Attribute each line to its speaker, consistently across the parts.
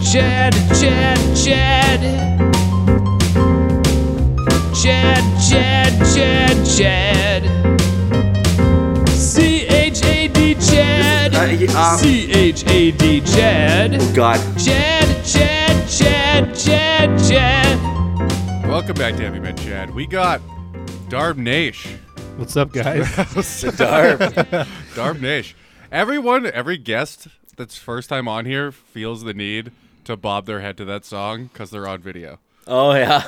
Speaker 1: Chad, Chad, Chad. Chad, Chad, Chad, Chad. C H A D,
Speaker 2: Uh,
Speaker 1: Chad.
Speaker 2: yeah, uh,
Speaker 1: C H A D, Chad.
Speaker 2: Oh God.
Speaker 1: Chad, Chad, Chad, Chad, Chad.
Speaker 3: Welcome back to Heavy Met Chad. We got Darb Nash.
Speaker 4: What's up, guys?
Speaker 3: Darb Nash. Everyone, every guest that's first time on here feels the need to bob their head to that song because they're on video.
Speaker 2: Oh yeah.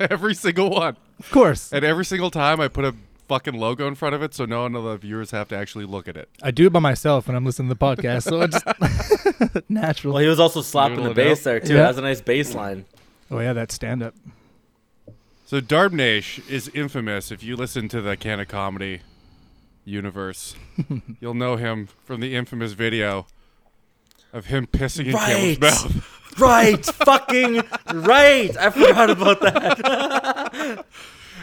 Speaker 3: every single one.
Speaker 4: of course.
Speaker 3: And every single time I put a fucking logo in front of it so no one of the viewers have to actually look at it.
Speaker 4: I do it by myself when I'm listening to the podcast, so it's natural.
Speaker 5: Well, he was also slapping the
Speaker 3: Noodling it
Speaker 5: bass
Speaker 3: out.
Speaker 5: there too.
Speaker 4: Yeah.
Speaker 5: That was a nice bass line.
Speaker 4: Oh yeah, that stand up.
Speaker 3: So Darb Nash is infamous if you listen to the can of comedy universe. You'll know him from the infamous video of him pissing in Kim's
Speaker 5: Right.
Speaker 3: mouth.
Speaker 5: Right, fucking right. I forgot about that.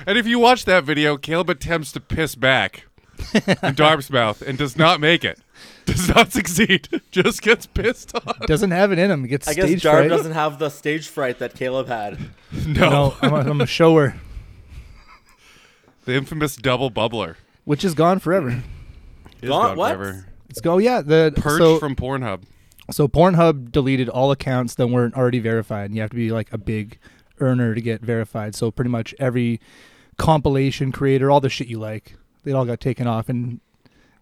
Speaker 3: And if you watch that video, Caleb attempts to piss back in Darb's mouth and does not make it. Does not succeed. Just gets pissed on.
Speaker 4: Doesn't have it in him. Gets
Speaker 5: I guess
Speaker 4: stage
Speaker 5: Jarb
Speaker 4: fright.
Speaker 5: doesn't have the stage fright that Caleb had.
Speaker 3: No.
Speaker 4: No, I'm a, I'm a shower,
Speaker 3: The infamous double bubbler.
Speaker 4: which is gone forever.
Speaker 3: Is
Speaker 5: Gone- what?
Speaker 3: forever.
Speaker 4: Let's go. Yeah, the
Speaker 3: Purged
Speaker 4: so
Speaker 3: from Pornhub.
Speaker 4: so Pornhub deleted all accounts that weren't already verified. And you have to be like a big earner to get verified. So pretty much every compilation creator, all the shit you like, they all got taken off. And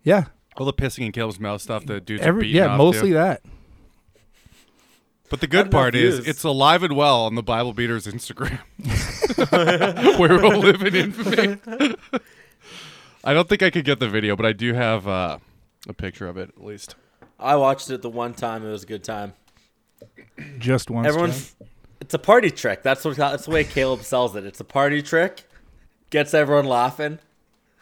Speaker 4: yeah,
Speaker 3: All the pissing in Caleb's mouth stuff that dudes are
Speaker 4: every
Speaker 3: beating
Speaker 4: yeah,
Speaker 3: off
Speaker 4: mostly
Speaker 3: to.
Speaker 4: that.
Speaker 3: But the
Speaker 5: Had
Speaker 3: good
Speaker 5: enough
Speaker 3: part is
Speaker 5: views.
Speaker 3: it's alive and well on the Bible Beaters Instagram. We're all living infamy. I don't think I could get the video, but I do have uh, a picture of it at least.
Speaker 5: I watched it the one time. It was a good time.
Speaker 4: Just once.
Speaker 5: Everyone,
Speaker 4: John.
Speaker 5: it's a party trick. That's what. That's the way Caleb sells it. It's a party trick. Gets everyone laughing.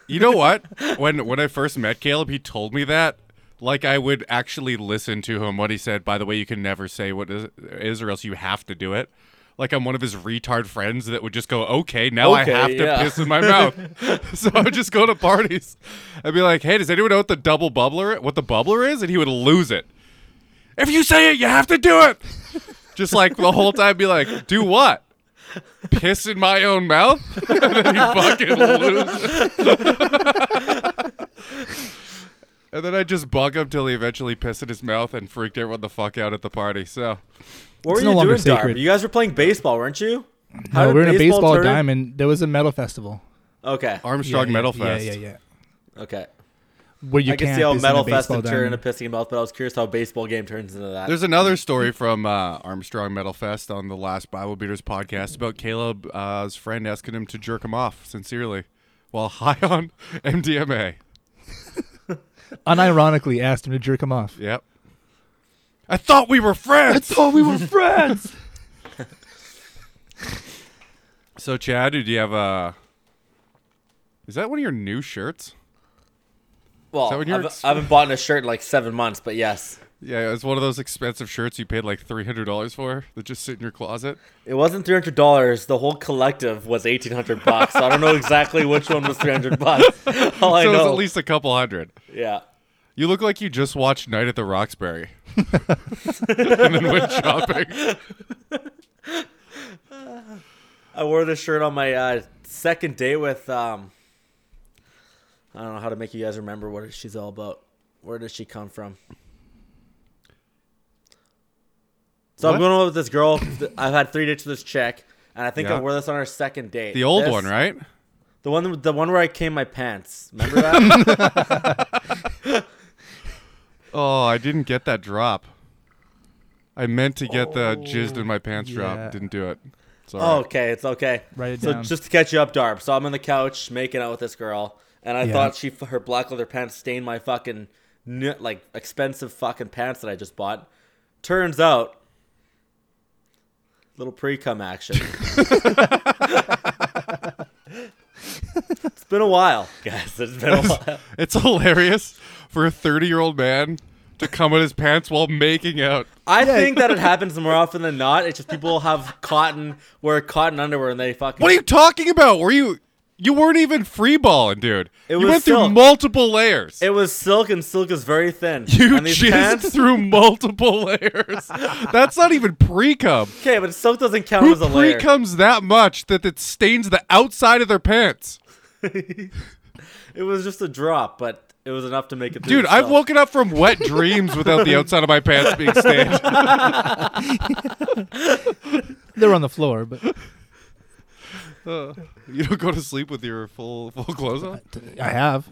Speaker 3: You know what? When when I first met Caleb, he told me that. Like I would actually listen to him what he said. By the way, you can never say what is, is or else you have to do it. Like I'm one of his retard friends that would just go, "Okay, now
Speaker 5: Okay,
Speaker 3: I have to
Speaker 5: yeah."
Speaker 3: piss in my mouth." so I would just go to parties and be like, "Hey, does anyone know what the double bubbler, what the bubbler is?" And he would lose it. If you say it, you have to do it. Just like the whole time, be like, "Do what? Piss in my own mouth?" and then he fucking loses. And then I just bug him till he eventually pissed in his mouth and freaked everyone the fuck out at the party. So
Speaker 5: What were
Speaker 4: It's no
Speaker 5: you
Speaker 4: longer
Speaker 5: doing, Darb?
Speaker 4: sacred.
Speaker 5: You guys were playing baseball, weren't you? How
Speaker 4: No,
Speaker 5: did
Speaker 4: we were in a baseball
Speaker 5: turn in-
Speaker 4: diamond. There was a metal festival.
Speaker 5: Okay.
Speaker 3: Armstrong
Speaker 4: yeah,
Speaker 3: Metal
Speaker 4: yeah,
Speaker 3: Fest.
Speaker 4: Yeah, yeah, yeah.
Speaker 5: Okay.
Speaker 4: Where you
Speaker 5: I can
Speaker 4: camp
Speaker 5: see how
Speaker 4: is in a
Speaker 5: metal fest
Speaker 4: baseball
Speaker 5: and turn into
Speaker 4: diamond.
Speaker 5: pissing mouth, but I was curious how a baseball game turns into that.
Speaker 3: There's another story from uh, Armstrong Metal Fest on the last Bible Beaters podcast about Caleb's uh, his friend asking him to jerk him off sincerely while high on MDMA.
Speaker 4: Unironically asked him to jerk him off.
Speaker 3: Yep. I thought we were friends.
Speaker 4: Oh, we were friends.
Speaker 3: so Chad, do you have a? Is that one of your new shirts?
Speaker 5: well,
Speaker 3: that what
Speaker 5: I've,
Speaker 3: you're-
Speaker 5: I haven't bought a shirt in like seven months, but yes,
Speaker 3: Yeah, it's one of those expensive shirts you paid like three hundred dollars for that just sit in your closet.
Speaker 5: it wasn't three hundred dollars. The whole collective was eighteen hundred bucks. so I don't know exactly which one was three hundred bucks. All I
Speaker 3: so it's
Speaker 5: know,
Speaker 3: at least a couple hundred.
Speaker 5: yeah.
Speaker 3: You look like you just watched Night at the Roxbury and then went shopping.
Speaker 5: I wore this shirt on my uh, second date with. Um, I don't know how to make you guys remember what she's all about. Where does she come from? So
Speaker 3: What?
Speaker 5: I'm going on with this girl. th- I've had three dates with this chick, and I think
Speaker 3: Yeah.
Speaker 5: I wore this on our second date.
Speaker 3: The old
Speaker 5: This-
Speaker 3: one, right?
Speaker 5: The one, the one where I came my pants. Remember that?
Speaker 3: Oh, I didn't get that drop. I meant to get the jizzed in my pants
Speaker 4: yeah.
Speaker 3: drop. Didn't do it. Sorry.
Speaker 5: oh, okay, it's okay.
Speaker 4: Write it
Speaker 5: So
Speaker 4: down.
Speaker 5: just to catch you up, Darb. So I'm on the couch making out with this girl, and I
Speaker 4: Yeah.
Speaker 5: thought she her black leather pants stained my fucking n- like expensive fucking pants that I just bought. Turns out, little pre cum action. it's been a while, guys. It's been a while.
Speaker 3: It's hilarious for a 30 year old man to come in his pants while making out.
Speaker 5: I think that it happens more often than not. It's just people have cotton wear cotton underwear and they fucking
Speaker 3: What are you talking about? Were you. You weren't even free balling, dude.
Speaker 5: It
Speaker 3: you
Speaker 5: was
Speaker 3: went through
Speaker 5: silk.
Speaker 3: multiple layers.
Speaker 5: It was silk, and silk is very thin.
Speaker 3: you
Speaker 5: and these
Speaker 3: jizzed
Speaker 5: pants-
Speaker 3: through multiple layers. That's not even pre cum.
Speaker 5: Okay, but silk doesn't count
Speaker 3: Who
Speaker 5: as a layer.
Speaker 3: pre comes that much that it stains the outside of their pants?
Speaker 5: It was just a drop, but it was enough to make it. Through
Speaker 3: Dude,
Speaker 5: the
Speaker 3: I've
Speaker 5: silk.
Speaker 3: woken up from wet dreams without the outside of my pants being stained.
Speaker 4: They're on the floor, but
Speaker 3: Uh, you don't go to sleep with your full full clothes on.
Speaker 4: I have.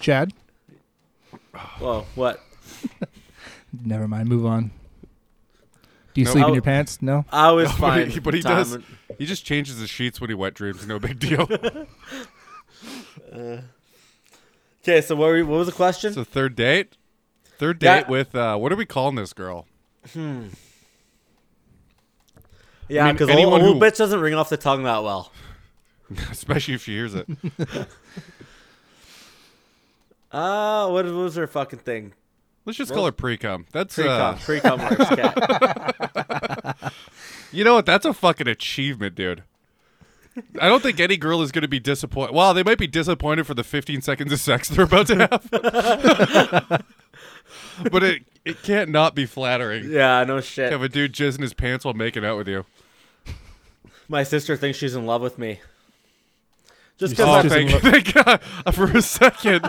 Speaker 4: Chad,
Speaker 5: Whoa, what?
Speaker 4: never mind. Move on. Do you
Speaker 3: No,
Speaker 4: sleep
Speaker 5: I w-
Speaker 4: in your pants? No.
Speaker 5: I was fine.
Speaker 3: But he, but he
Speaker 5: Tom.
Speaker 3: does. He just changes his sheets when he wet dreams. No big deal.
Speaker 5: Okay, so what, were, what was the question?
Speaker 3: so third date, third date
Speaker 5: Yeah.
Speaker 3: with uh, what are we calling this girl? I
Speaker 5: yeah,
Speaker 3: mean,
Speaker 5: because
Speaker 3: anyone
Speaker 5: old,
Speaker 3: who-
Speaker 5: bitch doesn't ring off the tongue that well.
Speaker 3: Especially if she hears it.
Speaker 5: Uh, what was her fucking thing?
Speaker 3: Let's just call her pre cum. That's
Speaker 5: Pre-com,
Speaker 3: uh,
Speaker 5: pre-com works. Okay.
Speaker 3: you know what? That's a fucking achievement, dude. I don't think any girl is going to be disappointed. Well, they might be disappointed for the 15 seconds of sex they're about to have, but it it can't not be flattering.
Speaker 5: Yeah, no shit.
Speaker 3: Have a dude jizz in his pants while making out with you.
Speaker 5: My sister thinks she's in love with me. Just
Speaker 4: Your
Speaker 5: because I'm
Speaker 3: Oh,
Speaker 4: sister's
Speaker 3: thank, thank God for a second.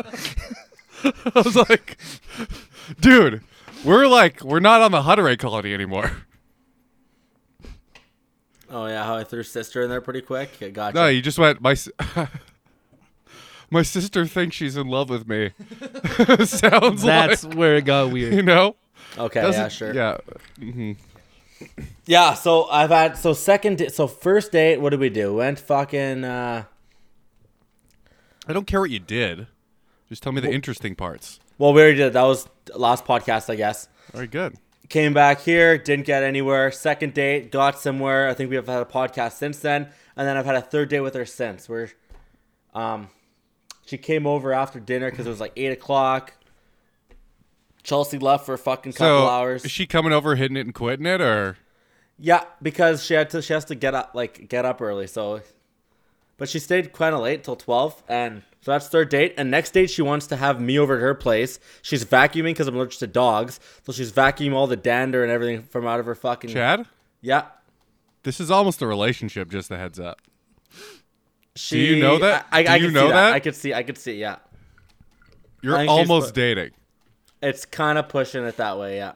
Speaker 3: I was like, dude, we're like, we're not on the Hutterite colony anymore.
Speaker 5: Oh yeah, how I threw sister in there pretty quick. I gotcha.
Speaker 3: No, you just went, my, s- my sister thinks she's in love with me. Sounds
Speaker 4: That's
Speaker 3: like,
Speaker 4: where it got weird.
Speaker 3: you know?
Speaker 5: okay, yeah,
Speaker 3: Doesn't-
Speaker 5: sure. Yeah.
Speaker 3: Yeah.
Speaker 5: so I've had so second di- so first date. What did we do? Went fucking. uh
Speaker 3: I don't care what you did. Just tell me the interesting parts.
Speaker 5: Well, we already did. That was last podcast, I guess.
Speaker 3: All right, good.
Speaker 5: Came back here, didn't get anywhere. Second date, got somewhere. I think we have had a podcast since then, and then I've had a third date with her since. Where, um, she came over after dinner because it was like eight o'clock. Chelsea left for a fucking couple
Speaker 3: So,
Speaker 5: hours.
Speaker 3: is she coming over, hitting it, and quitting it, or?
Speaker 5: Yeah, because she had to she has to get up like get up early, so but she stayed kinda late till twelve and so that's third date. And next date she wants to have me over at her place. She's vacuuming because I'm allergic to dogs. So she's vacuuming all the dander and everything from out of her fucking
Speaker 3: Chad?
Speaker 5: Yeah.
Speaker 3: This is almost a relationship, just a heads up.
Speaker 5: She,
Speaker 3: you know that?
Speaker 5: I, I,
Speaker 3: Do
Speaker 5: I
Speaker 3: you
Speaker 5: could
Speaker 3: know
Speaker 5: see
Speaker 3: that?
Speaker 5: I could see I could see, yeah. I
Speaker 3: You're
Speaker 5: think she's
Speaker 3: almost
Speaker 5: put-
Speaker 3: dating.
Speaker 5: It's kinda pushing it that way, yeah.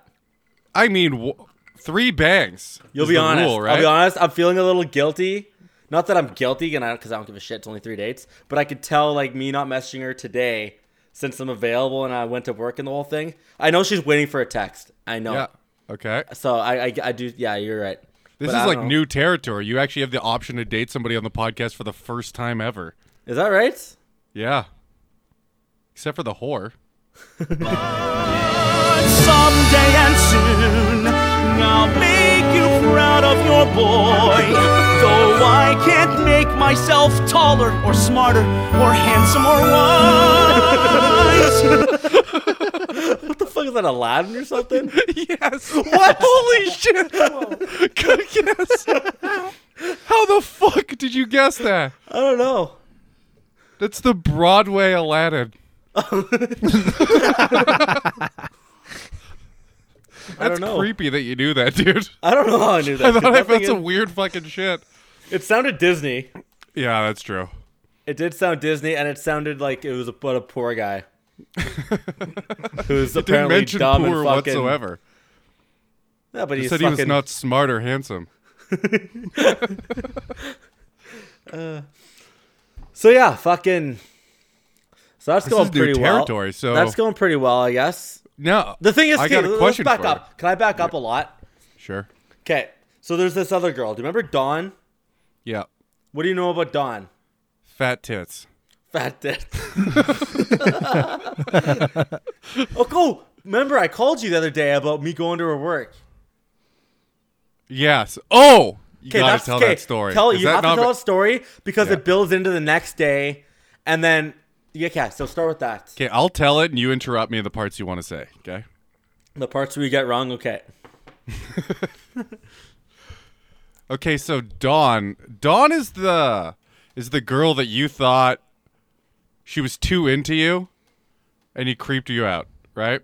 Speaker 3: I mean, w- three bangs.
Speaker 5: You'll
Speaker 3: is
Speaker 5: be
Speaker 3: the
Speaker 5: honest.
Speaker 3: rule, right?
Speaker 5: I'll be honest. I'm feeling a little guilty. Not that I'm guilty, and I because I don't give a shit. It's only three dates, but I could tell like me not messaging her today since I'm available and I went to work and the whole thing. I know she's waiting for a text. I know.
Speaker 3: Yeah. Okay.
Speaker 5: So I, I I do. Yeah, you're right.
Speaker 3: This
Speaker 5: But I
Speaker 3: is
Speaker 5: don't
Speaker 3: like
Speaker 5: know.
Speaker 3: new territory. You actually have the option to date somebody on the podcast for the first time ever.
Speaker 5: Is that right?
Speaker 3: Yeah. Except for the whore.
Speaker 1: Someday and soon, I'll make you proud of your boy. Though I can't make myself taller or smarter or handsome or wise.
Speaker 5: What the fuck is that, Aladdin or something?
Speaker 3: Yes. What? Holy shit. Good guess. How the fuck did you guess that?
Speaker 5: I don't know.
Speaker 3: That's the Broadway Aladdin.
Speaker 5: I don't know.
Speaker 3: Creepy that you knew that, dude.
Speaker 5: I don't know how I knew that.
Speaker 3: I thought
Speaker 5: 'cause
Speaker 3: I found
Speaker 5: nothing
Speaker 3: some
Speaker 5: in-
Speaker 3: weird fucking shit.
Speaker 5: It sounded Disney.
Speaker 3: Yeah, that's true.
Speaker 5: It did sound Disney, and it sounded like it was about a poor guy who's
Speaker 3: Didn't
Speaker 5: apparently
Speaker 3: mention
Speaker 5: dumb
Speaker 3: poor
Speaker 5: and fucking.
Speaker 3: whatsoever.
Speaker 5: Yeah, but
Speaker 3: He
Speaker 5: he's
Speaker 3: said he
Speaker 5: fucking.
Speaker 3: was not smart or handsome.
Speaker 5: So yeah, fucking. So that's going
Speaker 3: is new
Speaker 5: pretty
Speaker 3: territory,
Speaker 5: well.
Speaker 3: so-
Speaker 5: that's going pretty well, I guess.
Speaker 3: No,
Speaker 5: The thing is,
Speaker 3: I
Speaker 5: okay,
Speaker 3: got a
Speaker 5: let's
Speaker 3: question
Speaker 5: back
Speaker 3: for
Speaker 5: up. Can I back up a lot?
Speaker 3: you. Sure.
Speaker 5: Okay, so there's this other girl. Do you remember Dawn?
Speaker 3: Yeah.
Speaker 5: What do you know about Dawn?
Speaker 3: Fat tits.
Speaker 5: Fat dick. oh, cool. Remember, I called you the other day about me going to her work.
Speaker 3: Yes. Oh, you
Speaker 5: Okay,
Speaker 3: gotta
Speaker 5: that's
Speaker 3: tell
Speaker 5: okay.
Speaker 3: that story.
Speaker 5: Tell
Speaker 3: Is
Speaker 5: you
Speaker 3: that
Speaker 5: have to
Speaker 3: not-
Speaker 5: tell a story because
Speaker 3: Yeah.
Speaker 5: it builds into the next day, and then yeah, okay. So start with that.
Speaker 3: okay, I'll tell it, and you interrupt me in the parts you want to say. Okay.
Speaker 5: The parts where you get wrong, okay.
Speaker 3: Okay, so Dawn, Dawn is the is the girl that you thought she was too into you, and he creeped you out, right?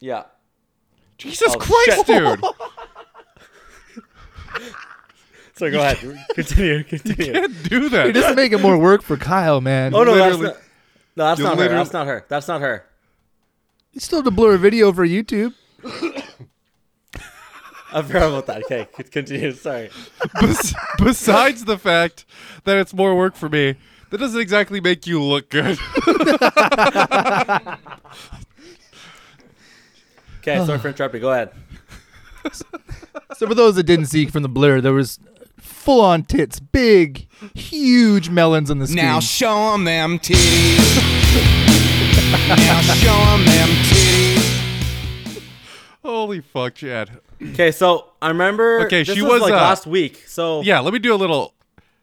Speaker 5: Yeah.
Speaker 3: Jesus
Speaker 5: Oh,
Speaker 3: Christ,
Speaker 5: shit.
Speaker 3: dude!
Speaker 5: So go ahead. Continue. Continue.
Speaker 3: Can't do that.
Speaker 4: It doesn't make it more work for Kyle, man.
Speaker 5: Oh no, that's
Speaker 3: Literally-
Speaker 5: not, no, that's
Speaker 3: you
Speaker 5: not her.
Speaker 3: literally-
Speaker 5: That's not her. That's not her.
Speaker 4: You still have to blur a video for YouTube.
Speaker 5: I'm fair about that. Okay, c- continue. Sorry.
Speaker 3: Bes- besides the fact that it's more work for me, that doesn't exactly make you look good.
Speaker 5: Okay, sorry for interrupting. Go ahead.
Speaker 4: So for those that didn't see from the blur, there was full on tits, big, huge melons on the screen.
Speaker 2: Now show 'em them titties. now show 'em them titties.
Speaker 3: Holy fuck, Chad.
Speaker 5: Okay, so I remember.
Speaker 3: Okay,
Speaker 5: this
Speaker 3: she was,
Speaker 5: like
Speaker 3: uh,
Speaker 5: last week. So
Speaker 3: Yeah, let me do a little.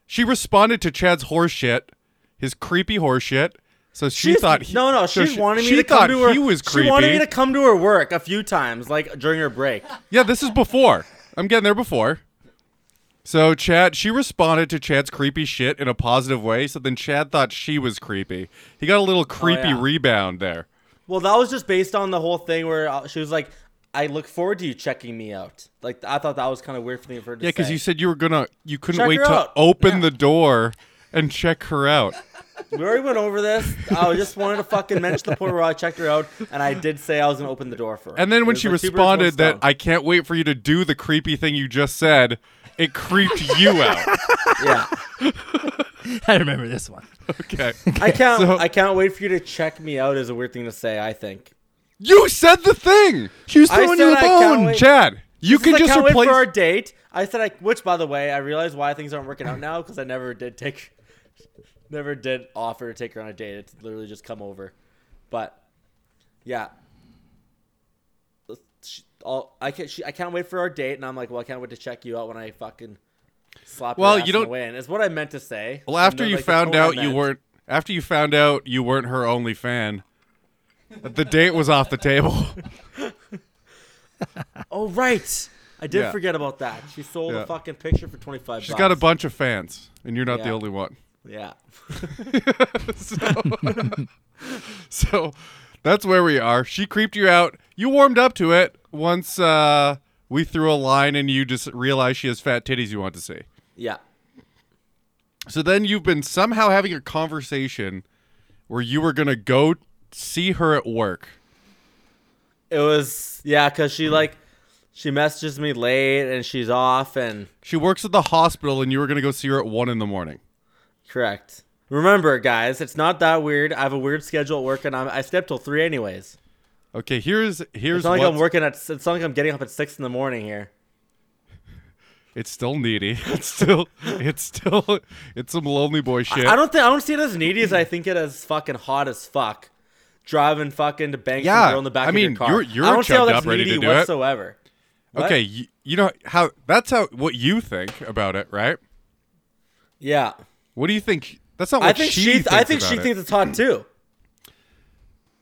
Speaker 3: She responded to Chad's horseshit, his creepy horseshit. So she
Speaker 5: She's-
Speaker 3: thought he,
Speaker 5: no, no,
Speaker 3: so
Speaker 5: she's
Speaker 3: she-
Speaker 5: wanting me
Speaker 3: she
Speaker 5: to come
Speaker 3: thought
Speaker 5: to her.
Speaker 3: He was creepy.
Speaker 5: She wanted me to come to her work a few times, like during her break.
Speaker 3: Yeah, this is before. I'm getting there before. So Chad, she responded to Chad's creepy shit in a positive way. So then Chad thought she was creepy. He got a little creepy
Speaker 5: Oh, yeah.
Speaker 3: rebound there.
Speaker 5: Well, that was just based on the whole thing where uh, she was like, "I look forward to you checking me out." Like I thought that was kind of weird for me for her to
Speaker 3: Yeah, because
Speaker 5: say.
Speaker 3: you said you were gonna, you couldn't
Speaker 5: Check
Speaker 3: wait
Speaker 5: her
Speaker 3: to
Speaker 5: out.
Speaker 3: open
Speaker 5: Yeah.
Speaker 3: the door and check her out.
Speaker 5: we already went over this. I just wanted to fucking mention the point where I checked her out, and I did say I was gonna open the door for her.
Speaker 3: And then
Speaker 5: It
Speaker 3: when
Speaker 5: was
Speaker 3: she
Speaker 5: like two birds, one
Speaker 3: responded that
Speaker 5: stone.
Speaker 3: I can't wait for you to do the creepy thing you just said, it creeped you out.
Speaker 5: yeah,
Speaker 4: I remember this one.
Speaker 3: Okay.
Speaker 5: I can't,
Speaker 3: so-
Speaker 5: I can't wait for you to check me out is a weird thing to say. I think.
Speaker 3: You said the thing.
Speaker 4: She was
Speaker 5: I
Speaker 4: throwing
Speaker 5: said
Speaker 4: you a
Speaker 5: I can't
Speaker 4: bone.
Speaker 5: wait.
Speaker 3: Chad, you
Speaker 5: This is
Speaker 3: can
Speaker 5: like,
Speaker 3: just
Speaker 5: can't wait
Speaker 3: replace
Speaker 5: for our date. I said, I, which by the way, I realize why things aren't working out now because I never did take, never did offer to take her on a date. It's literally just come over, but yeah, She- I'll- I can't. She, I can't wait for our date, and I'm like, well, I can't wait to check you out when I fucking slap.
Speaker 3: Well,
Speaker 5: her ass
Speaker 3: you
Speaker 5: in the
Speaker 3: don't-
Speaker 5: way. And it's what I meant to say.
Speaker 3: Well, after
Speaker 5: And then,
Speaker 3: you
Speaker 5: like, oh, the
Speaker 3: found
Speaker 5: tone I
Speaker 3: out you
Speaker 5: meant.
Speaker 3: weren't, after you found out you weren't her only fan, the date was off the table.
Speaker 5: Oh right, I did
Speaker 3: Yeah.
Speaker 5: forget about that. She sold
Speaker 3: Yeah.
Speaker 5: a fucking picture for twenty five.
Speaker 3: She's got a bunch of fans, and you're not the
Speaker 5: Yeah.
Speaker 3: only one.
Speaker 5: Yeah.
Speaker 3: So, so that's where we are. She creeped you out. You warmed up to it once uh, we threw a line, and you just realized she has fat titties you want to see.
Speaker 5: Yeah.
Speaker 3: So then you've been somehow having a conversation where you were gonna go see her at work.
Speaker 5: It was yeah, cause
Speaker 3: Hmm.
Speaker 5: she like she messages me late and she's off and
Speaker 3: She works at the hospital, and you were gonna go see her at one in the morning.
Speaker 5: correct. Remember, guys, it's not that weird. I have a weird schedule at work and I'm, I stay up till three anyways.
Speaker 3: Okay, here's here's
Speaker 5: It's not like I'm
Speaker 3: what's-
Speaker 5: working at. It's not like I'm getting up at six in the morning here.
Speaker 3: It's still needy. It's still it's still it's some lonely boy shit.
Speaker 5: I don't think I don't see it as needy as I think it as fucking hot as fuck. Driving fucking to bang
Speaker 3: Yeah,
Speaker 5: some girl in the back
Speaker 3: I
Speaker 5: of
Speaker 3: mean,
Speaker 5: your car.
Speaker 3: you're- you're
Speaker 5: I don't see how
Speaker 3: chugged
Speaker 5: that's
Speaker 3: up, ready to
Speaker 5: needy
Speaker 3: do it.
Speaker 5: whatsoever. What?
Speaker 3: okay, you, you know how that's how what you think about it, right?
Speaker 5: Yeah,
Speaker 3: What do you think? That's not what
Speaker 5: I think
Speaker 3: she.
Speaker 5: she.
Speaker 3: thinks
Speaker 5: I think
Speaker 3: about
Speaker 5: she
Speaker 3: it.
Speaker 5: thinks it's hot too.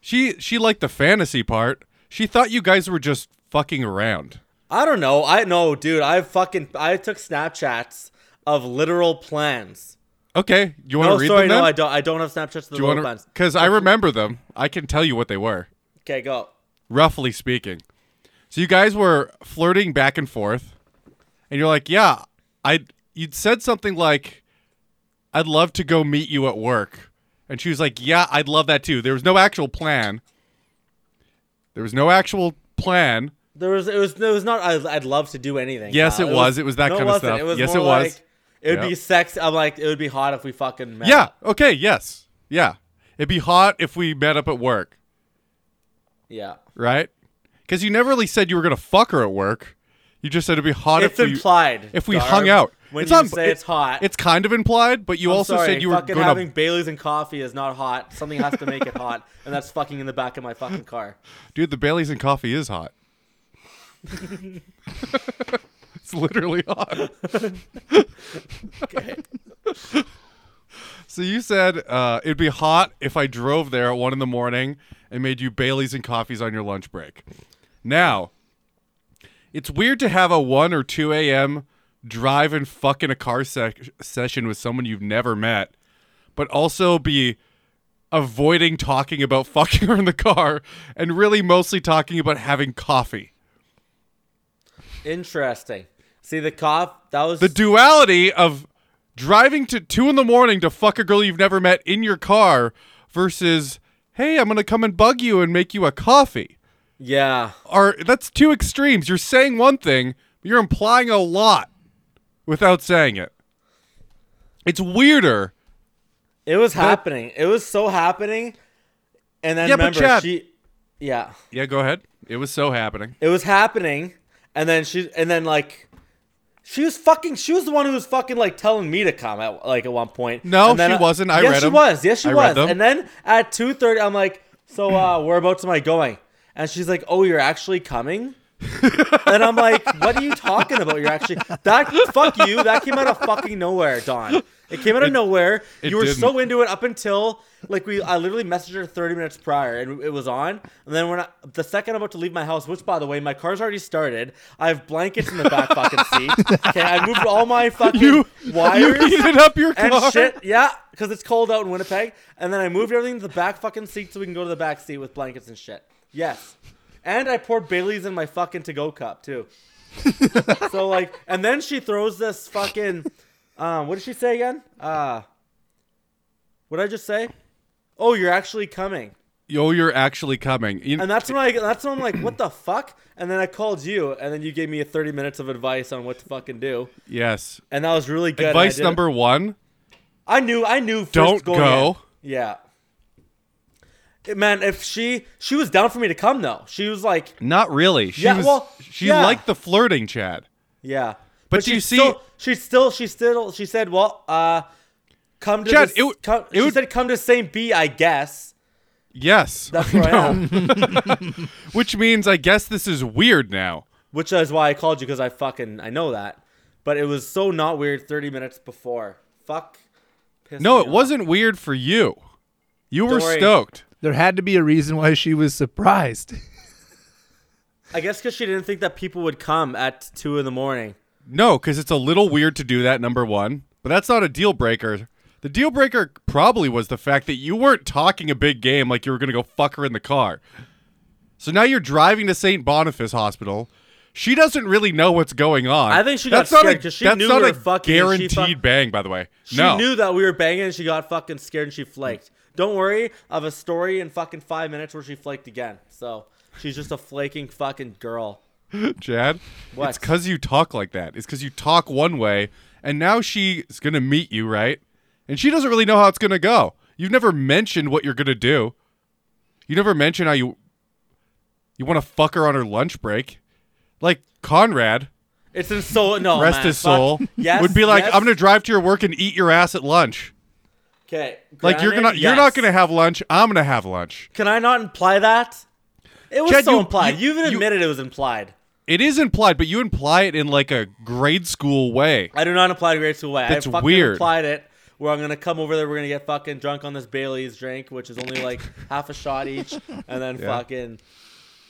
Speaker 3: she she liked the fantasy part. She thought you guys were just fucking around.
Speaker 5: I don't know. I know, dude. I fucking I took Snapchats of literal plans.
Speaker 3: Okay, you want to
Speaker 5: No,
Speaker 3: read
Speaker 5: sorry,
Speaker 3: them?
Speaker 5: no, I
Speaker 3: then?
Speaker 5: don't. I don't have Snapchats of the
Speaker 3: Do you
Speaker 5: literal
Speaker 3: want to?
Speaker 5: plans.
Speaker 3: Because I remember them. I can tell you what they were.
Speaker 5: Okay, go.
Speaker 3: roughly speaking. So you guys were flirting back and forth, and you're like, "Yeah, I." You'd said something like, "I'd love to go meet you at work," and she was like, "Yeah, I'd love that too." There was no actual plan. There was no actual plan.
Speaker 5: There was it was it was not. I, I'd love to do anything.
Speaker 3: Yes,
Speaker 5: pal.
Speaker 3: it was. It was that
Speaker 5: no,
Speaker 3: kind of
Speaker 5: wasn't.
Speaker 3: stuff.
Speaker 5: It was
Speaker 3: Yes,
Speaker 5: more
Speaker 3: it was.
Speaker 5: Like, it would be
Speaker 3: Yep.
Speaker 5: sex. I'm like, it would be hot if we fucking met.
Speaker 3: Yeah. Okay. Yes. Yeah. It'd be hot if we met up at work,
Speaker 5: yeah.
Speaker 3: right? Because you never really said you were gonna fuck her at work. You just said it'd be hot
Speaker 5: It's
Speaker 3: if we
Speaker 5: implied.
Speaker 3: if we
Speaker 5: Darb,
Speaker 3: hung out.
Speaker 5: when
Speaker 3: it's
Speaker 5: you
Speaker 3: not-
Speaker 5: say
Speaker 3: it-
Speaker 5: it's hot,
Speaker 3: It's kind of implied, but you
Speaker 5: I'm
Speaker 3: also
Speaker 5: sorry,
Speaker 3: said you were
Speaker 5: fucking
Speaker 3: going
Speaker 5: having
Speaker 3: to.
Speaker 5: Bailey's and coffee is not hot. Something has to make it hot, and that's fucking in the back of my fucking car.
Speaker 3: Dude, the Bailey's and coffee is hot. it's literally hot.
Speaker 5: Okay.
Speaker 3: So you said uh, it'd be hot if I drove there at one in the morning and made you Bailey's and coffees on your lunch break. Now, it's weird to have a one or two a.m. drive and fuck in a car sec- session with someone you've never met, but also be avoiding talking about fucking her in the car and really mostly talking about having coffee.
Speaker 5: Interesting. See the cop. That was
Speaker 3: The duality of driving to two in the morning to fuck a girl you've never met in your car versus, hey, I'm going to come and bug you and make you a coffee.
Speaker 5: yeah.
Speaker 3: are that's two extremes. You're saying one thing, but you're implying a lot without saying it. It's weirder.
Speaker 5: It was happening. It was so happening. And then
Speaker 3: Yeah, but
Speaker 5: remember
Speaker 3: Chad-
Speaker 5: she Yeah.
Speaker 3: Yeah, go ahead. It was so happening.
Speaker 5: It was happening. And then she and then like she was fucking she was the one who was fucking like telling me to come at like at one point.
Speaker 3: No,
Speaker 5: And then
Speaker 3: she wasn't. I
Speaker 5: yes,
Speaker 3: read
Speaker 5: she
Speaker 3: 'em.
Speaker 5: was. Yes, she
Speaker 3: I
Speaker 5: was.
Speaker 3: read them.
Speaker 5: And then at two thirty I'm like, so uh whereabouts am I going? And she's like, Oh, you're actually coming? and I'm like, what are you talking about? You're actually that fuck you. That came out of fucking nowhere, Don. It came out of nowhere.
Speaker 3: it
Speaker 5: You were
Speaker 3: didn't.
Speaker 5: so into it up until like we. I literally messaged her 30 minutes prior, and it was on. And then when I, the second I'm about to leave my house, which by the way, my car's already started. I have blankets in the back fucking seat. Okay, I moved all my fucking
Speaker 3: You you
Speaker 5: wires
Speaker 3: heated up your car.
Speaker 5: and shit. Yeah, because it's cold out in Winnipeg. And then I moved everything to the back fucking seat so we can go to the back seat with blankets and shit. Yes. And I poured Bailey's in my fucking to go cup too. so like, and then she throws this fucking. Um, what did she say again? Uh, what did I just say? Oh, you're actually coming.
Speaker 3: Yo, you're actually coming. You-
Speaker 5: And that's when I that's when I'm like, what the fuck? And then I called you, and then you gave me 30 minutes of advice on what to fucking do,
Speaker 3: yes.
Speaker 5: and that was really good. and I
Speaker 3: Advice
Speaker 5: did it.
Speaker 3: number one.
Speaker 5: I knew, I knew. First
Speaker 3: Don't
Speaker 5: going
Speaker 3: go.
Speaker 5: in. Yeah. Eh, Man, if she she was down for me to come though, she was like,
Speaker 3: Not really. She
Speaker 5: Yeah,
Speaker 3: was
Speaker 5: well,
Speaker 3: she
Speaker 5: yeah.
Speaker 3: liked the flirting, Chad.
Speaker 5: yeah.
Speaker 3: But
Speaker 5: she
Speaker 3: you see-
Speaker 5: still, she still, she still, she said, well, uh, come to
Speaker 3: Chad,
Speaker 5: this,
Speaker 3: it would-
Speaker 5: come,
Speaker 3: it
Speaker 5: she
Speaker 3: would-
Speaker 5: said, come to St. B, I guess.
Speaker 3: Yes.
Speaker 5: That's where I am.
Speaker 3: Which means I guess this is weird now.
Speaker 5: Which is why I called you because I fucking I know that, but it was so not weird. Thirty minutes before, fuck. pissed
Speaker 3: No,
Speaker 5: me
Speaker 3: it
Speaker 5: off.
Speaker 3: wasn't weird for you. You were
Speaker 5: Don't worry.
Speaker 3: stoked.
Speaker 4: There had to be a reason why she was surprised.
Speaker 5: I guess because she didn't think that people would come at two in the morning.
Speaker 3: No, because it's a little weird to do that, number one. But that's not a deal breaker. The deal breaker probably was the fact that you weren't talking a big game like you were going to go fuck her in the car. So now you're driving to St. Boniface Hospital. She doesn't really know what's going on.
Speaker 5: I think she got
Speaker 3: not
Speaker 5: scared
Speaker 3: a-
Speaker 5: 'cause she
Speaker 3: that's
Speaker 5: knew
Speaker 3: not
Speaker 5: we
Speaker 3: a
Speaker 5: were fucking and she
Speaker 3: guaranteed
Speaker 5: fu-
Speaker 3: bang, by the way.
Speaker 5: She
Speaker 3: no.
Speaker 5: knew that we were banging and she got fucking scared and she flaked. Don't worry, I have a story in fucking five minutes where she flaked again. So she's just a flaking fucking girl.
Speaker 3: Chad.
Speaker 5: What?
Speaker 3: It's because you talk like that. It's because you talk one way, and now she's going to meet you, right? And she doesn't really know how it's going to go. You've never mentioned what you're going to do. You never mention how you you want to fuck her on her lunch break. Like Conrad,
Speaker 5: It's in soul. No, Oh,
Speaker 3: rest
Speaker 5: man,
Speaker 3: his
Speaker 5: fuck.
Speaker 3: soul,
Speaker 5: Yes,
Speaker 3: would be like,
Speaker 5: yes.
Speaker 3: "I'm going to drive to your work and eat your ass at lunch."
Speaker 5: Okay,
Speaker 3: Like you're
Speaker 5: granted,
Speaker 3: gonna you're not
Speaker 5: yes.
Speaker 3: gonna have lunch. I'm gonna have lunch.
Speaker 5: Can I not imply that? It was
Speaker 3: Chad,
Speaker 5: so
Speaker 3: you-
Speaker 5: implied.
Speaker 3: you-
Speaker 5: You, even
Speaker 3: you-
Speaker 5: admitted it was implied.
Speaker 3: It is implied, but you imply it in like a grade school way.
Speaker 5: I do not imply grade school way.
Speaker 3: That's
Speaker 5: I fucking
Speaker 3: weird.
Speaker 5: implied it. Where I'm gonna come over there, we're gonna get fucking drunk on this Bailey's drink, which is only like half a shot each, and then fucking.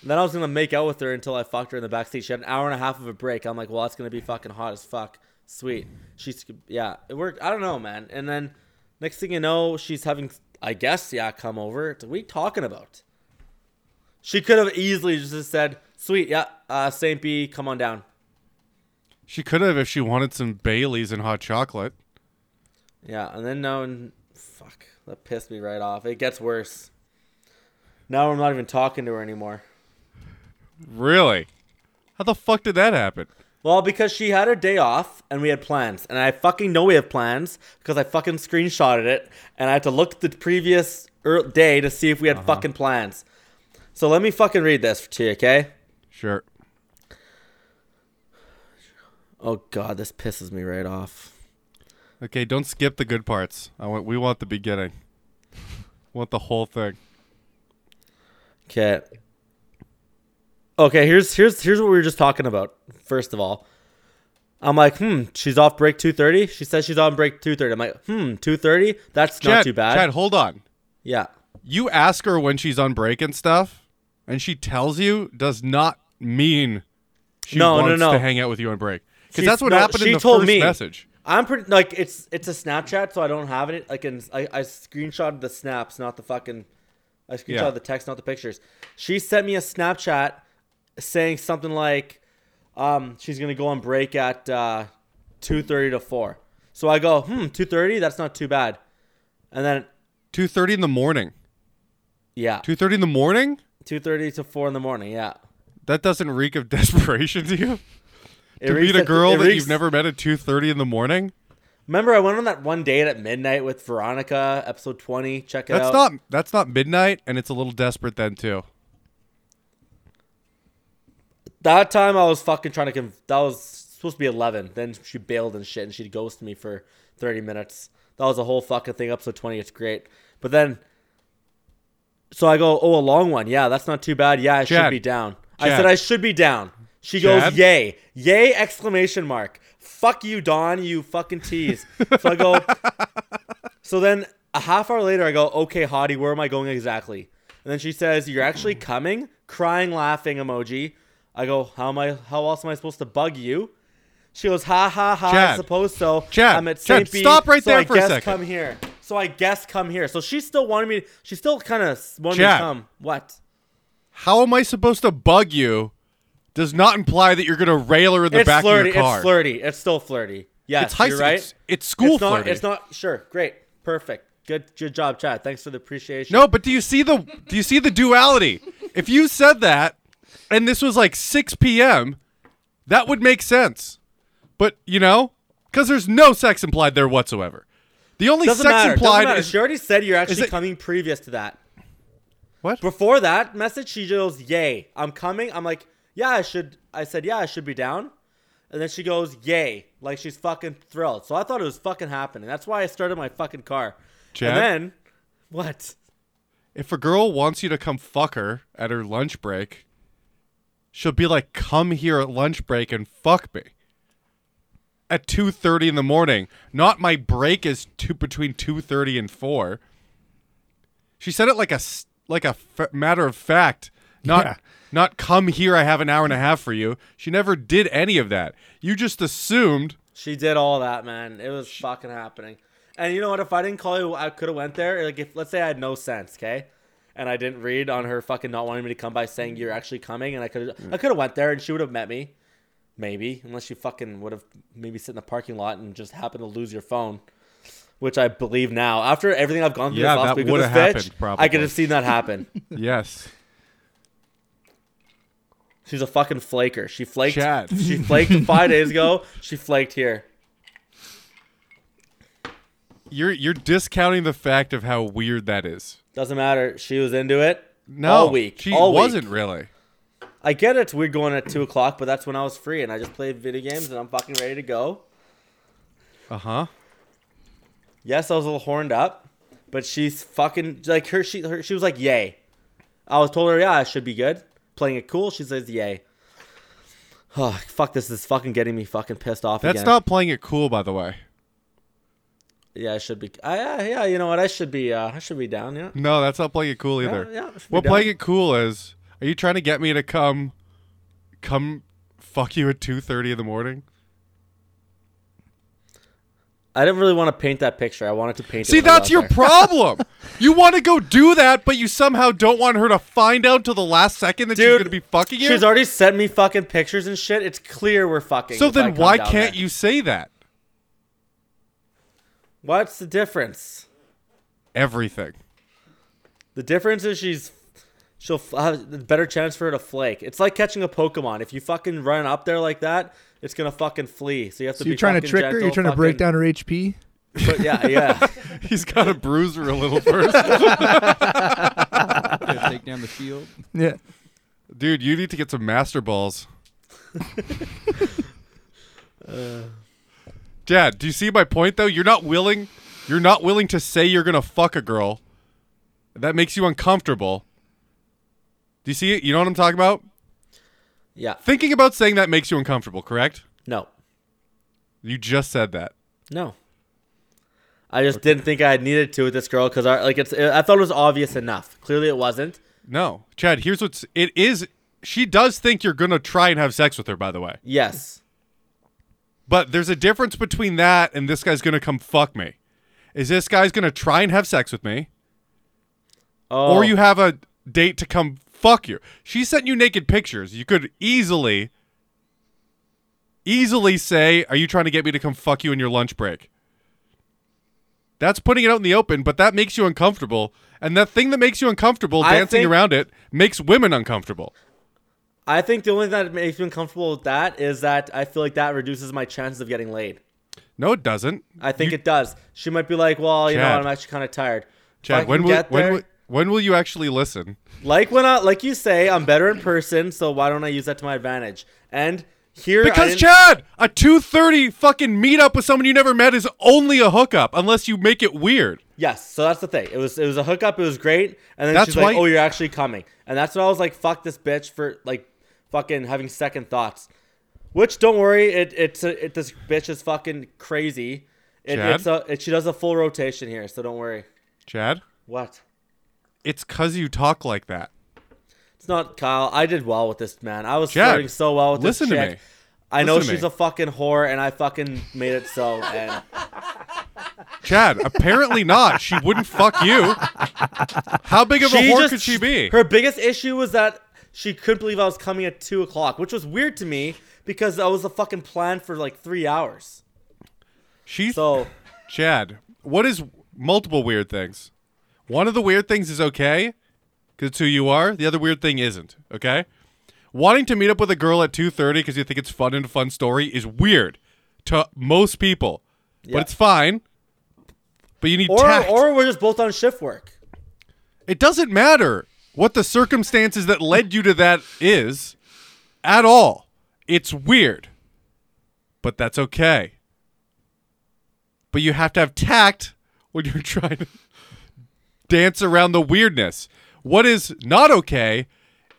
Speaker 5: Then I was gonna make out with her until I fucked her in the backseat. She had an hour and a half of a break. I'm like, well, that's gonna be fucking hot as fuck. Sweet. She's yeah, it worked. I don't know, man. And then next thing you know, she's having, I guess, yeah, come over. It's like, what are you talking about? She could have easily just said, sweet, yeah, uh, Saint B, come on down.
Speaker 3: She could have if she wanted some Baileys and hot chocolate.
Speaker 5: Yeah, and then now, and fuck, that pissed me right off. It gets worse. Now I'm not even talking to her anymore.
Speaker 3: Really? How the fuck did that happen?
Speaker 5: Well, because she had her day off and we had plans, and I fucking know we have plans because I fucking screenshotted it, and I had to look at the previous er- day to see if we had fucking plans. So let me fucking read this to you, okay?
Speaker 3: Sure.
Speaker 5: Oh god, this pisses me right off.
Speaker 3: Okay, don't skip the good parts. I want we want the beginning. want the whole thing.
Speaker 5: Okay. Okay, here's here's here's what we were just talking about. First of all, I'm like, hmm, she's off break two thirty. She says she's on break two thirty. I'm like, hmm, two thirty. That's not
Speaker 3: Chad,
Speaker 5: too bad.
Speaker 3: Chad, hold on.
Speaker 5: yeah.
Speaker 3: You ask her when she's on break and stuff, and she tells you does not mean she
Speaker 5: No, no,
Speaker 3: wants
Speaker 5: no.
Speaker 3: to hang out with you on break. because that's what
Speaker 5: no,
Speaker 3: happened in
Speaker 5: she
Speaker 3: the
Speaker 5: told
Speaker 3: first
Speaker 5: me.
Speaker 3: message.
Speaker 5: I'm pretty like it's it's a Snapchat, so I don't have it. I can I, I screenshotted the snaps, not the fucking. I screenshotted
Speaker 3: Yeah.
Speaker 5: the text, not the pictures. She sent me a Snapchat saying something like, um, "She's gonna go on break at uh, two thirty to 4. So I go, "Hmm, two thirty? That's not too bad." And then
Speaker 3: Two thirty in the morning.
Speaker 5: yeah,
Speaker 3: Two thirty in the morning.
Speaker 5: two thirty to four in the morning. Yeah,
Speaker 3: That doesn't reek of desperation to you.
Speaker 5: it
Speaker 3: To
Speaker 5: reeks
Speaker 3: meet a
Speaker 5: at-
Speaker 3: girl
Speaker 5: it
Speaker 3: that
Speaker 5: reeks-
Speaker 3: you've never met at two thirty in the morning.
Speaker 5: Remember, I went on that one date at midnight with Veronica, episode twenty. Check it
Speaker 3: That's
Speaker 5: out.
Speaker 3: not that's not midnight, and it's a little desperate then too.
Speaker 5: That time I was fucking trying to. Conv- that was supposed to be eleven. Then she bailed and shit, and she'd ghost me for thirty minutes. That was a whole fucking thing. Episode twenty, it's great. But then, so I go, oh, a long one. Yeah, that's not too bad. Yeah, I should
Speaker 3: Chad.
Speaker 5: be down. I
Speaker 3: Chad.
Speaker 5: said I should be down. She
Speaker 3: Chad.
Speaker 5: goes, yay, yay! Exclamation mark. Fuck you, Don. You fucking tease. so I go. So then a half hour later, I go, okay, Hottie, where am I going exactly? And then she says, you're actually coming? Crying, laughing emoji. I go, how am I? How else am I supposed to bug you? She goes, ha ha ha. I
Speaker 3: Chad.
Speaker 5: suppose so.
Speaker 3: Chad,
Speaker 5: I'm at
Speaker 3: Chad,
Speaker 5: St. B,
Speaker 3: stop right
Speaker 5: so
Speaker 3: there
Speaker 5: I
Speaker 3: for a
Speaker 5: guess
Speaker 3: second.
Speaker 5: Come here. So I guess come here. So she still wanted me. She still kind of wanted me
Speaker 3: Chad.
Speaker 5: to come. What?
Speaker 3: How am I supposed to bug you? Does not imply that you're gonna rail her in the
Speaker 5: it's
Speaker 3: back
Speaker 5: flirty.
Speaker 3: of your car.
Speaker 5: It's flirty. It's still flirty. Yes,
Speaker 3: It's high
Speaker 5: you're
Speaker 3: school.
Speaker 5: right.
Speaker 3: It's, it's school
Speaker 5: it's not,
Speaker 3: flirty.
Speaker 5: It's not sure. Great. Perfect. Good. Good job, Chad. Thanks for the appreciation.
Speaker 3: No, but do you see the do you see the duality? If you said that and this was like 6 p.m., that would make sense. But, you know, cuz there's no sex implied there whatsoever. The only
Speaker 5: Doesn't
Speaker 3: sex
Speaker 5: matter. Doesn't
Speaker 3: implied
Speaker 5: matter.
Speaker 3: is
Speaker 5: she already said you're actually
Speaker 3: it-
Speaker 5: coming previous to that.
Speaker 3: What?
Speaker 5: Before that message, she goes, "Yay, I'm coming." I'm like, "Yeah, I should." I said, "Yeah, I should be down," and then she goes, "Yay!" Like she's fucking thrilled. So I thought it was fucking happening. That's why I started my fucking car.
Speaker 3: Chad?
Speaker 5: And then what?
Speaker 3: if a girl wants you to come fuck her at her lunch break, she'll be like, "Come here at lunch break and fuck me." At two thirty in the morning, not my break is two between two thirty and four. She said it like a s- like a f- matter of fact, not
Speaker 4: Yeah.
Speaker 3: not come here. I have an hour and a half for you. She never did any of that. You just assumed
Speaker 5: She did all that, man. It was fucking happening. And you know what? If I didn't call you, I could have went there. Like, if let's say I had no sense, okay, and I didn't read on her fucking not wanting me to come by saying you're actually coming, and I could I could have went there, and she would have met me, maybe, unless she fucking would have maybe sit in the parking lot and just happened to lose your phone, which I believe now after everything I've gone through
Speaker 3: Yeah,
Speaker 5: this last
Speaker 3: that
Speaker 5: week with
Speaker 3: would
Speaker 5: this
Speaker 3: have
Speaker 5: bitch,
Speaker 3: happened, probably.
Speaker 5: I could have seen that happen.
Speaker 3: yes.
Speaker 5: She's a fucking flaker. She flaked.
Speaker 3: Chad.
Speaker 5: She flaked five days ago. She flaked here.
Speaker 3: You're you're discounting the fact of how weird that is.
Speaker 5: Doesn't matter. She was into it.
Speaker 3: No,
Speaker 5: all week.
Speaker 3: she
Speaker 5: all week.
Speaker 3: wasn't really.
Speaker 5: I get it's weird going at two o'clock, but that's when I was free and I just played video games and I'm fucking ready to go.
Speaker 3: Uh
Speaker 5: Uh-huh.
Speaker 3: huh.
Speaker 5: Yes, I was a little horned up, but she's fucking like her. She her, she was like, "Yay!" I was told her, "Yeah, I should be good." Playing it cool, she says, "Yay." Oh fuck! This is fucking getting me fucking pissed off.
Speaker 3: That's
Speaker 5: again.
Speaker 3: not playing it cool, by the way.
Speaker 5: Yeah, I should be. I, I, yeah, you know what? I should be. Uh, I should be down. Yeah.
Speaker 3: No, that's not playing it cool either.
Speaker 5: yeah, it should be
Speaker 3: what
Speaker 5: done.
Speaker 3: playing it cool is? Are you trying to get me to come, come, fuck you at two thirty in the morning?
Speaker 5: I didn't really want to paint that picture. I wanted to paint. it
Speaker 3: See,
Speaker 5: when I was
Speaker 3: that's
Speaker 5: out
Speaker 3: your
Speaker 5: there.
Speaker 3: problem. you want to go do that, but you somehow don't want her to find out till the last second that she's
Speaker 5: Dude,
Speaker 3: gonna be fucking you.
Speaker 5: She's already sent me fucking pictures and shit. It's clear we're fucking.
Speaker 3: so
Speaker 5: if I
Speaker 3: then,
Speaker 5: come
Speaker 3: why
Speaker 5: down
Speaker 3: can't
Speaker 5: there.
Speaker 3: you say that?
Speaker 5: What's the difference?
Speaker 3: Everything.
Speaker 5: The difference is she's she'll f- have a better chance for her to flake. It's like catching a Pokemon. If you fucking run up there like that, it's gonna fucking flee. So you have to.
Speaker 4: So
Speaker 5: be
Speaker 4: you're trying to
Speaker 5: fucking
Speaker 4: trick her. You're
Speaker 5: gentle,
Speaker 4: trying to break
Speaker 5: fucking-
Speaker 4: down her HP.
Speaker 5: But yeah, yeah.
Speaker 3: He's got to bruise her a little first,
Speaker 6: take down the field.
Speaker 4: Yeah.
Speaker 3: dude. You need to get some master balls. Dad, do you see my point though? You're not willing you're not willing to say you're gonna fuck a girl. That makes you uncomfortable. Do you see it? You know what I'm talking about?
Speaker 5: yeah.
Speaker 3: Thinking about saying that makes you uncomfortable, correct?
Speaker 5: No,
Speaker 3: You just said that.
Speaker 5: no. I just didn't think I needed to with this girl because like it's. I thought it was obvious enough. Clearly, it wasn't.
Speaker 3: No. Chad, here's what's it is she does think you're gonna try and have sex with her, by the way.
Speaker 5: Yes.
Speaker 3: But there's a difference between that and this guy's gonna come fuck me. Is this guy's gonna try and have sex with me,
Speaker 5: Oh,
Speaker 3: or you have a date to come fuck you? She sent you naked pictures. You could easily, easily say, "Are you trying to get me to come fuck you in your lunch break?" That's putting it out in the open, but that makes you uncomfortable. And that thing that makes you uncomfortable,
Speaker 5: I
Speaker 3: dancing
Speaker 5: think-
Speaker 3: around it, makes women uncomfortable.
Speaker 5: I think the only thing that makes me uncomfortable with that is that I feel like that reduces my chances of getting laid.
Speaker 3: No, it doesn't.
Speaker 5: I think
Speaker 3: You-
Speaker 5: it does. She might be like, "Well, you know,
Speaker 3: Chad.
Speaker 5: what, I'm actually kind of tired." If I
Speaker 3: Chad,
Speaker 5: can
Speaker 3: when will
Speaker 5: get
Speaker 3: when
Speaker 5: there-
Speaker 3: will, when will you actually listen?
Speaker 5: like when I like you say, I'm better in person, so why don't I use that to my advantage? And here, I
Speaker 3: Because
Speaker 5: didn't-
Speaker 3: Chad, a two thirty fucking meetup with someone you never met is only a hookup unless you make it weird.
Speaker 5: yes, so that's the thing. It was it was a hookup. It was great, and then
Speaker 3: That's
Speaker 5: she's
Speaker 3: why-
Speaker 5: like, "Oh, you're actually coming," and that's when I was like, "Fuck this bitch" for like fucking having second thoughts. Which don't worry, it it's a, it this bitch is fucking crazy. It,
Speaker 3: Chad?
Speaker 5: it's a, it, she does a full rotation here, so don't worry.
Speaker 3: Chad,
Speaker 5: What?
Speaker 3: it's cause you talk like that.
Speaker 5: It's not Kyle. I did well with this man. I was
Speaker 3: Chad,
Speaker 5: flirting so well with
Speaker 3: listen to
Speaker 5: this chick.
Speaker 3: me.
Speaker 5: I know
Speaker 3: Listen to
Speaker 5: she's
Speaker 3: me.
Speaker 5: a fucking whore, and I fucking made it so. And
Speaker 3: Chad, apparently not. She wouldn't fuck you. How big of a whore could she be?
Speaker 5: Her biggest issue was that she couldn't believe I was coming at two o'clock, which was weird to me because I was a fucking plan for like three hours.
Speaker 3: She's
Speaker 5: So
Speaker 3: Chad. What is multiple weird things? One of the weird things is okay, because it's who you are. The other weird thing isn't. Okay. Wanting to meet up with a girl at two thirty because you think it's fun and a fun story is weird to most people,
Speaker 5: Yeah.
Speaker 3: but it's fine. But you need
Speaker 5: or
Speaker 3: tact.
Speaker 5: or we're just both on shift work.
Speaker 3: it doesn't matter what the circumstances that led you to that is, at all. It's weird, but that's okay. But you have to have tact when you're trying to dance around the weirdness. What is not okay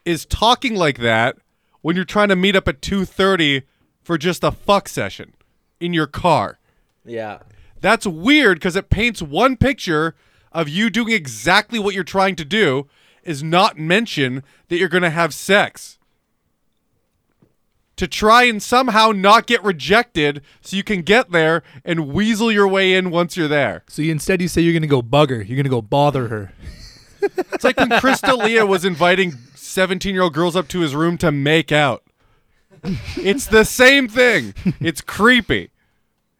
Speaker 3: is talking like that when you're trying to meet up at 2:30 for just a fuck session in your car.
Speaker 5: Yeah.
Speaker 3: That's weird because it paints one picture of you doing exactly what you're trying to do, is not mention that you're going to have sex. To try and somehow not get rejected so you can get there and weasel your way in once you're there.
Speaker 4: So you, instead, you say you're gonna go bugger. You're gonna go bother her.
Speaker 3: It's like when Chris D'Elia was inviting 17 year old girls up to his room to make out. It's the same thing. It's creepy.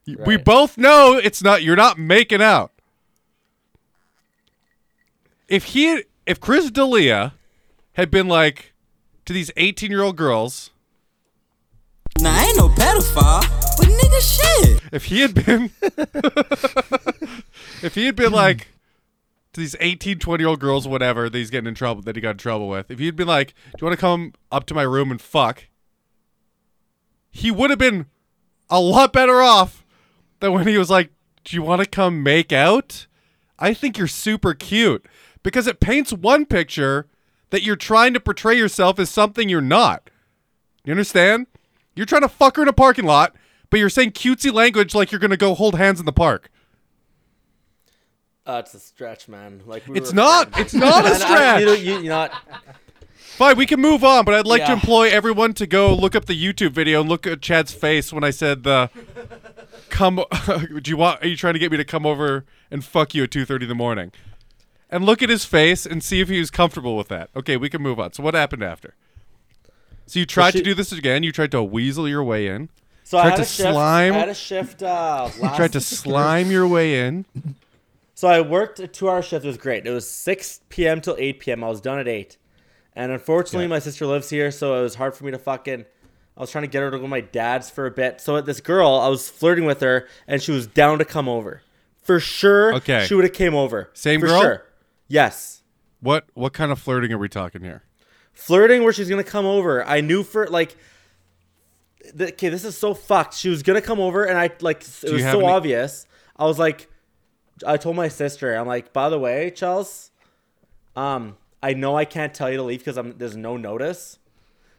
Speaker 3: We
Speaker 5: Right.
Speaker 3: both know it's not. You're not making out. If he, if Chris D'Elia had been like to these 18 year old girls,
Speaker 6: Nah, I ain't no pedophile, but nigga shit.
Speaker 3: if he had been, if he had been like to these 18, 20 year old girls, whatever, that he's getting in trouble, that he got in trouble with, if he'd been like, do you want to come up to my room and fuck? He would have been a lot better off than when he was like, do you want to come make out? I think you're super cute because it paints one picture that you're trying to portray yourself as something you're not. You understand? You're trying to fuck her in a parking lot, but you're saying cutesy language like you're going to go hold hands in the park.
Speaker 5: Uh, it's a stretch, man. Like we
Speaker 3: It's
Speaker 5: were
Speaker 3: not.
Speaker 5: friends.
Speaker 3: It's not a
Speaker 5: And I- you know,
Speaker 3: stretch.
Speaker 5: you, you're not.
Speaker 3: Fine, we can move on, but I'd like to
Speaker 5: Yeah.
Speaker 3: employ everyone to go look up the YouTube video and look at Chad's face when I said the come. do you want? Are you trying to get me to come over and fuck you at two thirty in the morning? And look at his face and see if he was comfortable with that. Okay, we can move on. So what happened after? So you tried
Speaker 5: she-
Speaker 3: to do this again. You tried to weasel your way in.
Speaker 5: So I
Speaker 3: Tried
Speaker 5: had
Speaker 3: to
Speaker 5: a shift.
Speaker 3: slime.
Speaker 5: I had a shift. Uh, last
Speaker 3: You tried to slime your way in.
Speaker 5: So I worked a two hour shift. It was great. It was 6 p.m. till 8 p.m. I was done at 8. And unfortunately, my sister lives here, so it was hard for me to fucking. I was trying to get her to go to my dad's for a bit. So this girl, I was flirting with her, and she was down to come over. For sure,
Speaker 3: Okay.
Speaker 5: she would have came over.
Speaker 3: Same
Speaker 5: for
Speaker 3: girl?
Speaker 5: Yes.
Speaker 3: What what kind of flirting are we talking here?
Speaker 5: Flirting where she's going to come over. I knew for, like. th- Okay, this is so fucked. She was going to come over, and I, like, it
Speaker 3: you
Speaker 5: was
Speaker 3: have
Speaker 5: so
Speaker 3: any-
Speaker 5: obvious. I was like, I told my sister, I'm like, by the way, Chels, um, I know I can't tell you to leave because I'm there's no notice.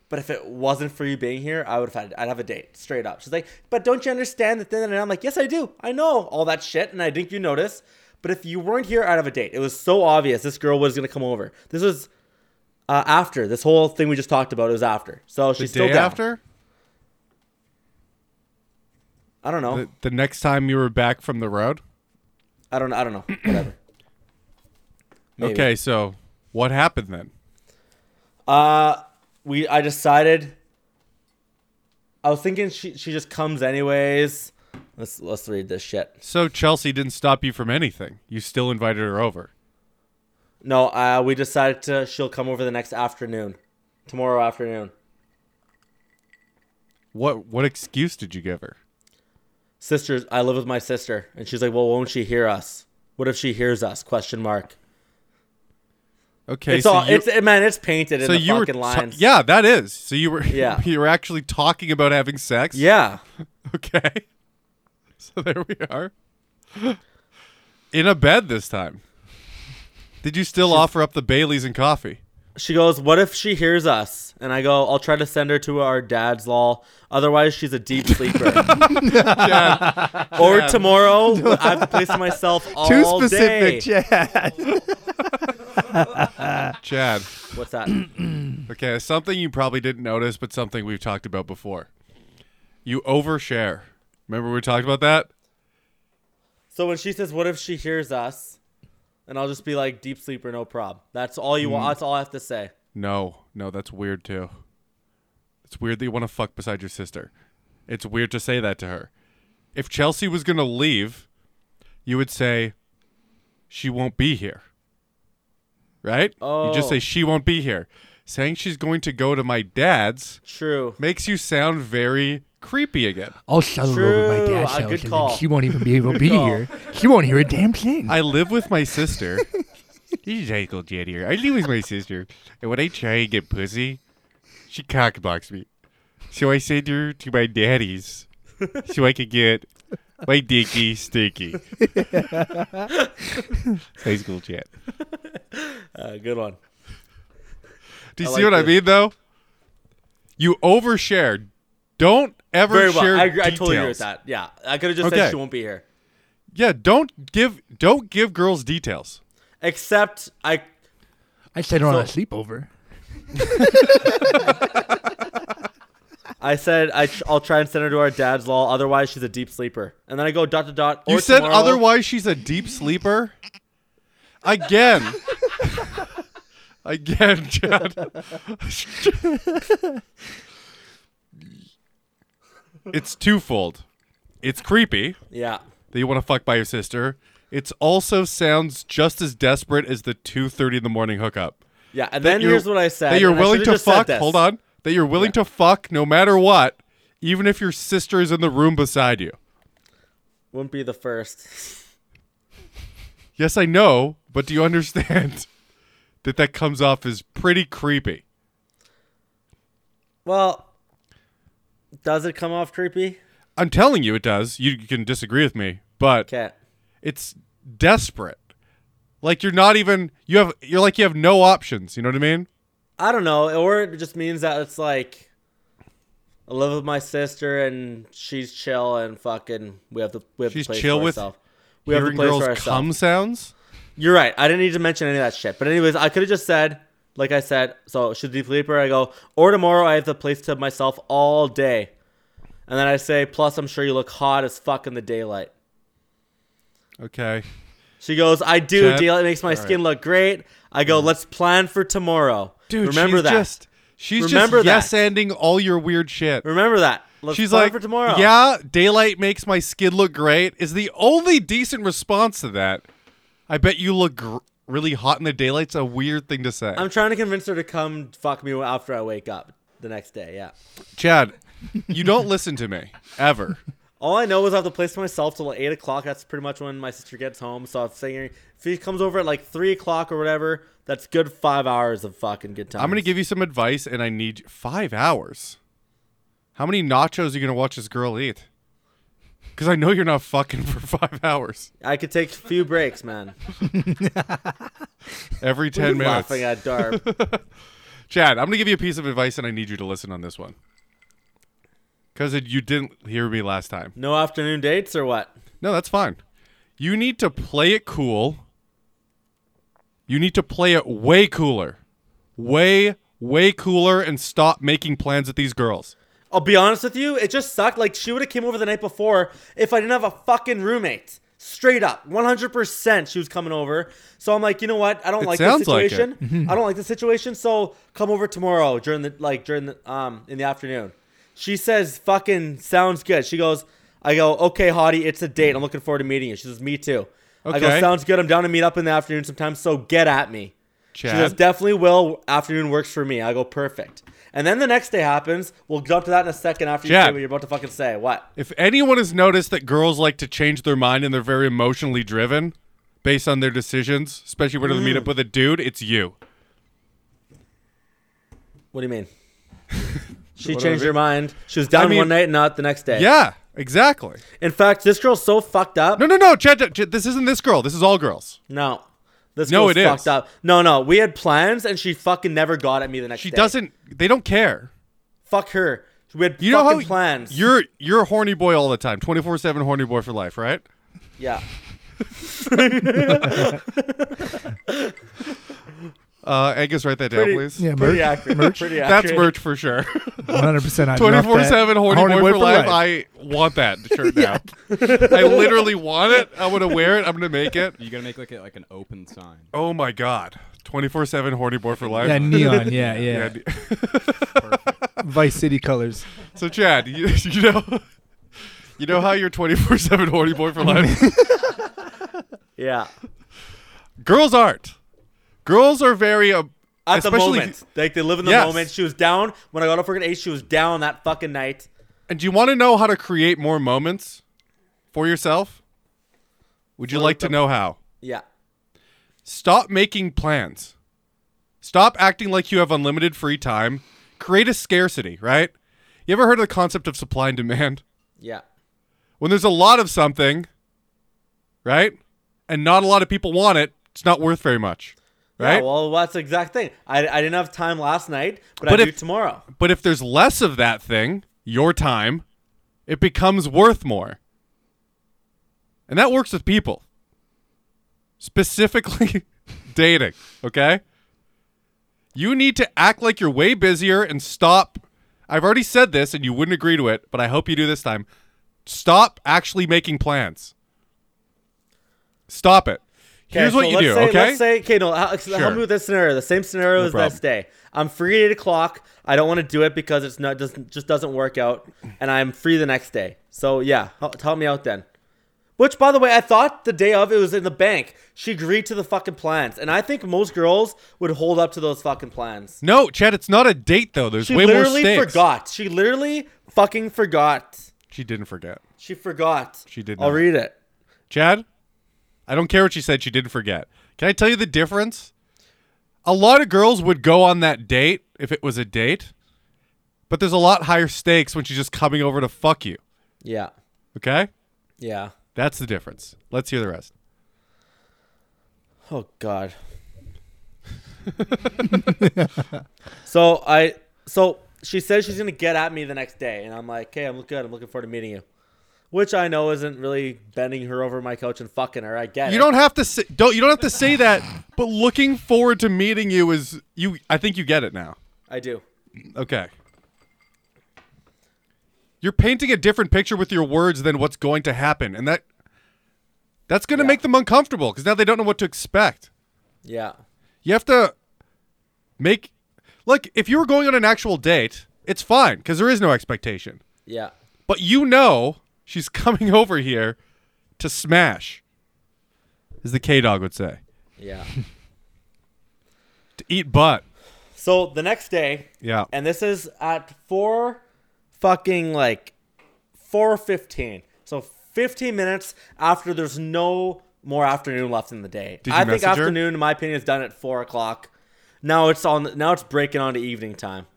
Speaker 5: But if it wasn't for you being here, I would have had I'd have a date straight up. She's like, but don't you understand that? Then and I'm like, yes, I do. I know all that shit, and I think you notice. But if you weren't here, I'd have a date. It was so obvious this girl was gonna come over. This was uh, after this whole thing we just talked about. It was after. So she's
Speaker 3: The
Speaker 5: still
Speaker 3: day
Speaker 5: down.
Speaker 3: after?
Speaker 5: I don't know.
Speaker 3: The, the next time you were back from the road?
Speaker 5: I don't. I don't know. Whatever. Maybe.
Speaker 3: Okay, so what happened then?
Speaker 5: Uh, we. I decided. I was thinking she she just comes anyways. Let's let's read this shit.
Speaker 3: So Chelsea didn't stop you from anything. You still invited her over.
Speaker 5: No, uh, we decided to. She'll come over the next afternoon, tomorrow afternoon.
Speaker 3: What what excuse did you give her?
Speaker 5: Sisters, I live with my sister, and she's like, well, won't she hear us? What if she hears us? Question mark.
Speaker 3: Okay,
Speaker 5: it's
Speaker 3: so
Speaker 5: all.
Speaker 3: you,
Speaker 5: it's man. It's painted in
Speaker 3: so
Speaker 5: the
Speaker 3: you were
Speaker 5: fucking
Speaker 3: ta-
Speaker 5: lines.
Speaker 3: yeah, that is. So you were
Speaker 5: Yeah.
Speaker 3: you were actually talking about having sex.
Speaker 5: Yeah.
Speaker 3: Okay. So there we are. In a bed this time. Did you still offer up the Baileys and coffee?
Speaker 5: She goes, "What if she hears us?" And I go, "I'll try to send her to our dad's law. Otherwise, she's a deep sleeper." Or tomorrow, I've placed myself all
Speaker 4: Too specific,
Speaker 5: day.
Speaker 4: Chad.
Speaker 3: Chad.
Speaker 5: What's that?
Speaker 3: Okay, something you probably didn't notice, but something we've talked about before. You overshare. Remember we talked about that?
Speaker 5: so when she says, "What if she hears us?" and I'll just be like, "Deep sleeper, no problem." That's all you
Speaker 3: Hmm.
Speaker 5: want. That's all I have to say.
Speaker 3: No, no, that's weird too. It's weird that you want to fuck beside your sister. It's weird to say that to her. If Chelsea was going to leave, you would say, she won't be here. Right? You just
Speaker 5: Oh.
Speaker 3: say, she won't be here. Saying she's going to go to my dad's
Speaker 5: True.
Speaker 3: makes you sound very creepy again.
Speaker 4: I'll settle
Speaker 5: over my True, dad's a house good and then call. she
Speaker 4: won't even be able to be
Speaker 5: call. here.
Speaker 4: She won't hear a damn thing.
Speaker 3: I live with my sister. this is Uncle Jed here. I live with my sister, and when I try and get pussy, she cockblocks me. So I send her to my daddy's, so I can get my dicky sticky. High school chat.
Speaker 5: Uh, good one.
Speaker 3: Do you
Speaker 5: I
Speaker 3: see
Speaker 5: like
Speaker 3: what I
Speaker 5: this.
Speaker 3: mean, though? You overshare. Don't ever
Speaker 5: Very well.
Speaker 3: share
Speaker 5: I, agree- I totally agree
Speaker 3: details.
Speaker 5: with that. Yeah, I could have just
Speaker 3: Okay.
Speaker 5: said she won't be here.
Speaker 3: Yeah, don't give don't give girls details.
Speaker 5: Except I
Speaker 4: I sent her on a
Speaker 5: So-
Speaker 4: sleepover.
Speaker 5: I said I tr- I'll try and send her to our dad's law. Otherwise, she's a deep sleeper. And then I go dot to dot.
Speaker 3: You
Speaker 5: or
Speaker 3: said
Speaker 5: tomorrow-
Speaker 3: otherwise she's a deep sleeper. Again. Again, Chad. it's twofold. It's creepy
Speaker 5: Yeah,
Speaker 3: that you want to fuck by your sister. It also sounds just as desperate as the 2:30 in the morning hookup.
Speaker 5: yeah. And
Speaker 3: That
Speaker 5: then
Speaker 3: you're-
Speaker 5: here's what I said.
Speaker 3: That you're
Speaker 5: and I
Speaker 3: willing
Speaker 5: should've
Speaker 3: to
Speaker 5: just said
Speaker 3: fuck.
Speaker 5: this.
Speaker 3: Hold on. That you're willing to fuck no matter what, even if your sister is in the room beside you.
Speaker 5: Wouldn't be the first.
Speaker 3: Yes, I know, but do you understand that that comes off as pretty creepy?
Speaker 5: Well, does it come off creepy?
Speaker 3: I'm telling you, it does. You can disagree with me, but
Speaker 5: Can't.
Speaker 3: it's desperate. Like you're not even you have you're like you have no options. You know what I mean?
Speaker 5: I don't know. Or it just means that it's like I live with my sister and she's chill and fucking we have the we have
Speaker 3: She's
Speaker 5: the place
Speaker 3: chill
Speaker 5: for
Speaker 3: with
Speaker 5: ourselves. We have the
Speaker 3: Hearing
Speaker 5: place
Speaker 3: girls
Speaker 5: for ourselves.
Speaker 3: cum sounds.
Speaker 5: You're right. I didn't need to mention any of that shit. But anyways, I could have just said, like I said, so should the sleeper? I go, or tomorrow I have the place to myself all day. And then I say, plus I'm sure you look hot as fuck in the daylight.
Speaker 3: Okay.
Speaker 5: She goes, I do.
Speaker 3: Chad?
Speaker 5: Daylight makes my skin look great. I go, let's plan for tomorrow.
Speaker 3: Dude,
Speaker 5: remember
Speaker 3: she's
Speaker 5: that.
Speaker 3: just she's
Speaker 5: Remember
Speaker 3: just
Speaker 5: that.
Speaker 3: yes ending all your weird shit.
Speaker 5: remember that. Let's
Speaker 3: She's
Speaker 5: plan
Speaker 3: like,
Speaker 5: for tomorrow.
Speaker 3: yeah, daylight makes my skin look great. Is the only decent response to that. I bet you look gr- really hot in the daylight's a weird thing to say.
Speaker 5: I'm trying to convince her to come fuck me after I wake up the next day. Yeah.
Speaker 3: Chad, you don't listen to me ever.
Speaker 5: All I know is I have to place myself till like eight o'clock. That's pretty much when my sister gets home. So I'm saying if she comes over at like three o'clock or whatever, that's good five hours of fucking good time.
Speaker 3: I'm gonna give you some advice, and I need five hours. How many nachos are you gonna watch this girl eat? Because I know you're not fucking for five hours
Speaker 5: I could take a few breaks, man.
Speaker 3: every ten minutes.
Speaker 5: Laughing at Darb.
Speaker 3: Chad, I'm gonna give you a piece of advice, and I need you to listen on this one. Because you didn't hear me last time.
Speaker 5: No afternoon dates or what?
Speaker 3: No, that's fine. You need to play it cool. You need to play it way cooler. Way, way cooler and stop making plans with these girls.
Speaker 5: I'll be honest with you, it just sucked. Like she would have came over the night before if I didn't have a fucking roommate. Straight up, 100% she was coming over. So I'm like, you know what? I don't
Speaker 3: It
Speaker 5: like this
Speaker 3: sounds like it. Mhm.
Speaker 5: situation. I don't like the situation, so come over tomorrow during the like during the um in the afternoon. She says, "Fucking sounds good." She goes, "I go, okay, hottie, it's a date. I'm looking forward to meeting you." She says, "Me too." I go,
Speaker 3: Okay.
Speaker 5: "Sounds good. I'm down to meet up in the afternoon sometime. So get at me." She
Speaker 3: Chad.
Speaker 5: goes, definitely will. Afternoon works for me. I go, perfect. And then the next day happens. We'll jump to that in a second after you
Speaker 3: Chad.
Speaker 5: say what you're about to fucking say. What?
Speaker 3: If anyone has noticed that girls like to change their mind and they're very emotionally driven based on their decisions, especially when they meet
Speaker 5: Mm.
Speaker 3: up with a dude, it's you.
Speaker 5: What do you mean? she
Speaker 3: What do I
Speaker 5: changed her
Speaker 3: mean?
Speaker 5: mind. She was down
Speaker 3: I mean-
Speaker 5: one night, not the next day.
Speaker 3: Yeah, exactly.
Speaker 5: In fact, this girl's so fucked up.
Speaker 3: No, no, no, Chad, Chad, Chad, this isn't this girl. This is all girls.
Speaker 5: No. This
Speaker 3: No,
Speaker 5: girl's
Speaker 3: it
Speaker 5: fucked
Speaker 3: is.
Speaker 5: up. No, no. We had plans and she fucking never got at me the next
Speaker 3: She
Speaker 5: day.
Speaker 3: doesn't. They don't care.
Speaker 5: Fuck her. We had fucking
Speaker 3: You know how
Speaker 5: plans.
Speaker 3: You're you're a horny boy all the time, twenty four seven horny boy for life, right?
Speaker 5: yeah.
Speaker 3: Uh, Angus, write that down,
Speaker 5: Pretty-
Speaker 3: please.
Speaker 4: Yeah,
Speaker 5: Pretty
Speaker 4: merch.
Speaker 5: accurate. Pretty accurate.
Speaker 3: That's merch for sure.
Speaker 4: 100%. I'd rock
Speaker 3: Twenty
Speaker 4: that.
Speaker 3: four seven horny boy for life. I want that shirt now. I literally want it. I'm gonna wear it. I'm gonna make it.
Speaker 7: You gotta make like a, like an open sign.
Speaker 3: Oh my god. Twenty four seven horny boy for life.
Speaker 4: yeah, neon. Yeah, yeah.
Speaker 3: Yeah, ne-
Speaker 4: Vice City colors.
Speaker 3: So Chad, you, you know, you know how you're 24/7 horny boy for life.
Speaker 5: Yeah.
Speaker 3: Girls aren't. Girls are very, uh,
Speaker 5: At the
Speaker 3: especially,
Speaker 5: moment. Like they live in the
Speaker 3: Yes.
Speaker 5: moment. She was down. When I got off work at 8, she was down that fucking night.
Speaker 3: And do you want to know how to create more moments for yourself? Would you like to know how?
Speaker 5: Yeah.
Speaker 3: Stop making plans. Stop acting like you have unlimited free time. Create a scarcity, right? You ever heard of the concept of supply and demand?
Speaker 5: Yeah.
Speaker 3: When there's a lot of something, right? And not a lot of people want it, it's not worth very much. Right?
Speaker 5: Yeah, well, that's the exact thing. I, I didn't have time last night, but,
Speaker 3: But
Speaker 5: I do
Speaker 3: if-
Speaker 5: tomorrow.
Speaker 3: But if there's less of that thing, your time, it becomes worth more. And that works with people. Specifically dating, okay? You need to act like you're way busier and stop. I've already said this and you wouldn't agree to it, but I hope you do this time. Stop actually making plans. Stop it. Here's
Speaker 5: so
Speaker 3: what you
Speaker 5: let's
Speaker 3: do,
Speaker 5: say,
Speaker 3: okay?
Speaker 5: Let's say, okay, no, Alex,
Speaker 3: Sure.
Speaker 5: help me with this scenario. The same scenario as
Speaker 3: problem.
Speaker 5: this day. I'm free at eight o'clock. I don't want to do it because it's not doesn't just doesn't work out, and I'm free the next day. So yeah, hel- help me out then. Which, by the way, I thought the day of it was in the bank. She agreed to the fucking plans, and I think most girls would hold up to those fucking plans.
Speaker 3: no, Chad, it's not a date though. There's
Speaker 5: She
Speaker 3: way more
Speaker 5: literally
Speaker 3: stakes.
Speaker 5: forgot. She literally fucking forgot.
Speaker 3: She didn't forget.
Speaker 5: She forgot.
Speaker 3: She did
Speaker 5: I'll
Speaker 3: not.
Speaker 5: read it.
Speaker 3: Chad, I don't care what she said. She didn't forget. Can I tell you the difference? A lot of girls would go on that date if it was a date, but there's a lot higher stakes when she's just coming over to fuck you.
Speaker 5: Yeah.
Speaker 3: Okay?
Speaker 5: Yeah.
Speaker 3: That's the difference. Let's hear the rest.
Speaker 5: Oh God. so I so she says she's gonna get at me the next day, and I'm like, okay, I'm good. I'm looking forward to meeting you. Which I know isn't really bending her over my couch and fucking her. I get
Speaker 3: You
Speaker 5: it.
Speaker 3: don't have to say don't you don't have to say that, but looking forward to meeting you is you I think you get it now.
Speaker 5: I do.
Speaker 3: Okay. You're painting a different picture with your words than what's going to happen, and that that's going to
Speaker 5: Yeah.
Speaker 3: make them uncomfortable because now they don't know what to expect.
Speaker 5: Yeah.
Speaker 3: You have to make look if you were going on an actual date, it's fine because there is no expectation.
Speaker 5: Yeah.
Speaker 3: But you know she's coming over here to smash, as the K Dog would say,
Speaker 5: Yeah.
Speaker 3: to eat butt.
Speaker 5: so the next day,
Speaker 3: Yeah,
Speaker 5: and this is at four fucking like four fifteen. So fifteen minutes after there's no more afternoon left in the day.
Speaker 3: Did you
Speaker 5: I think
Speaker 3: message her?
Speaker 5: afternoon, in my opinion, is done at four o'clock. Now it's on. Now it's breaking on to evening time.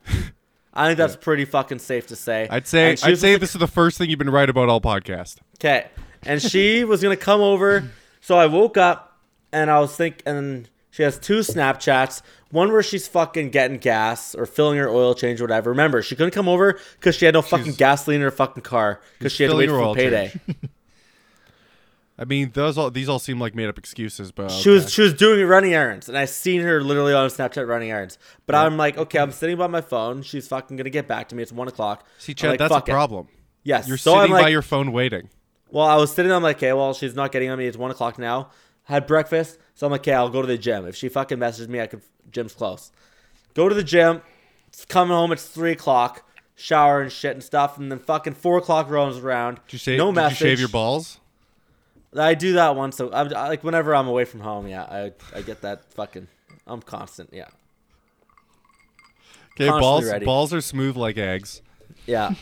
Speaker 5: I think that's pretty fucking safe to say.
Speaker 3: I'd say
Speaker 5: And she
Speaker 3: I'd
Speaker 5: was
Speaker 3: say
Speaker 5: with
Speaker 3: this is the first thing you've been right about all podcast.
Speaker 5: Okay. And she was gonna come over. So I woke up and I was thinking she has two Snapchats. One where she's fucking getting gas or filling her oil change or whatever. Remember, she couldn't come over because she had no fucking gasoline in her fucking car because she had to
Speaker 3: filling
Speaker 5: wait
Speaker 3: her
Speaker 5: for
Speaker 3: oil
Speaker 5: payday.
Speaker 3: I mean, those all these all seem like made up excuses, but
Speaker 5: She was she was doing running errands, and I seen her literally on Snapchat running errands. But I'm like, okay, I'm sitting by my phone. She's fucking gonna get back to me. It's one o'clock.
Speaker 3: see,
Speaker 5: I'm
Speaker 3: Chad,
Speaker 5: like,
Speaker 3: that's a
Speaker 5: fuck it.
Speaker 3: problem.
Speaker 5: Yes,
Speaker 3: You're
Speaker 5: so
Speaker 3: sitting
Speaker 5: I'm like,
Speaker 3: by your phone waiting.
Speaker 5: Well, I was sitting. there, I'm like, okay, well, she's not getting on me. It's one o'clock now. Had breakfast, so I'm like, okay, I'll go to the gym. If she fucking messages me, I could. Gym's close. Go to the gym. It's coming home. It's three o'clock. Shower and shit and stuff, and then fucking four o'clock rolls around.
Speaker 3: Did you, shave,
Speaker 5: no
Speaker 3: did
Speaker 5: message.
Speaker 3: you shave your balls?
Speaker 5: I do that once. So I'm, I, like whenever I'm away from home, yeah, I I get that fucking. I'm constant. Yeah,
Speaker 3: Okay,
Speaker 5: Constantly
Speaker 3: balls
Speaker 5: ready.
Speaker 3: balls are smooth like eggs.
Speaker 5: yeah.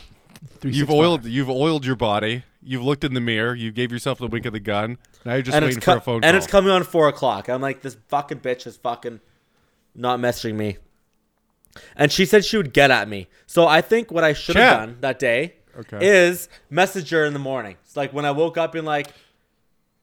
Speaker 3: You've oiled you've oiled your body. You've looked in the mirror. You gave yourself the wink of the gun. Now you're just
Speaker 5: and it's
Speaker 3: waiting
Speaker 5: co-
Speaker 3: for a phone
Speaker 5: and
Speaker 3: call.
Speaker 5: it's coming on four o'clock. I'm like, this fucking bitch is fucking not messaging me. And she said she would get at me. So I think what I should have
Speaker 3: Chat.
Speaker 5: done that day
Speaker 3: Okay.
Speaker 5: is message her in the morning. It's like when I woke up and like,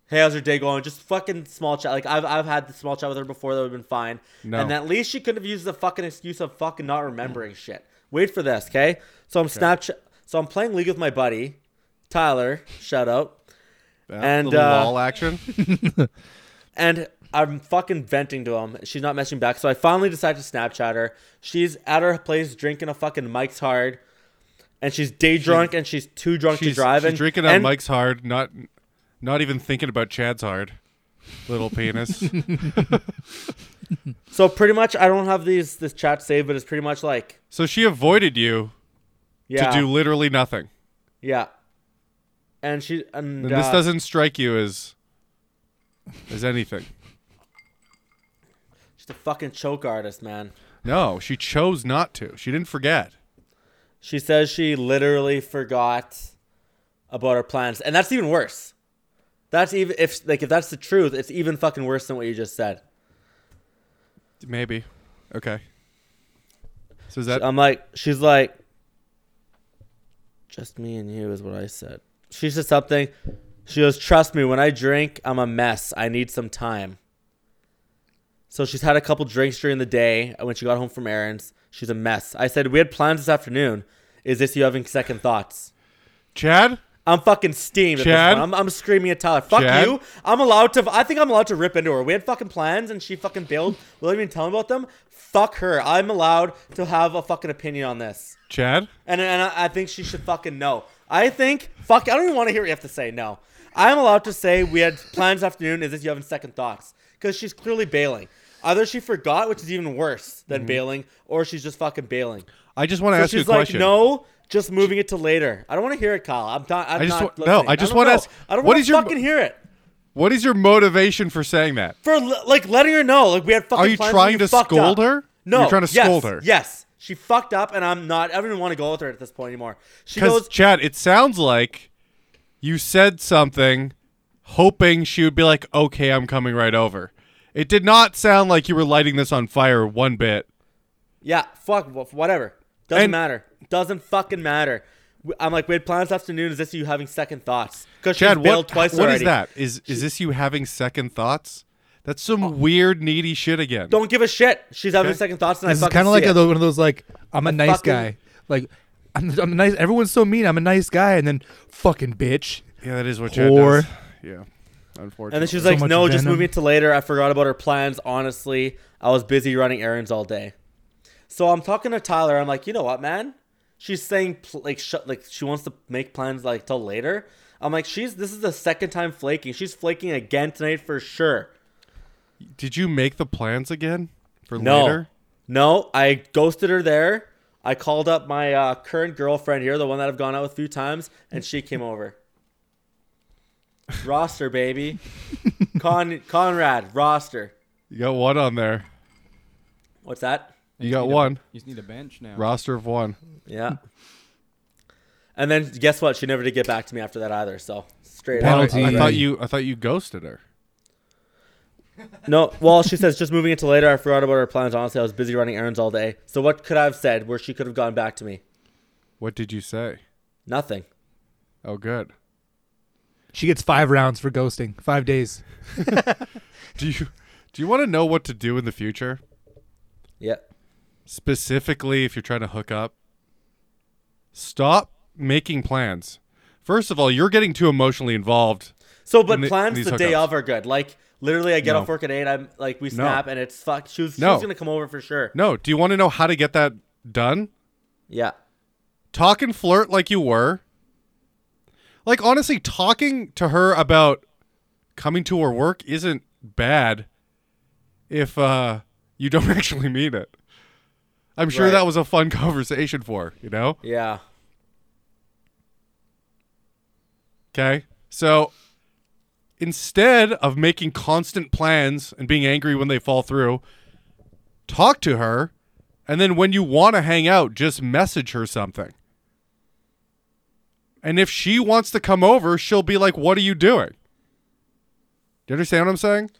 Speaker 5: hey, how's your day going? Just fucking small chat. Like I've I've had the small chat with her before that would have been fine.
Speaker 3: No.
Speaker 5: And at least she couldn't have used the fucking excuse of fucking not remembering shit. Wait for this, okay? So I'm Snapchat. So I'm playing League with my buddy, Tyler. Shout out.
Speaker 3: That
Speaker 5: and,
Speaker 3: little
Speaker 5: uh,
Speaker 3: wall action.
Speaker 5: And I'm fucking venting to him. She's not messaging back. So I finally decide to Snapchat her. She's at her place drinking a fucking Mike's Hard. And she's day drunk and she's too drunk
Speaker 3: She's,
Speaker 5: to drive.
Speaker 3: she's
Speaker 5: and,
Speaker 3: drinking on
Speaker 5: and-
Speaker 3: Mike's hard, not not even thinking about Chad's hard. Little penis.
Speaker 5: So pretty much, I don't have these this chat saved, but it's pretty much like,
Speaker 3: so she avoided you
Speaker 5: yeah.
Speaker 3: to do literally nothing.
Speaker 5: Yeah. And she. And,
Speaker 3: And
Speaker 5: uh,
Speaker 3: this doesn't strike you as as anything.
Speaker 5: She's a fucking choke artist, man.
Speaker 3: No, she chose not to. She didn't forget.
Speaker 5: She says she literally forgot about her plans, and that's even worse. That's even if like if that's the truth, it's even fucking worse than what you just said.
Speaker 3: Maybe. Okay. So is that
Speaker 5: I'm like, she's like, just me and you is what I said. She said something. She goes, trust me, when I drink, I'm a mess. I need some time. So she's had a couple drinks during the day. and When she got home from errands, she's a mess. I said, we had plans this afternoon. Is this you having second thoughts?
Speaker 3: Chad?
Speaker 5: I'm fucking steamed.
Speaker 3: Chad?
Speaker 5: At this point. I'm, I'm screaming at Tyler. Fuck
Speaker 3: Chad?
Speaker 5: you. I'm allowed to. I think I'm allowed to rip into her. We had fucking plans, and she fucking bailed. We didn't even tell him about them. Fuck her. I'm allowed to have a fucking opinion on this,
Speaker 3: Chad?
Speaker 5: and and I, I think she should fucking know. I think fuck. I don't even want to hear what you have to say. No, I'm allowed to say we had plans this afternoon. Is this you having second thoughts? Because she's clearly bailing. Either she forgot, which is even worse
Speaker 3: Mm-hmm.
Speaker 5: than bailing, or she's just fucking bailing.
Speaker 3: I just want to
Speaker 5: So
Speaker 3: ask you a
Speaker 5: she's like,
Speaker 3: question.
Speaker 5: no, just moving it to later. I don't want to hear it, Kyle. I'm, not. I'm
Speaker 3: I just
Speaker 5: not.
Speaker 3: wa- no,
Speaker 5: listening.
Speaker 3: I just
Speaker 5: don't
Speaker 3: wanna
Speaker 5: know.
Speaker 3: ask,
Speaker 5: I don't
Speaker 3: what
Speaker 5: want
Speaker 3: is
Speaker 5: to
Speaker 3: your-
Speaker 5: fucking hear it
Speaker 3: What is your motivation for saying that?
Speaker 5: for li- like letting her know. Like we had fucking.
Speaker 3: Are you
Speaker 5: plans and
Speaker 3: trying
Speaker 5: you
Speaker 3: to
Speaker 5: fucked
Speaker 3: scold
Speaker 5: up.
Speaker 3: her?
Speaker 5: No,
Speaker 3: You're trying to
Speaker 5: yes,
Speaker 3: scold her.
Speaker 5: Yes, she fucked up, and I'm not. I don't even want to go with her at this point anymore. She
Speaker 3: Because
Speaker 5: goes,
Speaker 3: Chad, it sounds like you said something hoping she would be like, "Okay, I'm coming right over." It did not sound like you were lighting this on fire one bit.
Speaker 5: yeah, fuck, wh- whatever. Doesn't
Speaker 3: And-
Speaker 5: matter. Doesn't fucking matter. W- I'm like, we had plans this afternoon. Is this you having second thoughts? Because she's
Speaker 3: Chad,
Speaker 5: bailed
Speaker 3: what,
Speaker 5: twice
Speaker 3: what is
Speaker 5: already.
Speaker 3: that? Is is this you having second thoughts? That's some weird needy shit again.
Speaker 5: Oh. Don't give a shit. She's having
Speaker 3: Okay.
Speaker 5: second thoughts, and
Speaker 4: This
Speaker 5: I
Speaker 4: is
Speaker 5: fucking
Speaker 4: kind of like
Speaker 5: see
Speaker 4: a,
Speaker 5: it.
Speaker 4: tho- one of those like I'm a
Speaker 5: I
Speaker 4: nice
Speaker 5: fucking-
Speaker 4: guy. Like I'm, I'm a nice. Everyone's so mean. I'm a nice guy, and then fucking bitch.
Speaker 3: yeah, that is what
Speaker 4: Poor.
Speaker 3: Chad does. Yeah, unfortunately.
Speaker 5: And then she's
Speaker 4: So
Speaker 5: like,
Speaker 4: much
Speaker 5: "No, just
Speaker 4: venom.
Speaker 5: move it to later. I forgot about her plans. Honestly, I was busy running errands all day." So I'm talking to Tyler. I'm like, "You know what, man?" She's saying pl- like sh- like she wants to make plans like till later. I'm like, "She's this is the second time flaking. She's flaking again tonight for sure."
Speaker 3: Did you make the plans again for
Speaker 5: No,
Speaker 3: later?
Speaker 5: no, I ghosted her there. I called up my uh, current girlfriend here, the one that I've gone out with a few times, and she came over. Roster baby, Con- Conrad roster.
Speaker 3: You got one on there.
Speaker 5: What's that?
Speaker 3: You got one.
Speaker 7: You just need a bench now.
Speaker 3: Roster of one.
Speaker 5: Yeah.
Speaker 3: Hmm.
Speaker 5: And then guess what? She never did get back to me after that either. So straight
Speaker 4: Wow.
Speaker 5: out.
Speaker 4: Penalty.
Speaker 3: I thought you I thought you ghosted her.
Speaker 5: No, well, she says just moving it to later. I forgot about her plans. Honestly, I was busy running errands all day. So what could I have said where she could have gone back to me?
Speaker 3: What did you say?
Speaker 5: Nothing.
Speaker 3: Oh good.
Speaker 4: She gets five rounds for ghosting. Five days.
Speaker 3: Do you do you want to know what to do in the future?
Speaker 5: Yeah.
Speaker 3: Specifically if you're trying to hook up? Stop making plans. First of all, you're getting too emotionally involved
Speaker 5: So, but
Speaker 3: the-
Speaker 5: plans
Speaker 3: these
Speaker 5: the day
Speaker 3: hookups.
Speaker 5: of are good. Like literally, I get
Speaker 3: No.
Speaker 5: off work at eight. I'm like we
Speaker 3: No.
Speaker 5: snap, and it's fuck. She was, she
Speaker 3: No.
Speaker 5: was gonna come over for sure.
Speaker 3: No, do you want to know how to get that done?
Speaker 5: Yeah.
Speaker 3: Talk and flirt like you were. Like honestly, talking to her about coming to her work isn't bad if uh you don't actually mean it. I'm sure
Speaker 5: Right.
Speaker 3: that was a fun conversation for, her, you know?
Speaker 5: Yeah.
Speaker 3: Okay. So instead of making constant plans and being angry when they fall through, talk to her. And then when you want to hang out, just message her something. And if she wants to come over, she'll be like, What are you doing? Do you understand what I'm saying?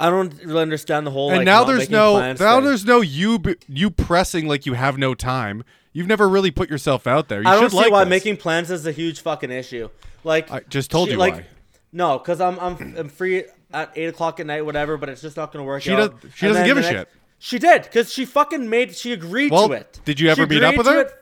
Speaker 5: I don't really understand the whole.
Speaker 3: And
Speaker 5: like,
Speaker 3: now
Speaker 5: not
Speaker 3: there's
Speaker 5: making
Speaker 3: no
Speaker 5: plans
Speaker 3: now
Speaker 5: thing.
Speaker 3: there's no you b- you pressing like you have no time. You've never really put yourself out there. You
Speaker 5: I don't
Speaker 3: should
Speaker 5: see
Speaker 3: like
Speaker 5: why
Speaker 3: this.
Speaker 5: making plans is a huge fucking issue. Like
Speaker 3: I just told
Speaker 5: she-
Speaker 3: you
Speaker 5: like,
Speaker 3: why.
Speaker 5: No, because I'm I'm I'm free at eight o'clock at night, whatever. But it's just not gonna work.
Speaker 3: She
Speaker 5: out.
Speaker 3: does- she
Speaker 5: And
Speaker 3: doesn't
Speaker 5: then
Speaker 3: give
Speaker 5: the
Speaker 3: a
Speaker 5: next-
Speaker 3: shit.
Speaker 5: She did because she fucking made she agreed
Speaker 3: Well,
Speaker 5: to it.
Speaker 3: did you ever
Speaker 5: She
Speaker 3: meet up
Speaker 5: agreed
Speaker 3: with
Speaker 5: to
Speaker 3: her?
Speaker 5: it.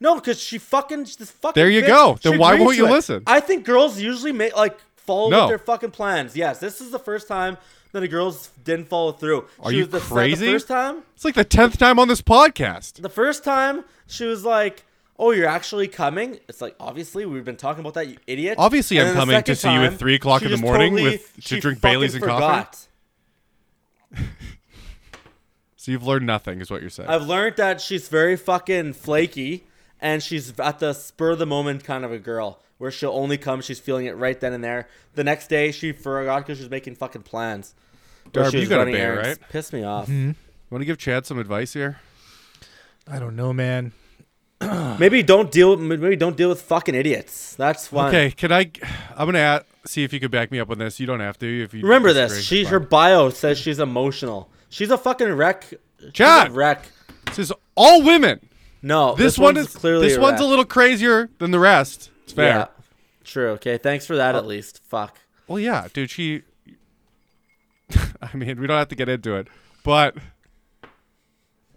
Speaker 5: No, because she fucking this fucking.
Speaker 3: There you
Speaker 5: bitch,
Speaker 3: go. Then
Speaker 5: she
Speaker 3: why
Speaker 5: agreed
Speaker 3: won't
Speaker 5: to
Speaker 3: you
Speaker 5: it.
Speaker 3: listen?
Speaker 5: I think girls usually make like follow
Speaker 3: No.
Speaker 5: with their fucking plans. Yes, this is the first time that the girls didn't follow through.
Speaker 3: Are
Speaker 5: She
Speaker 3: you
Speaker 5: was the-
Speaker 3: crazy?
Speaker 5: The first time.
Speaker 3: It's like the tenth time on this podcast.
Speaker 5: The first time she was like, "Oh, you're actually coming." It's like obviously we've been talking about that, you idiot.
Speaker 3: Obviously,
Speaker 5: And
Speaker 3: I'm
Speaker 5: then the
Speaker 3: coming
Speaker 5: second
Speaker 3: to see you at
Speaker 5: time,
Speaker 3: 3 o'clock
Speaker 5: she
Speaker 3: in the
Speaker 5: just
Speaker 3: morning with- to
Speaker 5: she
Speaker 3: drink
Speaker 5: fucking
Speaker 3: Baileys and coffee? So you've learned nothing, is what you're saying.
Speaker 5: I've learned that she's very fucking flaky, and she's at the spur of the moment kind of a girl where she'll only come. She's feeling it right then and there. The next day, she forgot because she was making fucking plans. Or
Speaker 3: Darb,
Speaker 5: she
Speaker 3: you
Speaker 5: was
Speaker 3: got a
Speaker 5: running
Speaker 3: bay,
Speaker 5: errands.
Speaker 3: right?
Speaker 5: Pissed me off.
Speaker 3: Want to give Chad some advice here?
Speaker 4: I don't know, man.
Speaker 5: Maybe don't deal. Maybe don't deal with fucking idiots. That's fine.
Speaker 3: Okay, can I? I'm gonna a see if you could back me up on this. You don't have to. If you
Speaker 5: Remember
Speaker 3: disagree,
Speaker 5: this.
Speaker 3: it's
Speaker 5: She
Speaker 3: fine.
Speaker 5: her bio says she's emotional. She's a fucking wreck. She's a
Speaker 3: Chad!
Speaker 5: wreck.
Speaker 3: this is all women.
Speaker 5: No,
Speaker 3: This, one
Speaker 5: one's
Speaker 3: is
Speaker 5: clearly
Speaker 3: This one's a
Speaker 5: wreck.
Speaker 3: little crazier than the rest. It's fair.
Speaker 5: Yeah. True. Okay. Thanks for
Speaker 3: Uh,
Speaker 5: that. At least. Fuck.
Speaker 3: Well, yeah, dude. She. I mean, we don't have to get into it, but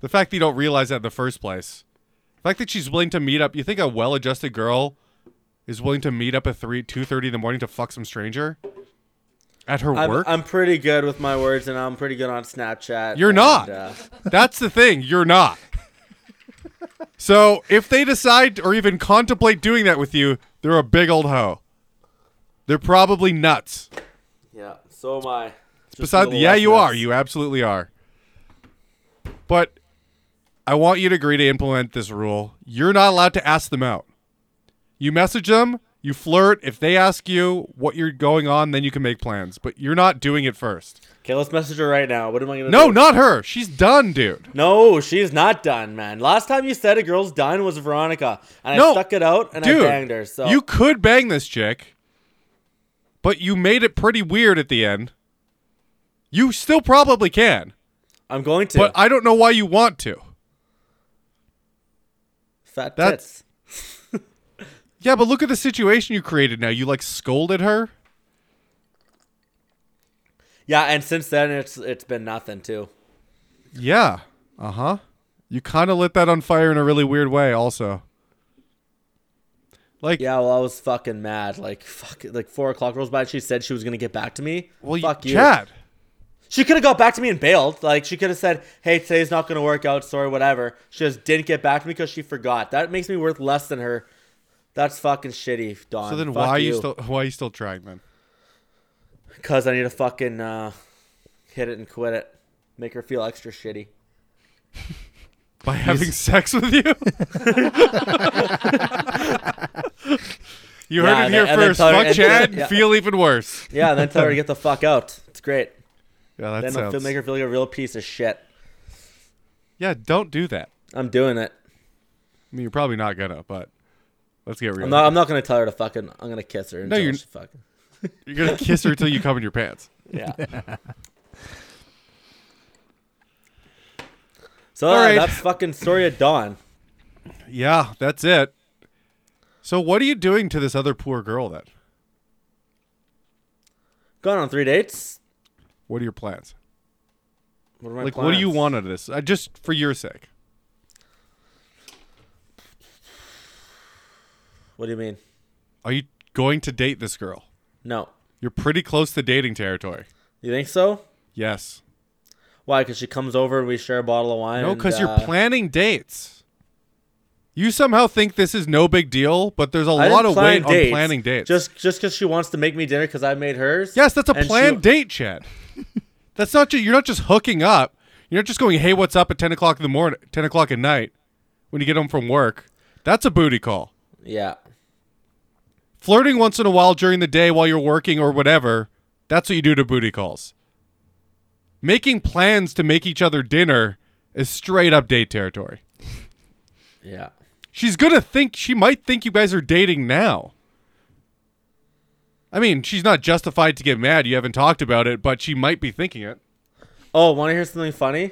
Speaker 3: the fact that you don't realize that in the first place, the fact that she's willing to meet up. You think a well-adjusted girl is willing to meet up at three, two thirty in the morning to fuck some stranger at her
Speaker 5: I'm,
Speaker 3: work?
Speaker 5: I'm pretty good with my words, and I'm pretty good on Snapchat.
Speaker 3: You're
Speaker 5: and,
Speaker 3: not.
Speaker 5: uh,
Speaker 3: That's the thing. You're not. So if they decide or even contemplate doing that with you, they're a big old hoe. They're probably nuts.
Speaker 5: yeah. So am I. Just a
Speaker 3: Besides,
Speaker 5: little
Speaker 3: yeah,
Speaker 5: less
Speaker 3: you
Speaker 5: nuts.
Speaker 3: are. You absolutely are. But I want you to agree to implement this rule. You're not allowed to ask them out. You message them, you flirt. If they ask you what you're going on, then you can make plans. But you're not doing it first.
Speaker 5: Okay. Let's message her right now. What am I gonna?
Speaker 3: No,
Speaker 5: do?
Speaker 3: not her. She's done, dude.
Speaker 5: No, she's not done, man. Last time you said a girl's done was Veronica, and I
Speaker 3: No,
Speaker 5: stuck it out and
Speaker 3: Dude,
Speaker 5: I banged her. So
Speaker 3: you could bang this chick, but you made it pretty weird at the end. You still probably can,
Speaker 5: I'm going to.
Speaker 3: but I don't know why you want to.
Speaker 5: Fat
Speaker 3: that's-
Speaker 5: tits.
Speaker 3: Yeah, but look at the situation you created now. You like scolded her.
Speaker 5: Yeah, and since then it's it's been nothing too.
Speaker 3: Yeah. Uh huh. You kind of lit that on fire in a really weird way, also. Like,
Speaker 5: Yeah, well, I was fucking mad. Like, fuck, like four o'clock rolls by, and she said she was gonna get back to me.
Speaker 3: well,
Speaker 5: fuck
Speaker 3: you, Chad.
Speaker 5: She could have got back to me and bailed. Like, she could have said, "Hey, today's not gonna work out. Sorry, whatever." She just didn't get back to me because she forgot. That makes me worth less than her. That's fucking shitty, Don.
Speaker 3: So then, why are you. still why are you still trying then?
Speaker 5: Because I need to fucking uh, hit it and quit it. Make her feel extra shitty.
Speaker 3: By having sex with you? you
Speaker 5: Yeah,
Speaker 3: heard it
Speaker 5: and
Speaker 3: here
Speaker 5: then- and then
Speaker 3: first.
Speaker 5: tell her-
Speaker 3: Fuck
Speaker 5: and-
Speaker 3: Chad,
Speaker 5: yeah.
Speaker 3: feel even worse.
Speaker 5: Yeah, and then tell her to get the fuck out. It's great.
Speaker 3: Yeah, that
Speaker 5: Then I'll
Speaker 3: sounds.
Speaker 5: feel, make her feel like a real piece of shit.
Speaker 3: Yeah, don't do that.
Speaker 5: I'm doing it.
Speaker 3: I mean, you're probably not gonna, but let's get real.
Speaker 5: I'm not. I'm not gonna tell her to fucking. I'm gonna kiss her. No,
Speaker 3: you're-
Speaker 5: you're fucking.
Speaker 3: You're gonna kiss her till you come in your pants.
Speaker 5: Yeah. so
Speaker 3: All
Speaker 5: yeah,
Speaker 3: right.
Speaker 5: that's fucking story of dawn.
Speaker 3: Yeah, that's it. So what are you doing to this other poor girl then?
Speaker 5: Gone on three dates.
Speaker 3: What are your plans?
Speaker 5: What are my
Speaker 3: like, what do you
Speaker 5: plans?
Speaker 3: want out of this? Uh, just for your sake.
Speaker 5: What do you mean?
Speaker 3: Are you going to date this girl?
Speaker 5: No.
Speaker 3: You're pretty close to dating territory.
Speaker 5: You think so?
Speaker 3: Yes.
Speaker 5: Why? Because she comes over and we share a bottle of wine.
Speaker 3: No,
Speaker 5: and,
Speaker 3: because
Speaker 5: uh,
Speaker 3: you're planning dates. You somehow think this is no big deal, but there's a
Speaker 5: I didn't
Speaker 3: lot of
Speaker 5: plan
Speaker 3: weight
Speaker 5: dates.
Speaker 3: on planning dates.
Speaker 5: Just just because she wants to make me dinner because I made hers.
Speaker 3: yes, that's a
Speaker 5: and she-
Speaker 3: planned date, Chad. that's not ju- you're not just hooking up. You're not just going, hey, what's up at ten o'clock in the morning, ten o'clock at night, when you get home from work. That's a booty call.
Speaker 5: Yeah.
Speaker 3: Flirting once in a while during the day while you're working or whatever. That's what you do to booty calls. Making plans to make each other dinner is straight up date territory.
Speaker 5: Yeah.
Speaker 3: She's gonna think she might think you guys are dating now. I mean, she's not justified to get mad. You haven't talked about it, but she might be thinking it.
Speaker 5: Oh, want to hear something funny?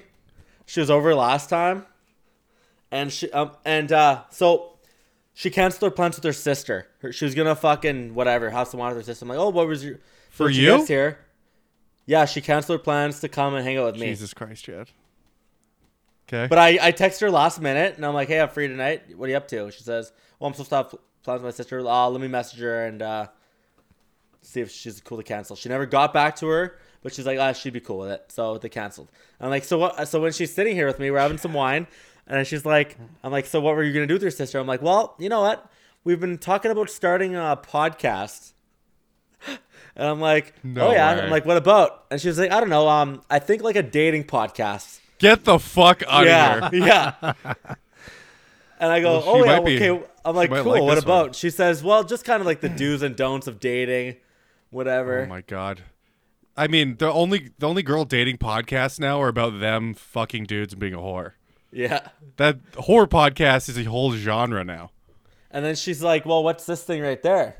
Speaker 5: She was over last time, and she um and uh so she canceled her plans with her sister. Her, she was gonna fucking whatever have some wine with her sister. I'm like, oh, what was your for
Speaker 3: you?
Speaker 5: here? Yeah, she canceled her plans to come and hang out with me.
Speaker 3: Jesus Christ, Chad. Okay.
Speaker 5: But I, I text her last minute and I'm like, hey, I'm free tonight. What are you up to? She says, well, I'm supposed to have pl- plans with my sister. Uh, let me message her and uh, see if she's cool to cancel. She never got back to her, but she's like, ah, she'd be cool with it. So they canceled. I'm like, so what? So when she's sitting here with me, we're having some wine, and she's like, I'm like, so what were you gonna do with your sister? I'm like, well, you know what? We've been talking about starting a podcast. And I'm like,
Speaker 3: No
Speaker 5: oh yeah.
Speaker 3: way.
Speaker 5: I'm like, what about? And she was like, I don't know. Um, I think like a dating podcast
Speaker 3: Get the fuck out
Speaker 5: yeah,
Speaker 3: of here.
Speaker 5: yeah. And I go,
Speaker 3: Well, she
Speaker 5: oh yeah,
Speaker 3: might be-
Speaker 5: okay. I'm like,
Speaker 3: might
Speaker 5: cool.
Speaker 3: like
Speaker 5: what
Speaker 3: this
Speaker 5: about?
Speaker 3: one.
Speaker 5: She says, well, just kind of like the do's and don'ts of dating, whatever.
Speaker 3: Oh my god. I mean, the only the only girl dating podcasts now are about them fucking dudes and being a whore.
Speaker 5: yeah.
Speaker 3: That horror podcast is a whole genre now.
Speaker 5: And then she's like, well, what's this thing right there?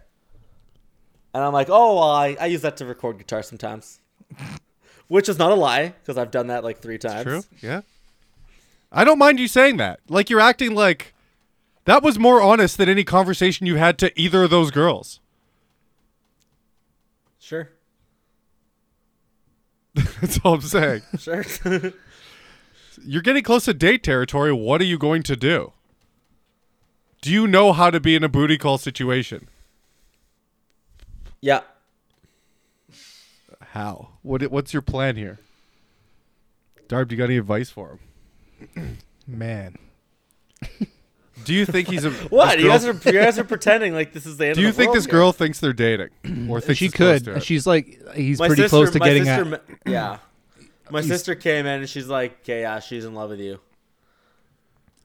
Speaker 5: And I'm like, oh, well, I, I use that to record guitar sometimes, which is not a lie because I've done that like three times.
Speaker 3: True. Yeah. I don't mind you saying that. Like you're acting like that was more honest than any conversation you had to either of those girls.
Speaker 5: Sure.
Speaker 3: That's all I'm saying.
Speaker 5: Sure.
Speaker 3: you're getting close to date territory. What are you going to do? Do you know how to be in a booty call situation?
Speaker 5: yeah.
Speaker 3: How? What what's your plan here? Darb, do you got any advice for him?
Speaker 4: Man.
Speaker 3: Do you think he's a
Speaker 5: What?
Speaker 3: this
Speaker 5: You
Speaker 3: girl-
Speaker 5: guys, are, you guys are pretending like this is the end
Speaker 3: Do
Speaker 5: of
Speaker 3: you
Speaker 5: the
Speaker 3: think
Speaker 5: world
Speaker 3: this
Speaker 5: here.
Speaker 3: girl thinks they're dating or thinks
Speaker 4: She
Speaker 3: it's close to
Speaker 4: could.
Speaker 3: it?
Speaker 4: She's like he's pretty close to
Speaker 5: my
Speaker 4: getting
Speaker 5: sister,
Speaker 4: at.
Speaker 5: me- yeah. My sister came in and she's like, okay, yeah, she's in love with you.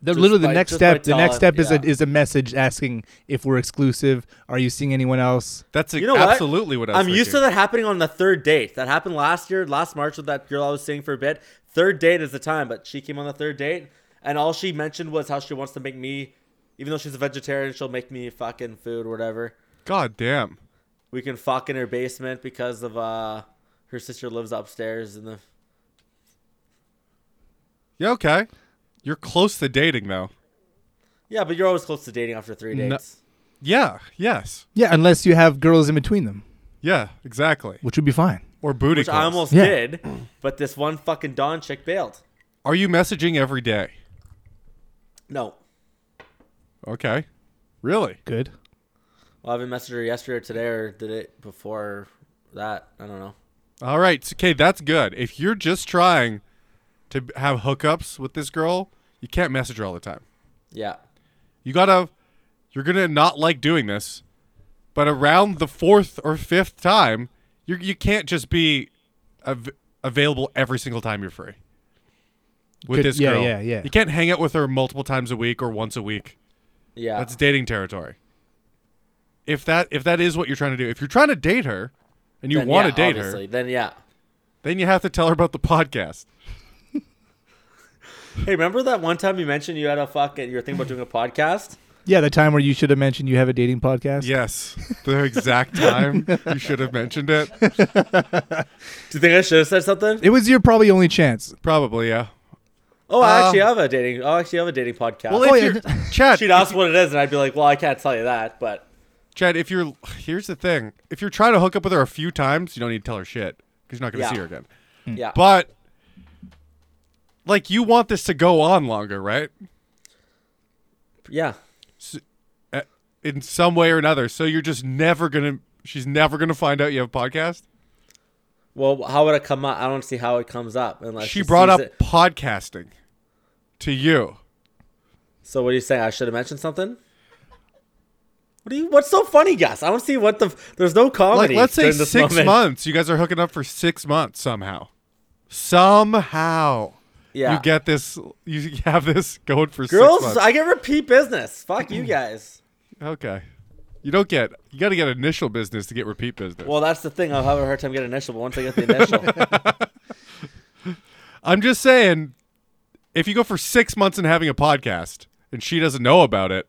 Speaker 4: The,
Speaker 5: Just
Speaker 4: literally, the
Speaker 5: by-
Speaker 4: next
Speaker 5: just by
Speaker 4: step. The next
Speaker 5: telling-
Speaker 4: step is a
Speaker 5: yeah.
Speaker 4: is a message asking if we're exclusive. Are you seeing anyone else?
Speaker 3: That's
Speaker 5: You know what?
Speaker 3: absolutely what, I
Speaker 5: I'm
Speaker 3: was
Speaker 5: used to
Speaker 3: thinking.
Speaker 5: that happening on the third date. That happened last year, last March with that girl I was seeing for a bit. Third date is the time, but she came on the third date, and all she mentioned was how she wants to make me, even though she's a vegetarian, she'll make me fucking food or whatever.
Speaker 3: God damn.
Speaker 5: We can fuck in her basement because of uh, her sister lives upstairs in the.
Speaker 3: Yeah, okay. You're close to dating though.
Speaker 5: Yeah, but you're always close to dating after three
Speaker 3: No.
Speaker 5: dates.
Speaker 3: Yeah, yes.
Speaker 4: Yeah, unless you have girls in between them,
Speaker 3: Yeah, exactly.
Speaker 4: which would be fine.
Speaker 3: Or booty
Speaker 5: Which
Speaker 3: calls.
Speaker 5: I almost
Speaker 4: Yeah.
Speaker 5: did, but this one fucking Dawn chick bailed.
Speaker 3: Are you messaging every day?
Speaker 5: No.
Speaker 3: Okay. Really?
Speaker 4: Good.
Speaker 5: Well, I haven't messaged her yesterday or today or did it before that. I don't know.
Speaker 3: All right. so- Okay, that's good. If you're just trying to b- have hookups with this girl, you can't message her all the time.
Speaker 5: Yeah.
Speaker 3: You gotta. You're gonna not like doing this, but around the fourth or fifth time, you you can't just be av- available every single time you're free. With
Speaker 4: Good-
Speaker 3: this
Speaker 4: yeah,
Speaker 3: girl,
Speaker 4: yeah, yeah.
Speaker 3: You can't hang out with her multiple times a week or once a week.
Speaker 5: Yeah.
Speaker 3: That's dating territory. If that if that is what you're trying to do, if you're trying to date her, and you
Speaker 5: Then
Speaker 3: want to
Speaker 5: yeah,
Speaker 3: date
Speaker 5: obviously.
Speaker 3: her,
Speaker 5: Then yeah.
Speaker 3: then you have to tell her about the podcast.
Speaker 5: Hey, remember that one time you mentioned you had a fucking you were thinking about doing a podcast?
Speaker 4: Yeah, the time where you should have mentioned you have a dating podcast.
Speaker 3: Yes, the exact time you should have mentioned it.
Speaker 5: Do you think I should have said something?
Speaker 4: It was your probably only chance.
Speaker 3: Probably, yeah.
Speaker 5: Oh, I actually have a dating. I actually have a dating podcast.
Speaker 3: um, Well,
Speaker 4: Oh,
Speaker 3: if
Speaker 4: yeah.
Speaker 3: you're Chad,
Speaker 5: She'd ask what it is, and I'd be like, "Well, I can't tell you that." But
Speaker 3: Chad, if you're here's the thing: if you're trying to hook up with her a few times, you don't need to tell her shit because you're not going to
Speaker 5: Yeah.
Speaker 3: see her again.
Speaker 5: yeah,
Speaker 3: Hmm. But like, you want this to go on longer, right?
Speaker 5: yeah,
Speaker 3: In some way or another. So you're just never going to She's never gonna find out you have a podcast.
Speaker 5: Well, how would it come up? I don't see how it comes up unless
Speaker 3: she brought
Speaker 5: Uh, sees
Speaker 3: up
Speaker 5: it.
Speaker 3: podcasting to you.
Speaker 5: So what are you saying? I should have mentioned something. What do you? What's so funny, Gus? I don't see what the. f- There's no
Speaker 3: Like,
Speaker 5: comedy.
Speaker 3: let's say
Speaker 5: during this
Speaker 3: six
Speaker 5: moment.
Speaker 3: months. You guys are hooking up for six months somehow. Somehow,
Speaker 5: Yeah.
Speaker 3: you get this. You have this going for
Speaker 5: girls.
Speaker 3: Six months.
Speaker 5: I get repeat business. Fuck you guys.
Speaker 3: okay, you don't get. You got to get initial business to get repeat business.
Speaker 5: Well, that's the thing. I'll have a hard time getting initial, but once I get the initial,
Speaker 3: I'm just saying, if you go for six months and having a podcast and she doesn't know about it,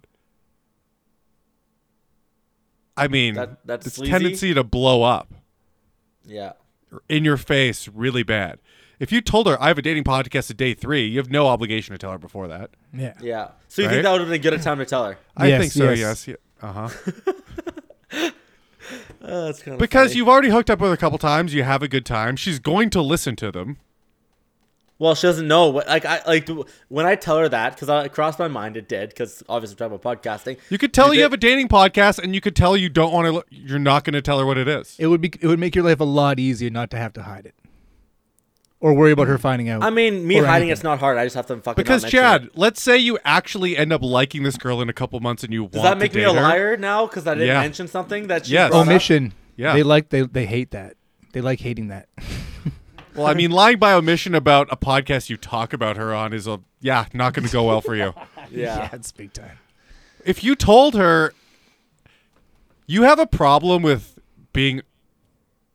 Speaker 3: I mean,
Speaker 5: That- that's
Speaker 3: this
Speaker 5: sleazy.
Speaker 3: tendency to blow up
Speaker 5: yeah.
Speaker 3: in your face really bad. If you told her I have a dating podcast at day three, you have no obligation to tell her before that.
Speaker 4: Yeah.
Speaker 5: Yeah. So you
Speaker 3: Right?
Speaker 5: think that would have been a good a time to tell her?
Speaker 3: I
Speaker 4: Yes,
Speaker 3: think so. Yes.
Speaker 4: yes.
Speaker 3: Uh huh.
Speaker 5: Uh, that's kind of
Speaker 3: Because you've already hooked up with her a couple times, you have a good time. She's going to listen to them.
Speaker 5: Well, she doesn't know. What, like I like when I tell her that because it crossed my mind. It did because obviously we're talking about podcasting.
Speaker 3: You could tell you,
Speaker 5: You did-
Speaker 3: have a dating podcast, and you could tell you don't want to. Lo- you're not going to tell her what it is.
Speaker 4: It would be it would make your life a lot easier not to have to hide it. Or worry about her finding out.
Speaker 5: I mean, me
Speaker 4: Or
Speaker 5: hiding
Speaker 4: anything.
Speaker 5: it's not hard. I just have to fucking.
Speaker 3: Because
Speaker 5: not mention
Speaker 3: Chad,
Speaker 5: it.
Speaker 3: let's say you actually end up liking this girl in a couple months and you
Speaker 5: does
Speaker 3: want
Speaker 5: that make
Speaker 3: to
Speaker 5: me
Speaker 3: date
Speaker 5: a
Speaker 3: her.
Speaker 5: liar now? Because I didn't
Speaker 3: Yeah.
Speaker 5: mention something that she.
Speaker 3: Yes.
Speaker 5: brought up?
Speaker 4: omission.
Speaker 3: Yeah.
Speaker 4: They like they they hate that. They like hating that.
Speaker 3: Well, I mean, lying by omission about a podcast you talk about her on is a yeah, not going to go well for you.
Speaker 5: Yeah.
Speaker 4: it's big time.
Speaker 3: if you told her you have a problem with being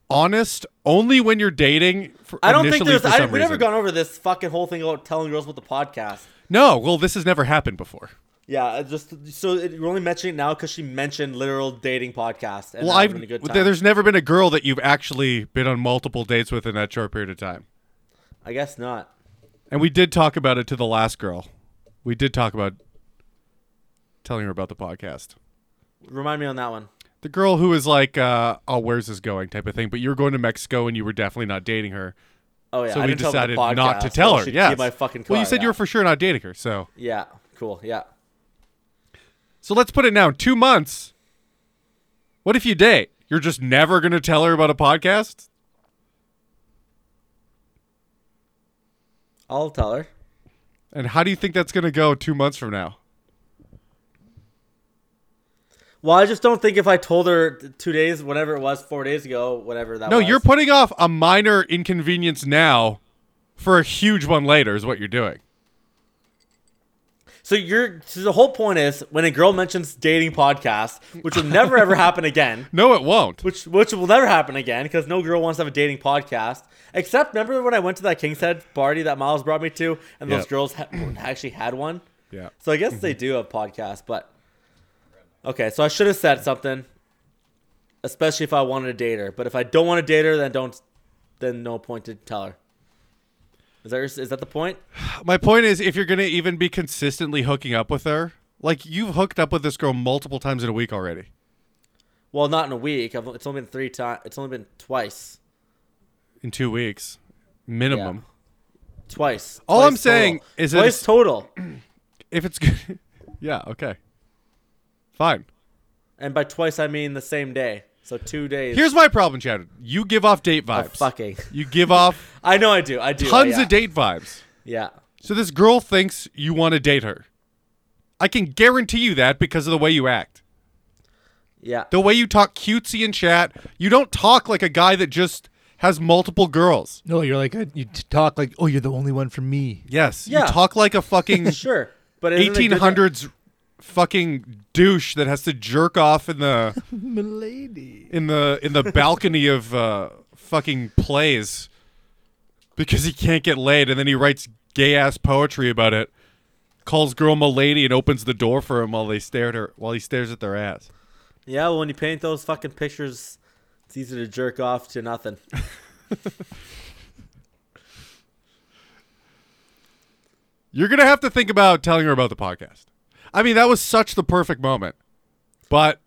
Speaker 3: honest only when you're dating, for,
Speaker 5: I don't think
Speaker 3: initially
Speaker 5: there's.
Speaker 3: for
Speaker 5: I,
Speaker 3: some
Speaker 5: we never
Speaker 3: reason.
Speaker 5: gone over this fucking whole thing about telling girls about the podcast.
Speaker 3: No, well, this has never happened before.
Speaker 5: Yeah, it just so it, you're only mentioning it now because she mentioned literal dating podcast. And
Speaker 3: Well,
Speaker 5: I'm
Speaker 3: I've,
Speaker 5: having a good
Speaker 3: there-
Speaker 5: time.
Speaker 3: there's never been a girl that you've actually been on multiple dates with in that short period of time.
Speaker 5: I guess not.
Speaker 3: And we did talk about it to the last girl. We did talk about telling her about the podcast.
Speaker 5: Remind me on that one.
Speaker 3: The girl who was like, uh, "Oh, where's this going?" type of thing. But you were going to Mexico, and you were definitely not dating her.
Speaker 5: Oh yeah.
Speaker 3: So
Speaker 5: I
Speaker 3: we
Speaker 5: didn't tell about
Speaker 3: decided
Speaker 5: the podcast,
Speaker 3: not to tell
Speaker 5: so
Speaker 3: her.
Speaker 5: she'd
Speaker 3: Yes.
Speaker 5: keep my fucking.
Speaker 3: well,
Speaker 5: car,
Speaker 3: you said
Speaker 5: yeah.
Speaker 3: you were for sure not dating her. So,
Speaker 5: Yeah. Cool. Yeah.
Speaker 3: so let's put it now. Two months. What if you date? You're just never gonna tell her about a podcast.
Speaker 5: I'll tell her.
Speaker 3: And how do you think that's gonna go two months from now?
Speaker 5: Well, I just don't think if I told her th- two days, whatever it was, four days ago, whatever that
Speaker 3: No,
Speaker 5: was.
Speaker 3: you're putting off a minor inconvenience now for a huge one later. Is what you're doing.
Speaker 5: So you're so the whole point is when a girl mentions dating podcast, which will never ever happen again,
Speaker 3: No, it won't.
Speaker 5: which which will never happen again because no girl wants to have a dating podcast. Except remember when I went to that King's Head party that Miles brought me to, and those
Speaker 3: Yeah.
Speaker 5: girls ha- actually had one.
Speaker 3: Yeah.
Speaker 5: So I guess
Speaker 3: Mm-hmm.
Speaker 5: they do have podcasts, but okay. So I should have said something, especially if I wanted to date her. But if I don't want to date her, then don't, then no point to tell her. Is that your, is that the point?
Speaker 3: My point is, if you're gonna even be consistently hooking up with her, like you've hooked up with this girl multiple times in a week already.
Speaker 5: Well, not in a week. I've, it's only been three times. It's only been twice.
Speaker 3: In two weeks, minimum.
Speaker 5: Yeah. Twice.
Speaker 3: All
Speaker 5: Twice
Speaker 3: I'm saying
Speaker 5: total.
Speaker 3: is that
Speaker 5: twice
Speaker 3: it's-
Speaker 5: total,
Speaker 3: If it's good, yeah, okay, fine.
Speaker 5: and by twice I mean the same day. So two days.
Speaker 3: Here's my problem, Chad. You give off
Speaker 5: of
Speaker 3: date vibes.
Speaker 5: fucking.
Speaker 3: You give off
Speaker 5: I know I do. I do.
Speaker 3: tons
Speaker 5: yeah.
Speaker 3: of date vibes.
Speaker 5: Yeah.
Speaker 3: So this girl thinks you want to date her. I can guarantee you that because of the way you act.
Speaker 5: Yeah.
Speaker 3: The way you talk cutesy in chat, you don't talk like a guy that just has multiple girls.
Speaker 4: No, you're like a, you t- talk like, oh, you're the only one for me.
Speaker 3: Yes,
Speaker 5: Yeah.
Speaker 3: you talk like a fucking
Speaker 5: Sure. But isn't it good-
Speaker 3: eighteen hundreds fucking douche that has to jerk off in the
Speaker 4: Milady.
Speaker 3: in the in the balcony of uh, fucking plays because he can't get laid, and then he writes gay ass poetry about it. Calls girl milady and opens the door for him while they stare at her while he stares at their ass.
Speaker 5: Yeah, well, when you paint those fucking pictures, it's easy to jerk off to nothing.
Speaker 3: You're gonna have to think about telling her about the podcast. I mean, that was such the perfect moment, but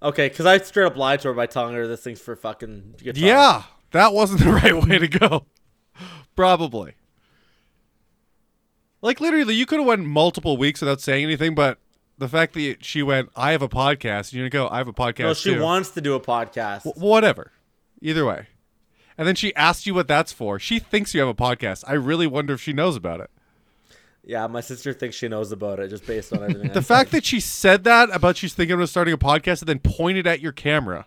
Speaker 5: Okay, because I straight up lied to her by telling her this thing's for fucking guitar.
Speaker 3: Yeah, that wasn't the right way to go. Probably. Like literally, you could have went multiple weeks without saying anything, but the fact that she went, I have a podcast, and you're gonna go, I have a podcast.
Speaker 5: No, she
Speaker 3: too.
Speaker 5: wants to do a podcast.
Speaker 3: whatever. Either way. And then she asked you what that's for. She thinks you have a podcast. I really wonder if she knows about it.
Speaker 5: yeah, my sister thinks she knows about it just based on everything.
Speaker 3: The fact that she said that about she's thinking of starting a podcast and then pointed at your camera.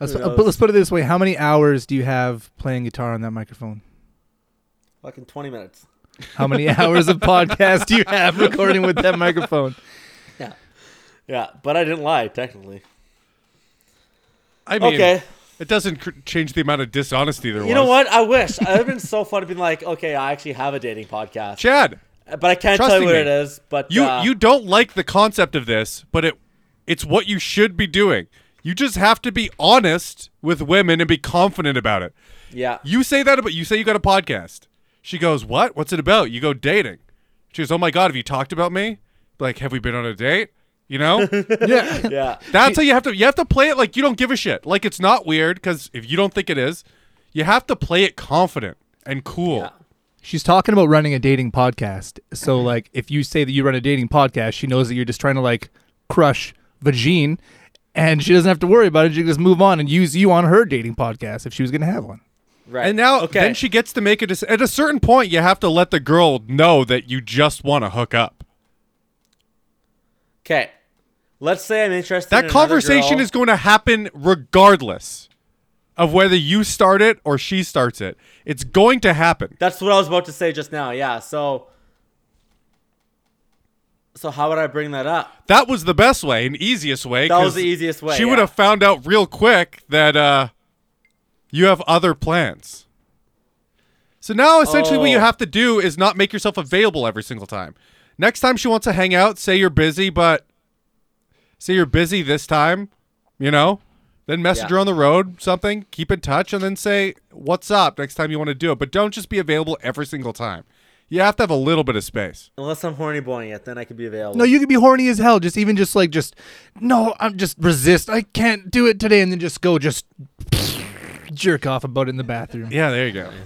Speaker 4: Let's,
Speaker 5: Who
Speaker 4: uh, but
Speaker 5: knows?
Speaker 4: let's put it this way: How many hours do you have playing guitar on that microphone?
Speaker 5: fucking twenty minutes.
Speaker 4: How many hours of podcast do you have recording with that microphone?
Speaker 5: Yeah, yeah, but I didn't lie technically.
Speaker 3: I mean,
Speaker 5: okay,
Speaker 3: it doesn't cr- change the amount of dishonesty there was.
Speaker 5: you know what? I wish I'd have been so fun to be like, okay, I actually have a dating podcast,
Speaker 3: Chad,
Speaker 5: but I can't tell you
Speaker 3: trusting
Speaker 5: what
Speaker 3: me.
Speaker 5: it is. But
Speaker 3: you
Speaker 5: uh,
Speaker 3: you don't like the concept of this, but it it's what you should be doing. You just have to be honest with women and be confident about it.
Speaker 5: yeah,
Speaker 3: You say that about you say you got a podcast. She goes, "What? What's it about?" You go, "Dating." She goes, "Oh my god, have you talked about me? Like, have we been on a date?" You know?
Speaker 4: Yeah,
Speaker 5: yeah,
Speaker 3: That's how you have to you have to play it like you don't give a shit. Like it's not weird cuz if you don't think it is, you have to play it confident and cool.
Speaker 5: Yeah.
Speaker 4: she's talking about running a dating podcast. So, like, if you say that you run a dating podcast, she knows that you're just trying to like crush vagine, and she doesn't have to worry about it. She can just move on and use you on her dating podcast if she was going to have one.
Speaker 5: right.
Speaker 3: And now
Speaker 5: okay,
Speaker 3: then she gets to make a dec- at a certain point you have to let the girl know that you just want to hook up.
Speaker 5: okay. Let's say I'm interested.
Speaker 3: That
Speaker 5: in another
Speaker 3: conversation
Speaker 5: girl.
Speaker 3: is going to happen regardless of whether you start it or she starts it. It's going to happen.
Speaker 5: That's what I was about to say just now. Yeah. So, so how would I bring that up?
Speaker 3: That was the best way and easiest way.
Speaker 5: That was
Speaker 3: 'cause
Speaker 5: the easiest way,
Speaker 3: She
Speaker 5: yeah.
Speaker 3: would have found out real quick that uh, you have other plans. So now essentially what you
Speaker 5: Oh.
Speaker 3: have to do is not make yourself available every single time. Next time she wants to hang out, say you're busy, but say you're busy this time, you know? Then message
Speaker 5: Yeah.
Speaker 3: her on the road, something, keep in touch, and then say, what's up next time you want to do it. But don't just be available every single time. You have to have a little bit of space.
Speaker 5: Unless I'm horny boying it, then I could be available.
Speaker 4: No, you could be horny as hell. Just even just like just no, I'm just resist. I can't do it today, and then just go just jerk off about it in the bathroom.
Speaker 3: Yeah, there you go.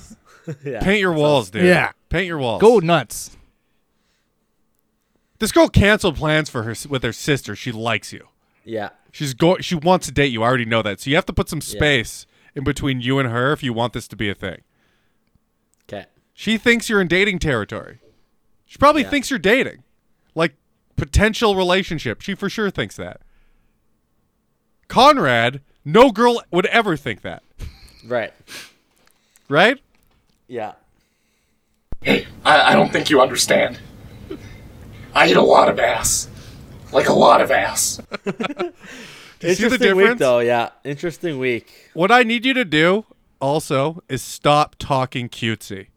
Speaker 5: Yeah.
Speaker 3: Paint your walls, dude.
Speaker 4: Yeah.
Speaker 3: Paint your walls.
Speaker 4: Go nuts.
Speaker 3: This girl canceled plans for her with her sister. She likes you.
Speaker 5: Yeah.
Speaker 3: She's go. She wants to date you. I already know that. So you have to put some space in between you and her if you want this to be a thing.
Speaker 5: Okay.
Speaker 3: She thinks you're in dating territory. She probably
Speaker 5: Yeah.
Speaker 3: thinks you're dating, like potential relationship. She for sure thinks that. Conrad, no girl would ever think that,
Speaker 5: Right.
Speaker 3: right?
Speaker 5: Yeah.
Speaker 8: Hey, I, I don't think you understand. I eat a lot of ass. Like a lot of ass.
Speaker 3: you see the
Speaker 5: Interesting week
Speaker 3: difference?
Speaker 5: though. Yeah. Interesting week.
Speaker 3: What I need you to do also is stop talking cutesy.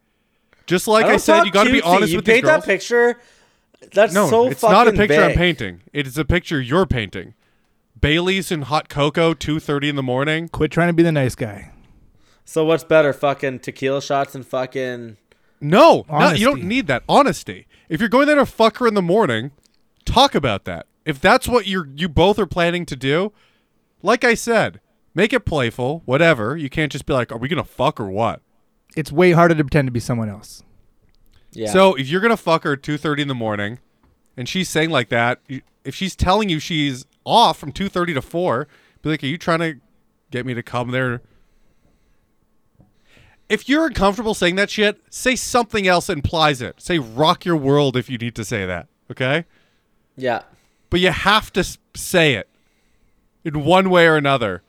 Speaker 3: Just like I,
Speaker 5: don't
Speaker 3: said,
Speaker 5: talk
Speaker 3: you got to be
Speaker 5: cutesy.
Speaker 3: honest
Speaker 5: you
Speaker 3: with these
Speaker 5: paint
Speaker 3: girls.
Speaker 5: that picture. That's
Speaker 3: No,
Speaker 5: so
Speaker 3: it's
Speaker 5: fucking
Speaker 3: not a picture I'm
Speaker 5: big.
Speaker 3: painting. It is a picture you're painting. Bailey's and hot cocoa, two thirty in the morning.
Speaker 4: Quit trying to be the nice guy.
Speaker 5: So what's better, fucking tequila shots and fucking
Speaker 3: No, not, you don't
Speaker 4: Honesty.
Speaker 3: need that honesty. If you're going there to fuck her in the morning, talk about that. If that's what you're, you both are planning to do, like I said, make it playful. Whatever. You can't just be like, "Are we gonna fuck or what?"
Speaker 4: It's way harder to pretend to be someone else.
Speaker 5: yeah.
Speaker 3: So if you're gonna fuck her at two thirty in the morning, and she's saying like that, you- if she's telling you she's off from two thirty to four, be like, "Are you trying to get me to come there?" If you're uncomfortable saying that shit, say something else that implies it. Say "rock your world" if you need to say that. Okay,
Speaker 5: yeah.
Speaker 3: but you have to s- say it in one way or another.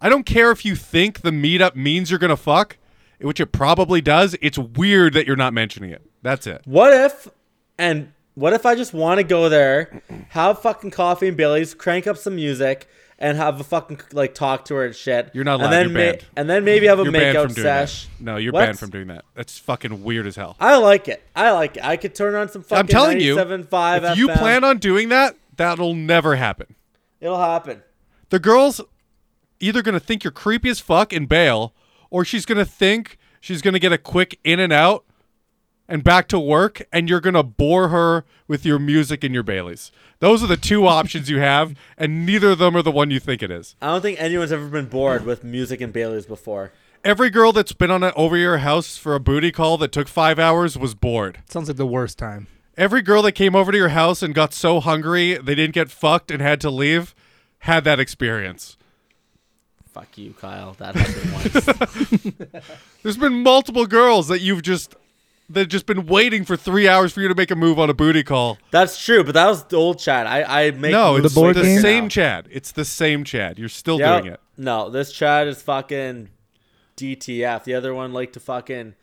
Speaker 3: I don't care if you think the meetup means you're gonna fuck, which it probably does. It's weird that you're not mentioning it. That's it.
Speaker 5: What if and what if I just want to go there, have fucking coffee and Bailey's, crank up some music, and have a fucking like talk to her and shit.
Speaker 3: You're not allowed,
Speaker 5: And then
Speaker 3: you're
Speaker 5: ma-
Speaker 3: banned.
Speaker 5: and then maybe have a
Speaker 3: You're banned from
Speaker 5: makeout
Speaker 3: doing
Speaker 5: sesh.
Speaker 3: that. No, you're
Speaker 5: What?
Speaker 3: banned from doing that. That's fucking weird as hell.
Speaker 5: I like it. I like it. I could turn on some fucking.
Speaker 3: I'm telling you, if
Speaker 5: 97.5 FM.
Speaker 3: you plan on doing that, that'll never happen.
Speaker 5: it'll happen.
Speaker 3: The girl's either gonna think you're creepy as fuck and bail, or she's gonna think she's gonna get a quick in and out and back to work, and you're gonna bore her with your music and your Baileys. Those are the two options you have, and neither of them are the one you think it is.
Speaker 5: I don't think anyone's ever been bored with music and Bailey's before.
Speaker 3: every girl that's been on a, over your house for a booty call that took five hours was bored.
Speaker 4: Sounds like the worst time.
Speaker 3: Every girl that came over to your house and got so hungry they didn't get fucked and had to leave had that experience.
Speaker 5: Fuck you, Kyle. That happened once.
Speaker 3: There's been multiple girls that you've just that have just been waiting for three hours for you to make a move on a booty call.
Speaker 5: That's true, but that was the old chat. I I make
Speaker 3: No,
Speaker 5: moves
Speaker 3: it's the,
Speaker 4: board game?
Speaker 3: same
Speaker 5: now.
Speaker 3: Chad. It's the same Chad. You're still
Speaker 5: Yeah.
Speaker 3: doing it.
Speaker 5: No, this chat is fucking DTF. The other one like to fucking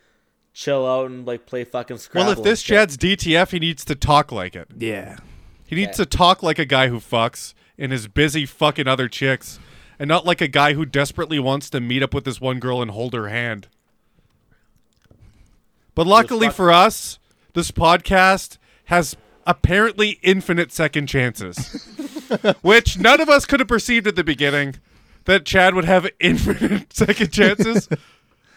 Speaker 5: chill out and like play fucking Scrabble.
Speaker 3: Well, if
Speaker 5: and
Speaker 3: this
Speaker 5: shit.
Speaker 3: Chad's DTF, he needs to talk like it.
Speaker 4: Yeah.
Speaker 3: He needs to talk like a guy who fucks and is busy fucking other chicks, and not like a guy who desperately wants to meet up with this one girl and hold her hand. But luckily
Speaker 5: fuck-
Speaker 3: for us, this podcast has apparently infinite second chances, which none of us could have perceived at the beginning that Chad would have infinite second chances.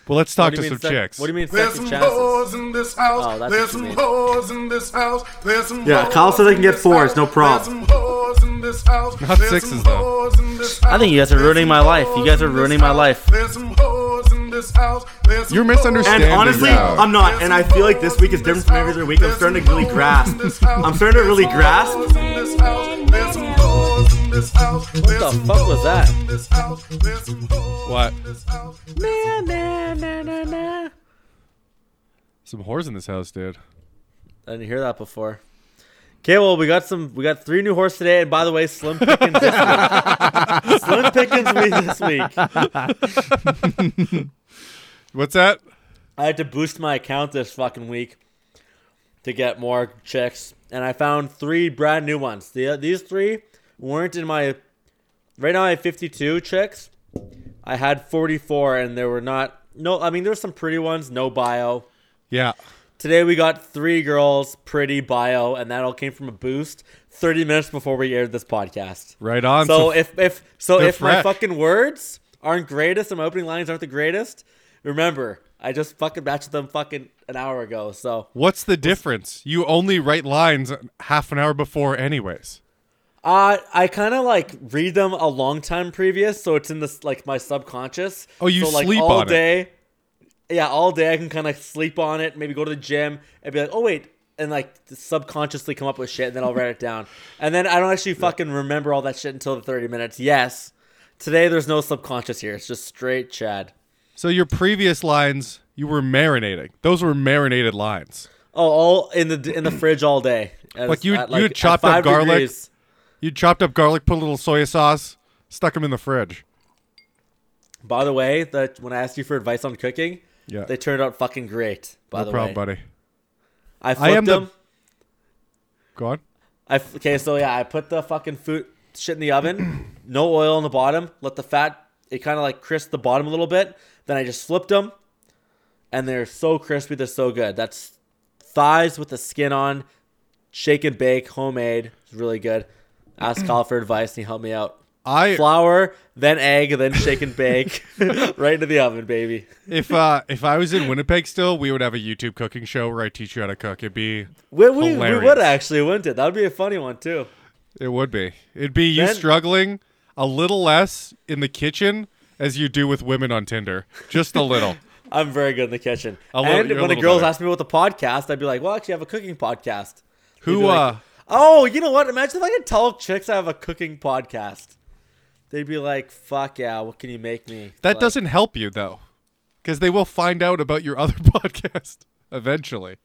Speaker 3: Well, let's
Speaker 5: What
Speaker 3: talk
Speaker 5: do
Speaker 3: to
Speaker 5: you mean
Speaker 3: some
Speaker 5: sec-
Speaker 3: chicks.
Speaker 5: What do you mean
Speaker 2: There's
Speaker 5: second
Speaker 2: some
Speaker 5: chances?
Speaker 2: hoes in this house.
Speaker 5: Oh, that's
Speaker 2: There's
Speaker 5: what you
Speaker 2: some
Speaker 5: mean.
Speaker 2: hoes in this house. There's some
Speaker 5: Yeah,
Speaker 2: hoes
Speaker 5: Kyle said they can
Speaker 2: in
Speaker 5: get
Speaker 2: this
Speaker 5: fours,
Speaker 2: house.
Speaker 5: no prob.
Speaker 2: There's some hoes in this house.
Speaker 3: Not
Speaker 2: There's
Speaker 3: sixes,
Speaker 2: some
Speaker 3: though.
Speaker 2: hoes in this house.
Speaker 5: I think you guys are
Speaker 2: There's
Speaker 5: ruining
Speaker 2: some
Speaker 5: my life.
Speaker 2: hoes
Speaker 5: You guys are
Speaker 2: in this
Speaker 5: ruining my
Speaker 2: house.
Speaker 5: life.
Speaker 2: There's some hoes in this house. There's some
Speaker 3: You're
Speaker 2: hoes in
Speaker 3: misunderstanding.
Speaker 9: And
Speaker 2: this
Speaker 9: honestly,
Speaker 3: now.
Speaker 9: I'm not. And I feel like this week is different from every other week. I'm
Speaker 2: There's
Speaker 9: starting to
Speaker 2: some
Speaker 9: really
Speaker 2: hoes in this
Speaker 9: grasp.
Speaker 2: house.
Speaker 9: I'm starting to really
Speaker 2: There's some
Speaker 9: grasp.
Speaker 2: hoes in this house. There's some hoes in this house. There's
Speaker 5: the
Speaker 2: some
Speaker 5: fuck was
Speaker 2: hoes
Speaker 5: that?
Speaker 2: in this house. There's some hoes
Speaker 3: What?
Speaker 2: in this house.
Speaker 3: Some whores in this house, dude.
Speaker 5: I didn't hear that before. Okay, well, we got some. We got three new horses today, and by the way, Slim Pickens this week. Slim Pickens me this week.
Speaker 3: What's that?
Speaker 5: I had to boost my account this fucking week to get more chicks, and I found three brand new ones. The, these three weren't in my. Right now, I have 52 chicks. I had 44, and there were not. No, I mean, there's some pretty ones, no bio.
Speaker 3: Yeah.
Speaker 5: Today we got three girls, pretty bio, and that all came from a boost 30 minutes before we aired this podcast.
Speaker 3: Right on.
Speaker 5: So
Speaker 3: So
Speaker 5: if if so
Speaker 3: they're
Speaker 5: if my
Speaker 3: fresh.
Speaker 5: fucking words aren't greatest and my opening lines aren't the greatest, remember I just fucking batched them fucking an hour ago. So
Speaker 3: What's the difference? You only write lines half an hour before, anyways.
Speaker 5: uh, I kind of like read them a long time previous, so it's in this like my subconscious.
Speaker 3: Oh, you
Speaker 5: so, like,
Speaker 3: sleep
Speaker 5: all
Speaker 3: on it.
Speaker 5: day. Yeah, all day I can kind of sleep on it. Maybe go to the gym and be like, oh wait, and like subconsciously come up with shit, and then I'll write it down. And then I don't actually fucking remember all that shit until the thirty minutes. Yes, today there's no subconscious here. It's just straight Chad.
Speaker 3: So your previous lines, you were marinating. Those were marinated lines.
Speaker 5: Oh, all in the in the fridge all day. At-
Speaker 3: Like you-
Speaker 5: at,
Speaker 3: you had chopped
Speaker 5: at
Speaker 3: up
Speaker 5: five
Speaker 3: garlic? You chopped up garlic, put a little soy sauce, stuck them in the fridge.
Speaker 5: By the way, that when I asked you for advice on cooking,
Speaker 3: Yeah.
Speaker 5: they turned out fucking great. By
Speaker 3: no
Speaker 5: the
Speaker 3: problem,
Speaker 5: way,
Speaker 3: buddy.
Speaker 5: I
Speaker 3: I
Speaker 5: flipped
Speaker 3: am the-
Speaker 5: them.
Speaker 3: Go on.
Speaker 5: I f- okay, so yeah, I put the fucking food shit in the oven. no oil on the bottom. Let the fat it kind of like crisp the bottom a little bit. Then I just flipped them, and they're so crispy. They're so good. That's thighs with the skin on, shake and bake, homemade. It's really good. Ask Kyle for advice, and he helped me out.
Speaker 3: I
Speaker 5: Flour, then egg, then shake and bake, right into the oven, baby.
Speaker 3: if uh if I was in Winnipeg still, we would have a YouTube cooking show where I teach you how to cook. It'd be
Speaker 5: We, we, we
Speaker 3: Hilarious.
Speaker 5: would actually, wouldn't it? That would be a funny one too.
Speaker 3: it would be. It'd be you
Speaker 5: Then-
Speaker 3: struggling a little less in the kitchen as you do with women on Tinder. Just a little.
Speaker 5: I'm very good in the kitchen.
Speaker 3: A little-
Speaker 5: and
Speaker 3: you're a
Speaker 5: when the
Speaker 3: little
Speaker 5: girls
Speaker 3: better.
Speaker 5: ask me about the podcast, I'd be like, "Well, actually, I have a cooking podcast."
Speaker 3: Who
Speaker 5: They'd be like,
Speaker 3: uh
Speaker 5: Oh, you know what? Imagine if I could tell chicks I have a cooking podcast. They'd be like, "Fuck yeah! What can you make me?"
Speaker 3: That
Speaker 5: Like,
Speaker 3: doesn't help you though, because they will find out about your other podcast eventually.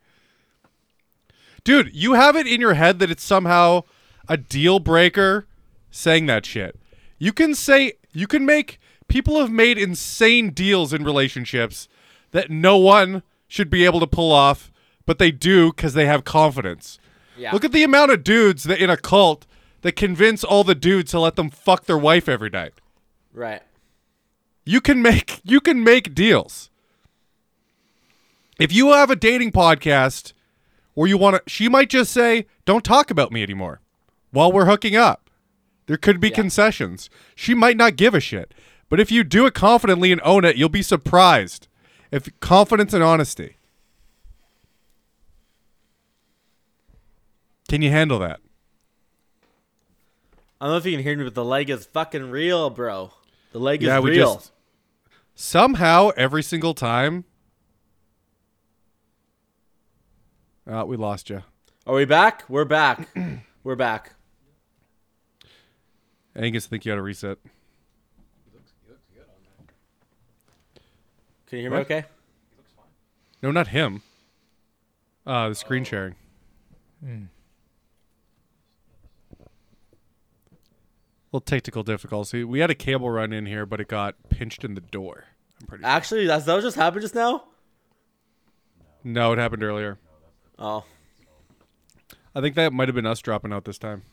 Speaker 3: Dude, you have it in your head that it's somehow a deal breaker saying that shit. You can say you can make people have made insane deals in relationships that no one should be able to pull off, but they do because they have confidence.
Speaker 5: Yeah.
Speaker 3: Look at the amount of dudes that in a cult that convince all the dudes to let them fuck their wife every night.
Speaker 5: right.
Speaker 3: You can make you can make deals. If you have a dating podcast where you want to she might just say, "Don't talk about me anymore." While we're hooking up, there could be concessions. She might not give a shit. But if you do it confidently and own it, you'll be surprised. If confidence and honesty. Can you handle that?
Speaker 5: I don't know if you can hear me, but the leg is fucking real, bro. The leg
Speaker 3: Yeah,
Speaker 5: is
Speaker 3: we
Speaker 5: real.
Speaker 3: just- Somehow, every single time. Oh, we lost you.
Speaker 5: Are we back? We're back. We're back.
Speaker 3: Angus, I think you had to reset.
Speaker 5: Can you hear me
Speaker 3: What?
Speaker 5: okay?
Speaker 3: No, not him. Uh, the screen sharing. Little technical difficulty. We had a cable run in here, but it got pinched in the door. I'm pretty.
Speaker 5: Actually, that's that was just happened just now.
Speaker 3: No, it happened earlier.
Speaker 5: Oh,
Speaker 3: I think that might have been us dropping out this time.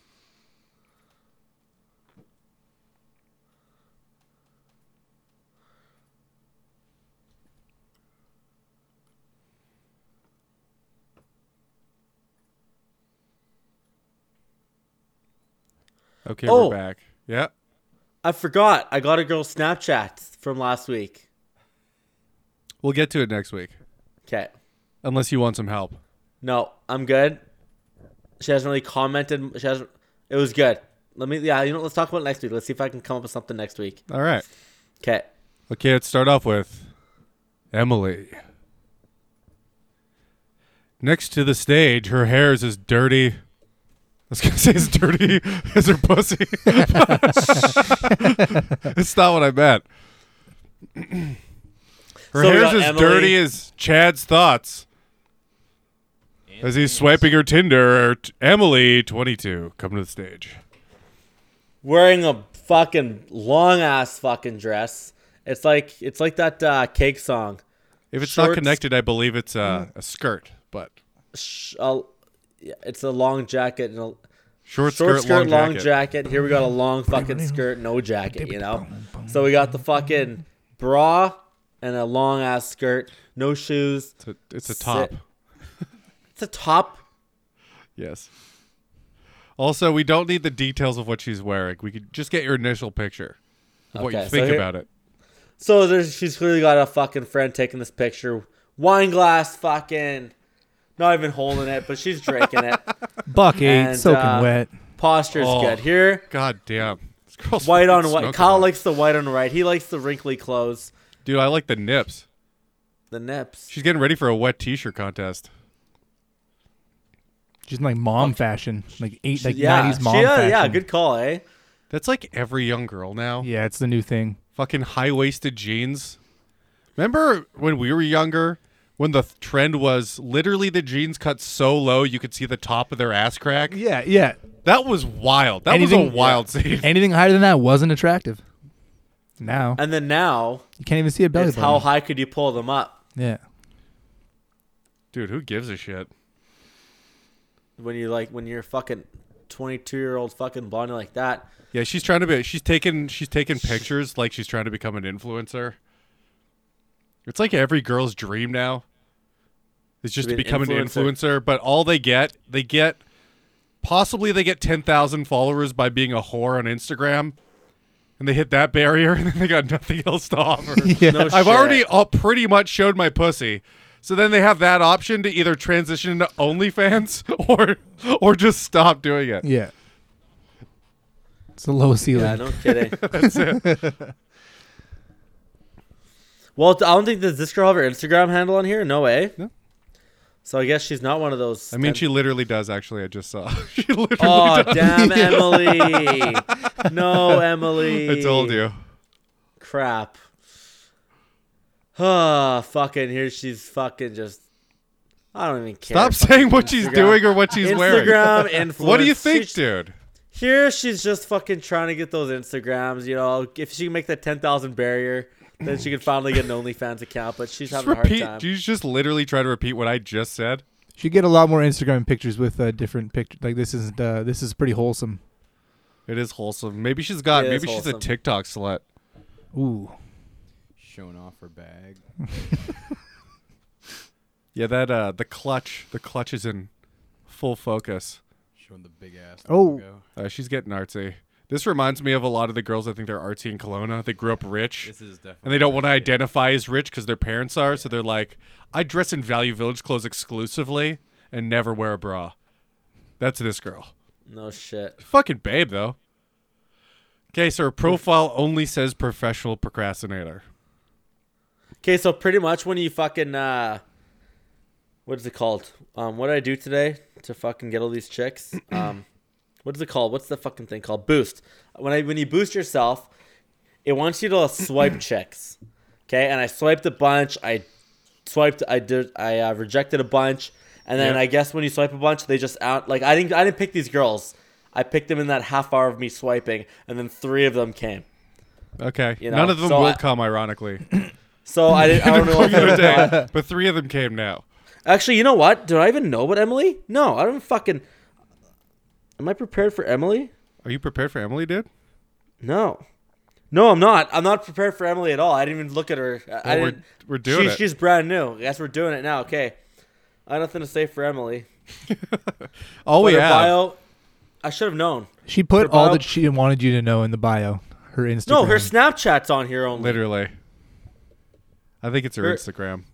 Speaker 3: Okay,
Speaker 5: Oh.
Speaker 3: we're back. Yeah.
Speaker 5: I forgot. I got a girl's Snapchat from last week.
Speaker 3: We'll get to it next week.
Speaker 5: Okay.
Speaker 3: Unless you want some help.
Speaker 5: No, I'm good. She hasn't really commented. She hasn't. It was good. Let me. Yeah, you know. Let's talk about it next week. Let's see if I can come up with something next week.
Speaker 3: All right.
Speaker 5: Okay.
Speaker 3: Okay, let's start off with Emily. Next to the stage, her hair is as dirty. I was gonna say as dirty as her pussy. it's not what I meant. Her
Speaker 5: So we
Speaker 3: hair's
Speaker 5: got
Speaker 3: as
Speaker 5: Emily.
Speaker 3: dirty as Chad's thoughts. As he's swiping her Tinder, t- Emily, 22, come to the stage.
Speaker 5: Wearing a fucking long ass fucking dress. It's like it's like that uh, cake song.
Speaker 3: If it's not
Speaker 5: Shorts.
Speaker 3: connected, I believe it's uh, a skirt, but
Speaker 5: Sh- a, yeah, it's a long jacket and a
Speaker 3: short,
Speaker 5: short
Speaker 3: skirt, long, jacket.
Speaker 5: Here we got a long fucking skirt, no jacket. You know. So we got the fucking bra and a long ass skirt, no shoes.
Speaker 3: It's a, it's a
Speaker 5: Sit.
Speaker 3: top.
Speaker 5: It's a top.
Speaker 3: Yes. Also, we don't need the details of what she's wearing. We could just get your initial picture of what you
Speaker 5: Okay, so
Speaker 3: think
Speaker 5: here-
Speaker 3: about it.
Speaker 5: So there's, she's clearly got a fucking friend taking this picture. Wine glass, fucking, not even holding it, but she's drinking it.
Speaker 4: Buck eight,
Speaker 5: And,
Speaker 4: soaking
Speaker 5: uh,
Speaker 4: wet.
Speaker 5: Posture's
Speaker 3: Oh.
Speaker 5: good. Here,
Speaker 3: God damn. This girl's
Speaker 5: white on
Speaker 3: fucking
Speaker 5: white.
Speaker 3: smoking
Speaker 5: Kyle
Speaker 3: hot.
Speaker 5: likes the white on white. He likes the wrinkly clothes,
Speaker 3: Dude, I like the nips.
Speaker 5: the nips.
Speaker 3: She's getting ready for a wet t-shirt contest.
Speaker 4: She's in like mom fashion, like eight, like
Speaker 5: yeah,
Speaker 4: nineties mom
Speaker 5: she- uh, yeah,
Speaker 4: fashion.
Speaker 5: yeah, good call, eh?
Speaker 3: That's like every young girl now.
Speaker 4: Yeah, it's the new thing.
Speaker 3: Fucking high-waisted jeans. Remember when we were younger when the th- trend was literally the jeans cut so low you could see the top of their ass crack?
Speaker 4: Yeah, yeah.
Speaker 3: That was wild. That was
Speaker 4: Anything-
Speaker 3: a wild scene.
Speaker 4: Anything higher than that wasn't attractive. Now
Speaker 5: And then now,
Speaker 4: you can't even see a belly
Speaker 5: it's how
Speaker 4: button.
Speaker 5: high could you pull them up
Speaker 4: yeah,
Speaker 3: Dude, who gives a shit?
Speaker 5: when you like when you're fucking twenty-two year old fucking blondie like that?
Speaker 3: Yeah, she's trying to be. She's taking. She's taking pictures like she's trying to become an influencer. It's like every girl's dream now. Is just
Speaker 5: To
Speaker 3: to
Speaker 5: be an
Speaker 3: become an
Speaker 5: influencer.
Speaker 3: influencer, but all they get, they get, possibly they get ten thousand followers by being a whore on Instagram, and they hit that barrier, and then they got nothing else to offer.
Speaker 4: yeah.
Speaker 5: No
Speaker 3: I've
Speaker 5: shit.
Speaker 3: already all pretty much showed my pussy. So then they have that option to either transition into OnlyFans or or just stop doing it.
Speaker 4: yeah. It's the lowest ceiling.
Speaker 5: Yeah, no kidding. Well, I don't think does this girl have her Instagram handle on here. No way.
Speaker 3: No.
Speaker 5: So I guess she's not one of those.
Speaker 3: I mean, she literally does. Actually, I just saw. she literally.
Speaker 5: Oh
Speaker 3: does.
Speaker 5: damn, Emily! No, Emily.
Speaker 3: I told you.
Speaker 5: Crap. Ah, fucking here. She's fucking just. I don't even care.
Speaker 3: Stop
Speaker 5: Fucking
Speaker 3: saying what she's
Speaker 5: Instagram.
Speaker 3: doing or what she's wearing.
Speaker 5: Instagram influence.
Speaker 3: What do you think,
Speaker 5: She's-
Speaker 3: dude?
Speaker 5: Here, she's just fucking trying to get those Instagrams. You know, if she can make that ten thousand barrier, then she can finally get an OnlyFans account. But she's
Speaker 3: Just
Speaker 5: having a hard
Speaker 3: repeat.
Speaker 5: time.
Speaker 3: You just literally try to repeat what I just said.
Speaker 4: Should get a lot more Instagram pictures with uh, different pictures. Like this isn't. Uh, this is pretty wholesome.
Speaker 3: It is wholesome. Maybe she's got.
Speaker 5: It is
Speaker 3: Maybe she's a
Speaker 5: wholesome.
Speaker 3: TikTok slut.
Speaker 4: Ooh,
Speaker 7: Showing off her bag.
Speaker 3: Yeah, that uh, the clutch. The clutch is in full focus.
Speaker 7: Showing the big ass.
Speaker 4: Oh.
Speaker 7: logo.
Speaker 3: Uh, she's getting artsy. This reminds me of a lot of the girls. I think they're artsy in Kelowna. They grew up rich.
Speaker 7: This is definitely.
Speaker 3: and they don't want to identify as rich because their parents are. So they're like, I dress in Value Village clothes exclusively and never wear a bra. That's this girl.
Speaker 5: No shit.
Speaker 3: Fucking babe, though. Okay, so her profile only says professional procrastinator.
Speaker 5: Okay, so pretty much when you fucking uh what is it called? Um what did I do today to fucking get all these chicks? Um what is it called? What's the fucking thing called? Boost. When I when you boost yourself, it wants you to swipe chicks. Okay? And I swiped a bunch. I swiped I did I uh, rejected a bunch. And then
Speaker 3: Yeah.
Speaker 5: I guess when you swipe a bunch, they just out like I didn't I didn't pick these girls. I picked them in that half hour of me swiping and then 3 of them came.
Speaker 3: Okay.
Speaker 5: You know,
Speaker 3: None of them
Speaker 5: so
Speaker 3: will
Speaker 5: I-
Speaker 3: come, ironically.
Speaker 5: So I didn't I don't know if they
Speaker 3: Another
Speaker 5: were
Speaker 3: day, but three of them came now.
Speaker 5: Actually, you know what? Do I even know about Emily? No, I don't fucking. Am I prepared for Emily?
Speaker 3: Are you prepared for Emily, dude?
Speaker 5: No, no, I'm not. I'm not prepared for Emily at all. I didn't even look at her. I- I
Speaker 3: Well, we're-
Speaker 5: didn't-
Speaker 3: we're doing
Speaker 5: she's,
Speaker 3: it.
Speaker 5: She's brand new. Yes, we're doing it now. Okay, I have nothing to say for Emily.
Speaker 3: Oh
Speaker 5: But her
Speaker 3: yeah.
Speaker 5: bio. I should have known.
Speaker 4: She put
Speaker 5: Her
Speaker 4: all
Speaker 5: bio-
Speaker 4: that she wanted you to know in the bio. Her Instagram.
Speaker 5: No, her Snapchat's on here only.
Speaker 3: Literally. I think it's her
Speaker 5: Her-
Speaker 3: Instagram.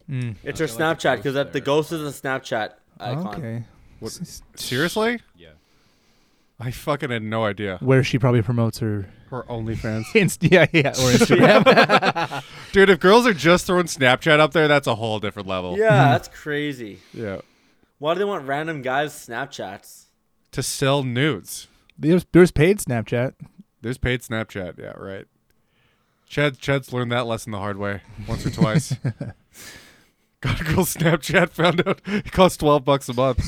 Speaker 5: It's her Snapchat because that the ghost is a Snapchat icon.
Speaker 4: Okay.
Speaker 3: Seriously?
Speaker 7: Yeah.
Speaker 3: I fucking had no idea.
Speaker 4: Where she probably promotes her.
Speaker 3: Her OnlyFans.
Speaker 4: Inst- yeah, yeah. Or Instagram.
Speaker 3: Dude, if girls are just throwing Snapchat up there, that's a whole different level.
Speaker 5: Yeah, that's crazy.
Speaker 3: Yeah.
Speaker 5: Why do they want random guys' Snapchats?
Speaker 3: To sell nudes.
Speaker 4: there's, there's paid Snapchat.
Speaker 3: There's paid Snapchat. Yeah, right. Chad Chad's learned that lesson the hard way once or twice. Got a girl Snapchat found out it costs twelve bucks a month.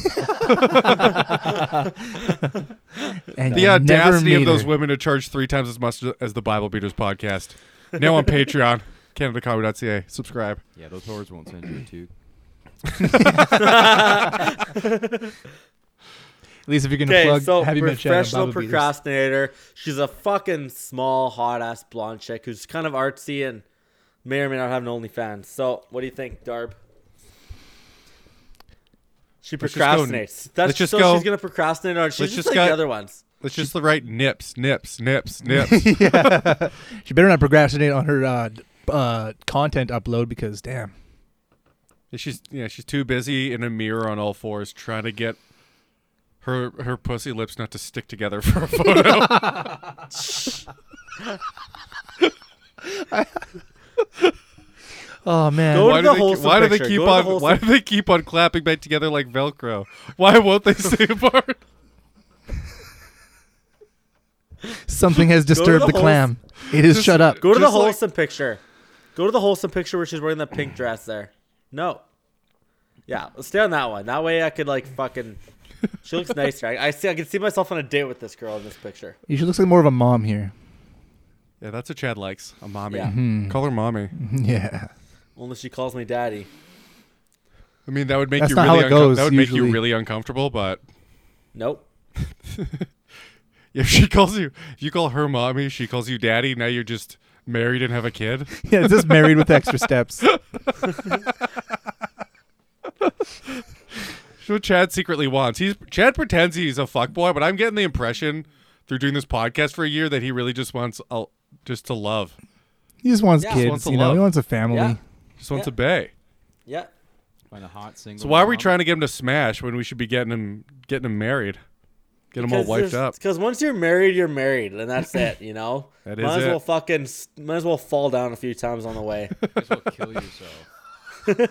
Speaker 4: And
Speaker 3: The
Speaker 4: you never
Speaker 3: audacity of
Speaker 4: meet
Speaker 3: those
Speaker 4: her.
Speaker 3: women to charge three times as much as the Bible Beaters podcast. Now on Patreon, CanadaComedy.ca. Subscribe.
Speaker 7: Yeah, those whores won't send you a toque.
Speaker 4: At least if you're gonna
Speaker 5: Okay,
Speaker 4: plug,
Speaker 5: so
Speaker 4: have you met Shannon
Speaker 5: professional
Speaker 4: Baba Beaters?
Speaker 5: procrastinator. She's a fucking small, hot ass blonde chick who's kind of artsy and may or may not have an OnlyFans. So, what do you think, Darb? She
Speaker 3: Let's just go-
Speaker 5: procrastinates. That's
Speaker 3: let's just
Speaker 5: so
Speaker 3: go-
Speaker 5: she's gonna procrastinate on. She's
Speaker 3: let's
Speaker 5: just, like
Speaker 3: just go-
Speaker 5: the other ones.
Speaker 3: Let's just write nips, nips, nips, nips.
Speaker 4: She better not procrastinate on her uh, d- uh, content upload because damn.
Speaker 3: she's yeah, she's too busy in a mirror on all fours trying to get her her pussy lips not to stick together for a photo.
Speaker 4: Oh man.
Speaker 5: Go- What
Speaker 3: why
Speaker 5: are
Speaker 3: do
Speaker 5: the
Speaker 3: they,
Speaker 5: wholesome
Speaker 3: why do they
Speaker 5: picture?
Speaker 3: keep
Speaker 5: Go to the
Speaker 3: on
Speaker 5: wholesome-
Speaker 3: why do they keep on clapping back together like Velcro? Why won't they stay apart?
Speaker 4: Something has disturbed
Speaker 5: the
Speaker 4: the,
Speaker 5: whole-
Speaker 4: clam. It is shut up.
Speaker 5: Go to the
Speaker 3: Just like-
Speaker 5: wholesome picture. Go to the wholesome picture where she's wearing that pink dress there. No. Yeah, let's stay on that one. That way I could like fucking. She looks nicer. I, I see. I can see myself on a date with this girl in this picture.
Speaker 4: You should look like more of a mom here.
Speaker 3: Yeah, that's what Chad likes. A mommy.
Speaker 5: Yeah.
Speaker 4: Hmm.
Speaker 3: Call her mommy.
Speaker 4: Yeah.
Speaker 5: Only she calls me daddy.
Speaker 3: I mean, that would make
Speaker 4: That's
Speaker 3: you
Speaker 4: not
Speaker 3: really
Speaker 4: how it
Speaker 3: uncom-
Speaker 4: goes,
Speaker 3: that would make
Speaker 4: usually.
Speaker 3: you really uncomfortable. But
Speaker 5: Nope.
Speaker 3: if she calls you, if you call her mommy, she calls you daddy. Now you're just married and have a kid.
Speaker 4: Yeah, it's just married with extra steps.
Speaker 3: That's what Chad secretly wants. He's Chad pretends he's a fuckboy, but I'm getting the impression through doing this podcast for a year that he really just wants a, just to love,
Speaker 4: He just wants
Speaker 5: Yeah.
Speaker 4: kids,
Speaker 3: Just wants to
Speaker 4: you know. He
Speaker 3: love.
Speaker 4: wants a family.
Speaker 5: Yeah.
Speaker 3: just wants
Speaker 5: Yeah.
Speaker 3: a bay.
Speaker 5: Yeah.
Speaker 7: Find a hot single.
Speaker 3: So why are we
Speaker 7: mom.
Speaker 3: trying to get him to smash when we should be getting him getting him married, get him all wiped up?
Speaker 5: Because once you're married, you're married, and that's it. You know.
Speaker 3: That is
Speaker 5: might as
Speaker 3: it.
Speaker 5: well fucking. s- Might as well fall down a few times on the way.
Speaker 7: Might as well kill yourself.
Speaker 4: Good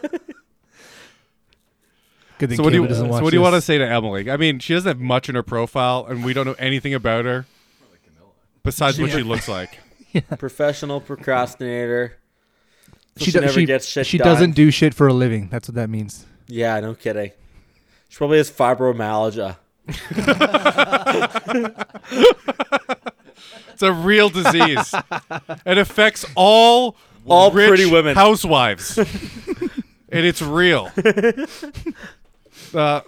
Speaker 4: thing
Speaker 3: So what do
Speaker 4: Caleb
Speaker 3: you
Speaker 4: doesn't
Speaker 3: so
Speaker 4: watch
Speaker 3: what do you
Speaker 4: this.
Speaker 3: want to say to Emily? I mean, she doesn't have much in her profile, and we don't know anything about her besides what she looks like.
Speaker 5: Professional procrastinator. So she,
Speaker 4: do-
Speaker 5: never gets shit
Speaker 4: She
Speaker 5: done.
Speaker 4: doesn't do shit for a living. That's what that means.
Speaker 5: Yeah, no kidding. She probably has fibromyalgia.
Speaker 3: It's a real disease. it affects all
Speaker 5: All
Speaker 3: rich
Speaker 5: pretty women.
Speaker 3: housewives, and it's real. Uh,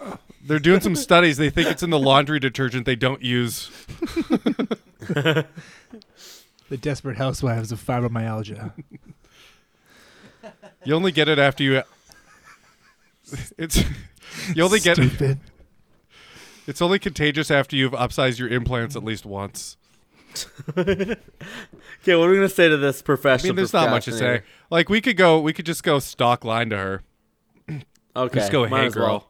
Speaker 3: they're doing some studies. They think it's in the laundry detergent they don't use.
Speaker 4: The desperate housewives of fibromyalgia.
Speaker 3: You only get it after you. It's you only get
Speaker 4: Stupid.
Speaker 3: it's only contagious after you've upsized your implants at least once.
Speaker 5: Okay, what are we gonna say to this
Speaker 3: I
Speaker 5: professional?
Speaker 3: mean, there's not much to say.
Speaker 5: procrastinator?
Speaker 3: Like we could go, we could just go stock line to her.
Speaker 5: Okay,
Speaker 3: Just go,
Speaker 5: might
Speaker 3: hey
Speaker 5: as
Speaker 3: girl.
Speaker 5: well.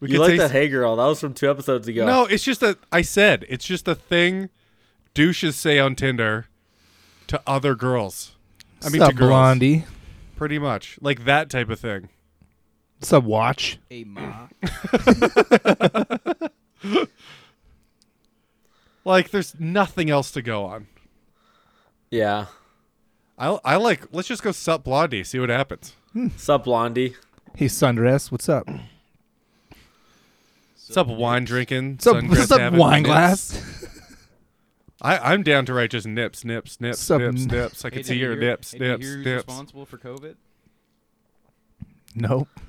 Speaker 3: We
Speaker 5: You
Speaker 3: could
Speaker 5: like
Speaker 3: say-
Speaker 5: that, hey girl? That was from two episodes ago.
Speaker 3: No, it's just a. I said it's just a thing douches say on Tinder to other girls. I mean,
Speaker 4: Sup,
Speaker 3: to girls.
Speaker 4: Blondie.
Speaker 3: Pretty much. Like that type of thing.
Speaker 4: Sup, Watch.
Speaker 7: Hey, ma.
Speaker 3: Like there's nothing else to go on.
Speaker 5: Yeah.
Speaker 3: I, I like, let's just go sup Blondie, see what happens.
Speaker 5: Sup, Blondie.
Speaker 4: Hey, Sundress. What's up?
Speaker 3: Sup wine drinking.
Speaker 4: Sup,
Speaker 3: sundress
Speaker 4: sup
Speaker 3: having,
Speaker 4: wine
Speaker 3: nips.
Speaker 4: glass.
Speaker 3: I, I'm down to write just nips, nips, nips,
Speaker 4: Sup,
Speaker 3: nips,
Speaker 4: n-
Speaker 3: nips. I can see your nips, nips, nips.
Speaker 7: responsible for COVID?
Speaker 4: nope.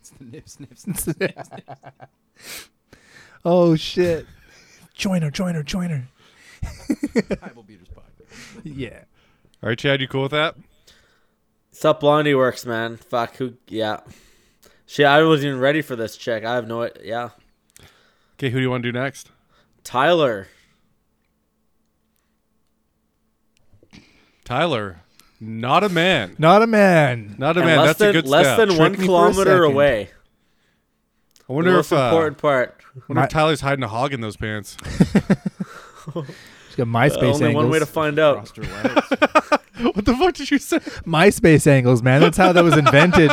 Speaker 7: It's the nips, nips, nips. nips.
Speaker 4: Oh shit. join her, join her, join her.
Speaker 7: Bible Beaters podcast.
Speaker 4: Yeah.
Speaker 3: All right, Chad, you cool with that?
Speaker 5: Sup, Blondie works, man. Fuck, who? Yeah. Shit, I wasn't even ready for this chick. I have no i- Yeah.
Speaker 3: Okay, who do you want to do next?
Speaker 5: Tyler.
Speaker 3: Tyler, not a man.
Speaker 4: Not a man.
Speaker 3: Not a
Speaker 5: And
Speaker 3: man.
Speaker 5: less
Speaker 3: That's
Speaker 5: than,
Speaker 3: a good
Speaker 5: Less
Speaker 3: step.
Speaker 5: than
Speaker 3: Trick
Speaker 5: one
Speaker 3: me for a
Speaker 5: kilometer
Speaker 4: second.
Speaker 5: away.
Speaker 3: I
Speaker 5: The
Speaker 3: wonder
Speaker 5: most
Speaker 3: if, uh,
Speaker 5: important part.
Speaker 3: wonder if
Speaker 4: My-
Speaker 3: Tyler's hiding a hog in those pants.
Speaker 4: She's got MySpace
Speaker 5: Only
Speaker 4: angles.
Speaker 5: one way to find out.
Speaker 7: Foster Wallace.
Speaker 3: what the fuck did you say?
Speaker 4: MySpace angles, man. That's how that was invented.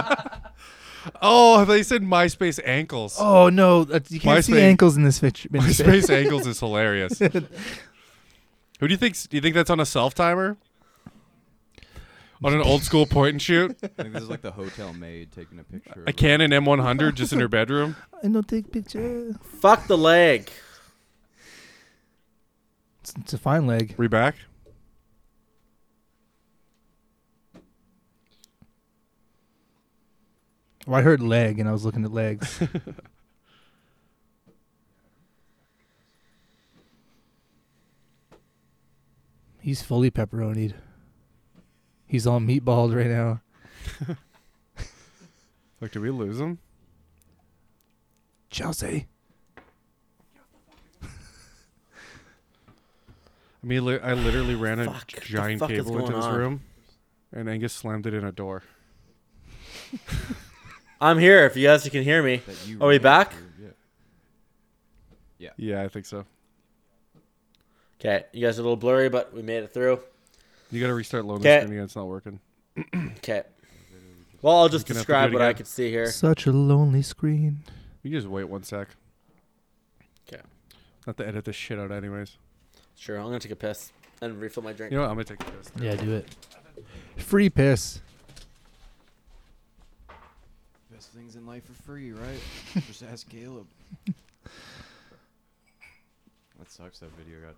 Speaker 3: Oh, they said MySpace ankles.
Speaker 4: oh no, that- you can't
Speaker 3: MySpace-
Speaker 4: see ankles in this picture.
Speaker 3: MySpace ankles is hilarious. Who do you think? Do you think that's on a self timer? On an old school point and shoot,
Speaker 7: I think this is like the hotel maid taking a picture.
Speaker 3: a
Speaker 7: Of her.
Speaker 3: Canon M100 just in her bedroom.
Speaker 4: I don't take picture.
Speaker 5: Fuck the leg.
Speaker 4: It's, it's a fine leg.
Speaker 3: We back?
Speaker 4: Well, I heard leg, and I was looking at legs. He's fully pepperonied. He's all meatballed right now.
Speaker 3: Like, did we lose him?
Speaker 4: Chelsea.
Speaker 3: I mean, li- I literally ran a
Speaker 5: Fuck, what the
Speaker 3: giant
Speaker 5: fuck is
Speaker 3: cable into
Speaker 5: going
Speaker 3: his
Speaker 5: on?
Speaker 3: room, and Angus slammed it in a door.
Speaker 5: I'm here if you guys can hear me.
Speaker 7: That you
Speaker 5: Are we
Speaker 7: ran
Speaker 5: back?
Speaker 7: through, Yeah.
Speaker 3: Yeah, I think so.
Speaker 5: Okay, you guys are a little blurry, but we made it through.
Speaker 3: You got to restart loading
Speaker 5: Okay.
Speaker 3: screen again. It's not working.
Speaker 5: Okay. Well, I'll just
Speaker 3: You can have to
Speaker 5: describe
Speaker 3: do it
Speaker 5: what I
Speaker 3: again.
Speaker 5: could see here.
Speaker 4: Such a lonely screen.
Speaker 3: You just wait one sec.
Speaker 5: Okay.
Speaker 3: Not to edit this shit out, anyways.
Speaker 5: Sure, I'm gonna take a piss and refill my drink.
Speaker 3: You know what? I'm gonna take this.
Speaker 4: Yeah, do it. Free piss.
Speaker 7: Best things in life are free, right? Just ask Caleb. that sucks. That video got.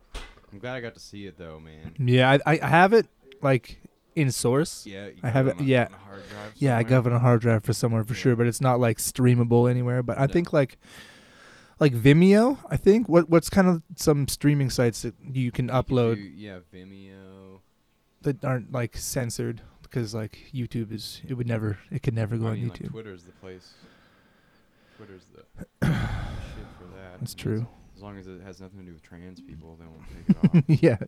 Speaker 7: I'm glad I got to see it though, man.
Speaker 4: Yeah, I, I I have it like in source.
Speaker 7: Yeah, you
Speaker 4: I
Speaker 7: got
Speaker 4: have
Speaker 7: it.
Speaker 4: it-
Speaker 7: on a-
Speaker 4: yeah.
Speaker 7: on a hard drive
Speaker 4: Yeah, I
Speaker 7: somewhere?
Speaker 4: got it on a hard drive for somewhere for sure, but it's not like streamable anywhere. But I think like like Vimeo, I think. What what's kind of some streaming sites that you can
Speaker 7: You could
Speaker 4: upload
Speaker 7: do- yeah, Vimeo.
Speaker 4: that aren't like censored because like YouTube is it would never it could never go
Speaker 7: I
Speaker 4: on
Speaker 7: mean, like
Speaker 4: YouTube.
Speaker 7: Twitter's the place. Twitter's the shit for that.
Speaker 4: That's
Speaker 7: I mean,
Speaker 4: true.
Speaker 7: As long as it has nothing to do with trans people, they won't take it off.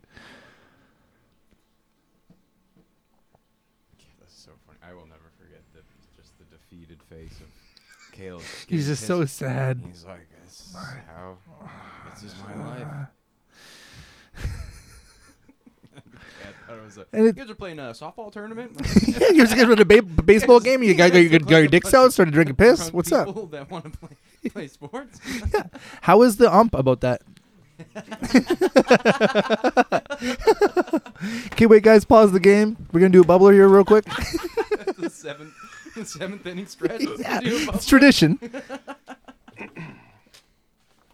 Speaker 4: yeah.
Speaker 7: Yeah, That's so funny. I will never forget the just the defeated face of Caleb.
Speaker 4: He's
Speaker 7: getting
Speaker 4: just so
Speaker 7: pissed.
Speaker 4: sad.
Speaker 7: He's like, this is how. This is my life. I thought it was a,
Speaker 4: And
Speaker 7: and
Speaker 4: it-
Speaker 7: you guys are playing a softball tournament.
Speaker 4: yeah, you're just getting a ba- baseball game. You got, got, got, got your dicks out, started drinking piss.
Speaker 7: Drunk
Speaker 4: What's up?
Speaker 7: people That want to play, play sports.
Speaker 4: How is the ump about that? okay, wait, guys, pause the game. We're gonna do a bubbler here real quick.
Speaker 7: the seventh, the seventh inning stretch.
Speaker 4: yeah,
Speaker 7: Do a
Speaker 4: it's tradition.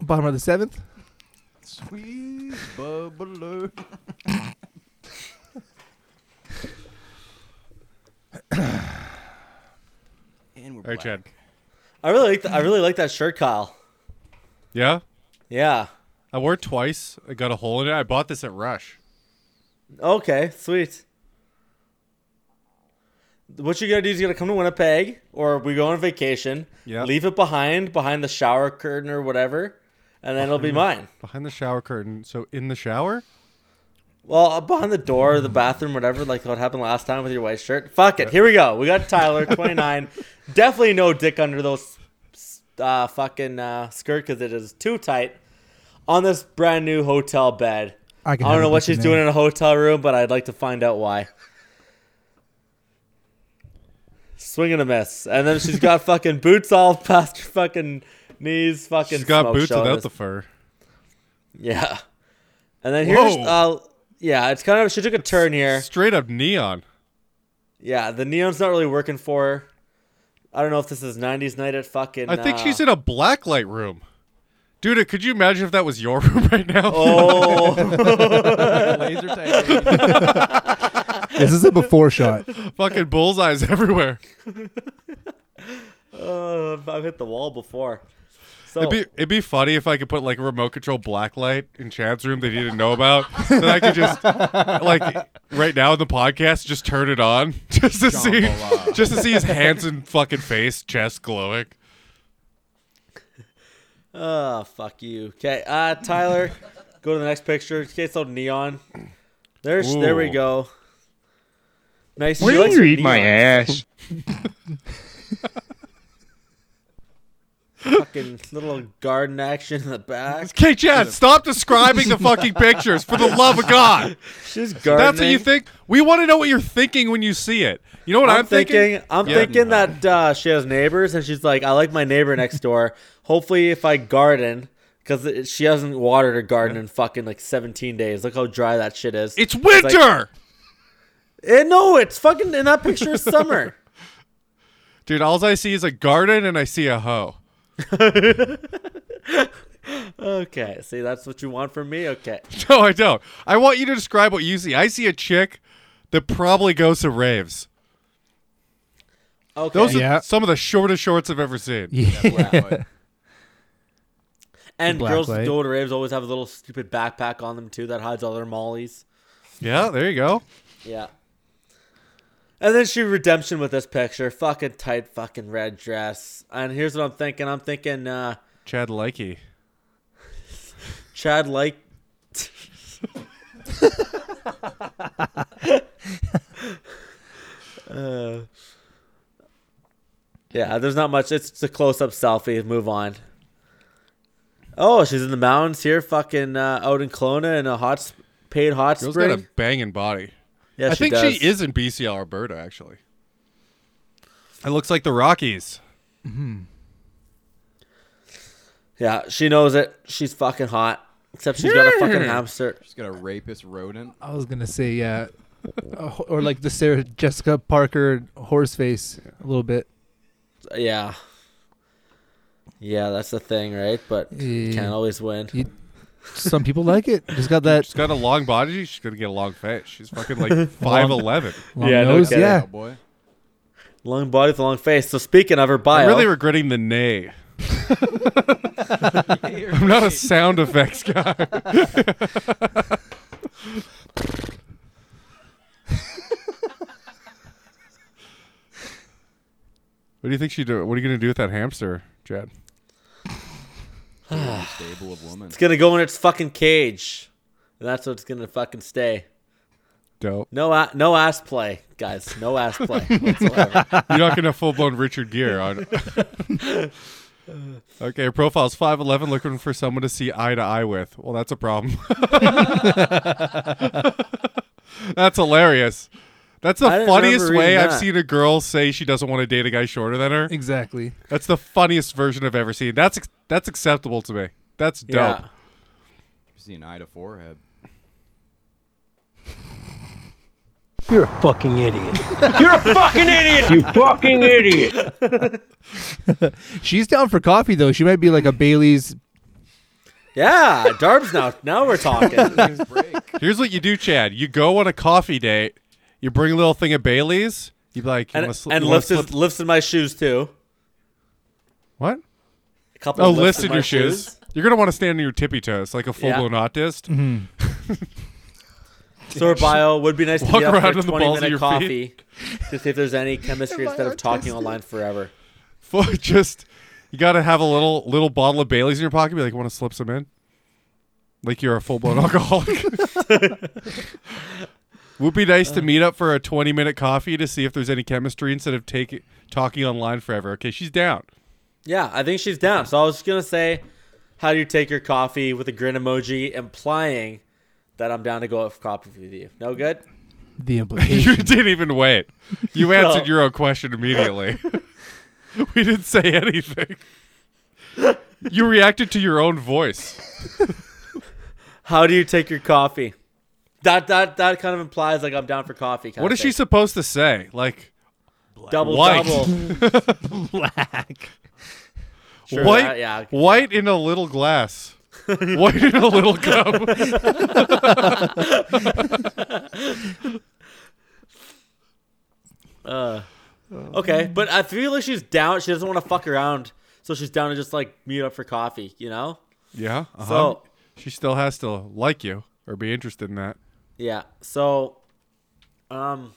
Speaker 4: Bottom of the seventh.
Speaker 7: Sweet bubbler. and we're
Speaker 3: All right, Chad.
Speaker 5: I really like. The, I really like that shirt, Kyle.
Speaker 3: Yeah,
Speaker 5: Yeah.
Speaker 3: I wore it twice. I got a hole in it. I bought this at Rush.
Speaker 5: Okay. Sweet. What you gonna do is you're gonna come to Winnipeg, or we go on vacation.
Speaker 3: Yeah.
Speaker 5: Leave it behind, behind the shower curtain or whatever, and then it'll be mine.
Speaker 3: Behind the shower curtain. So in the shower.
Speaker 5: Well, uh, behind the door
Speaker 3: Hmm.
Speaker 5: of the bathroom, whatever, like what happened last time with your white shirt. Fuck it. Here we go. We got Tyler, 29. Definitely no dick under those uh, fucking uh, skirt because it is too tight on this brand new hotel bed.
Speaker 4: I
Speaker 5: I don't know what she's doing in a hotel room, but I'd like to find out why. Swing and a miss. And then she's got fucking boots all past her fucking knees. Fucking
Speaker 3: She's got
Speaker 5: smoke
Speaker 3: boots
Speaker 5: showing
Speaker 3: without
Speaker 5: us.
Speaker 3: the fur.
Speaker 5: Yeah. And then here's
Speaker 3: Whoa.
Speaker 5: uh yeah, it's kind of she took a turn here.
Speaker 3: Straight up neon.
Speaker 5: Yeah, the neon's not really working for her. I don't know if this is 90s night at fucking
Speaker 3: I think
Speaker 5: uh,
Speaker 3: she's in a blacklight room. Dude, could you imagine if that was your room right now?
Speaker 5: Oh,
Speaker 7: Laser tag.
Speaker 4: This is a before shot.
Speaker 3: Fucking bullseyes everywhere.
Speaker 5: uh, I've hit the wall before. So
Speaker 3: It'd
Speaker 5: Oh.
Speaker 3: be it'd be funny if I could put like a remote control blacklight in Chad's room that he didn't know about. then I could just like right now in the podcast just turn it on just to see just to see his hands and fucking face, chest glowing.
Speaker 5: Oh, fuck you. Okay, uh, Tyler, go to the next picture. Okay, so neon. There's, there we
Speaker 3: Ooh.
Speaker 5: go. Nice.
Speaker 10: Why
Speaker 5: She
Speaker 10: don't
Speaker 5: likes
Speaker 10: you eat my
Speaker 5: neon.
Speaker 10: ass?
Speaker 5: Fucking little garden action in the back.
Speaker 3: Okay, Chad, stop describing the fucking pictures for the love of God.
Speaker 5: She's gardening.
Speaker 3: That's what you think? We want to know what you're thinking when you see it. You know what I'm,
Speaker 5: I'm thinking. I'm
Speaker 3: Yeah.
Speaker 5: thinking that uh, she has neighbors, and she's like, "I like my neighbor next door. Hopefully, if I garden, because she hasn't watered her garden in fucking like 17 days. Look how dry that shit is.
Speaker 3: It's winter.
Speaker 5: Eh, no, it's fucking in that picture is summer.
Speaker 3: Dude, all I see is a garden and I see a hoe.
Speaker 5: Okay, see, that's what you want from me. Okay.
Speaker 3: No, I don't. I want you to describe what you see. I see a chick that probably goes to raves.
Speaker 5: Okay.
Speaker 3: Those
Speaker 4: Yeah.
Speaker 3: are some of the shortest shorts I've ever seen.
Speaker 7: Blacklight.
Speaker 5: And
Speaker 4: Black
Speaker 5: girls
Speaker 4: light.
Speaker 5: with go to raves always have a little stupid backpack on them too that hides all their mollies.
Speaker 3: Yeah, there you go.
Speaker 5: Yeah. And then she redemption with this picture. Fucking tight fucking red dress. And here's what I'm thinking. I'm thinking uh
Speaker 3: Chad Likey.
Speaker 5: Chad like Uh, yeah, there's not much. It's a close up selfie. Move on. Oh, she's in the mountains here, fucking uh, out in Kelowna in a hot, sp- paid hot
Speaker 3: Girl's
Speaker 5: spring.
Speaker 3: got a banging body.
Speaker 5: yeah,
Speaker 3: I think
Speaker 5: does.
Speaker 3: she is in BC, Alberta, actually. It looks like the Rockies.
Speaker 5: Yeah, she knows it. She's fucking hot. Except she's got a fucking hamster.
Speaker 7: She's got a rapist rodent.
Speaker 4: I was gonna say yeah, Uh, ho- or like the Sarah Jessica Parker horse face a little bit.
Speaker 5: Yeah. Yeah, that's the thing, right? But you
Speaker 4: Yeah.
Speaker 5: can't always win.
Speaker 4: You- Some people like it. Just got that
Speaker 3: She's got a long body. She's going to get a long face. She's fucking like 5'11.
Speaker 4: long
Speaker 5: Yeah, no
Speaker 4: nose.
Speaker 5: kidding.
Speaker 4: yeah,
Speaker 7: Cowboy.
Speaker 5: Long body with a long face. So speaking of her bio,
Speaker 3: I'm really regretting the nay. I'm not a sound effects guy. what do you think she do? What are you gonna do with that hamster, Jed?
Speaker 7: Stable of woman.
Speaker 5: it's gonna go in its fucking cage. And that's what's gonna fucking stay.
Speaker 3: Dope.
Speaker 5: No, a- no ass play, guys. No ass play whatsoever.
Speaker 3: You're not gonna full blown Richard Gere on. okay, her profile's five eleven, looking for someone to see eye to eye with. Well, that's a problem. that's hilarious. That's
Speaker 5: I
Speaker 3: the
Speaker 5: didn't
Speaker 3: funniest
Speaker 5: remember
Speaker 3: way
Speaker 5: reading
Speaker 3: I've
Speaker 5: that.
Speaker 3: seen a girl say she doesn't want to date a guy shorter than her.
Speaker 4: exactly.
Speaker 3: That's the funniest version I've ever seen. That's ex- that's acceptable to me. That's dope.
Speaker 5: yeah.
Speaker 7: You see an eye to forehead.
Speaker 10: You're a fucking idiot. You're a fucking idiot. You fucking idiot.
Speaker 4: She's down for coffee though. She might be like a Bailey's.
Speaker 5: Yeah, Darb's now. Now we're talking.
Speaker 3: Here's what you do, Chad. You go on a coffee date. You bring a little thing of Bailey's. You be like you
Speaker 5: and
Speaker 3: wanna sli-
Speaker 5: and
Speaker 3: you wanna
Speaker 5: lifts, his,
Speaker 3: slip-
Speaker 5: lifts in my shoes too.
Speaker 3: what?
Speaker 5: A couple.
Speaker 3: Oh,
Speaker 5: lifts
Speaker 3: lifts in
Speaker 5: my
Speaker 3: your shoes. You're gonna want to stand on your tippy toes like a full blown autist.
Speaker 5: So her bio would be nice to
Speaker 3: Walk
Speaker 5: be up
Speaker 3: around
Speaker 5: for a
Speaker 3: on the balls
Speaker 5: 20
Speaker 3: of
Speaker 5: minute
Speaker 3: your
Speaker 5: coffee to see if there's any chemistry instead of talking online forever.
Speaker 3: For just you gotta have a little little bottle of Bailey's in your pocket. Be like, want to slip some in? Like you're a full blown alcoholic. Would be nice to meet up for a 20 minute coffee to see if there's any chemistry instead of taking talking online forever. Okay, she's down.
Speaker 5: Yeah, I think she's down. So I was just gonna say, how do you take your coffee with a grin emoji, implying that I'm down to go out for coffee with you? No good.
Speaker 4: The
Speaker 3: You
Speaker 4: implication.
Speaker 3: didn't even wait. You answered
Speaker 5: No.
Speaker 3: your own question immediately. we didn't say anything. You reacted to your own voice.
Speaker 5: How do you take your coffee? That that that kind of implies like I'm down for coffee. Kind of
Speaker 3: What is she supposed to say? Like
Speaker 5: she? Double
Speaker 3: White.
Speaker 5: double.
Speaker 4: Black.
Speaker 5: Sure,
Speaker 3: white,
Speaker 5: that- yeah.
Speaker 3: white in a little glass, white in a little cup.
Speaker 5: Okay, but I feel like she's down. She doesn't want to fuck around, so she's down to just like meet up for coffee. You know?
Speaker 3: Yeah. Uh-huh.
Speaker 5: So
Speaker 3: she still has to like you or be interested in that.
Speaker 5: yeah. So, um,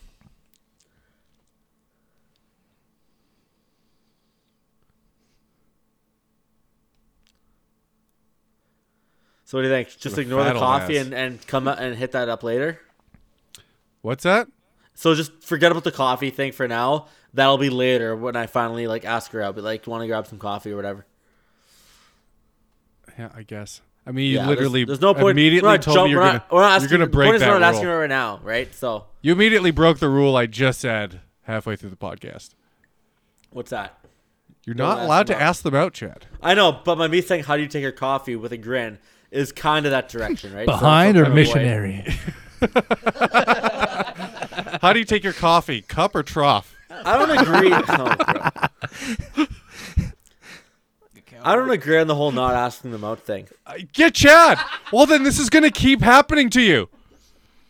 Speaker 5: so what do you think? Just
Speaker 3: a
Speaker 5: ignore the
Speaker 3: fat old
Speaker 5: coffee
Speaker 3: ass.
Speaker 5: and and come out and hit that up later.
Speaker 3: What's that?
Speaker 5: So just forget about the coffee thing for now. That'll be later when I finally like ask her out, but like want to grab some coffee or whatever.
Speaker 3: Yeah, I guess. I mean, you
Speaker 5: Yeah, there's-
Speaker 3: literally
Speaker 5: there's, no point.
Speaker 3: immediately
Speaker 5: we're not
Speaker 3: told
Speaker 5: jump-
Speaker 3: me you're
Speaker 5: we're
Speaker 3: gonna
Speaker 5: not, we're not asking,
Speaker 3: you're gonna
Speaker 5: the
Speaker 3: break
Speaker 5: point is
Speaker 3: that
Speaker 5: we're
Speaker 3: rule.
Speaker 5: not asking her right now, right? So
Speaker 3: You immediately broke the rule I just said halfway through the podcast.
Speaker 5: what's that?
Speaker 3: You're
Speaker 5: Don't
Speaker 3: not
Speaker 5: ask
Speaker 3: allowed
Speaker 5: them
Speaker 3: to
Speaker 5: out.
Speaker 3: ask them out, Chad.
Speaker 5: I know, but my me saying how do you take your coffee with a grin is kind of that direction, right? So it's
Speaker 4: Behind
Speaker 5: some
Speaker 4: or
Speaker 5: kind of way.
Speaker 4: missionary?
Speaker 3: How do you take your coffee, cup or trough?
Speaker 5: I don't agree. Oh, bro. I don't agree on the whole not asking them out thing.
Speaker 3: I- Get Chad. Well, then this is going to keep happening to you.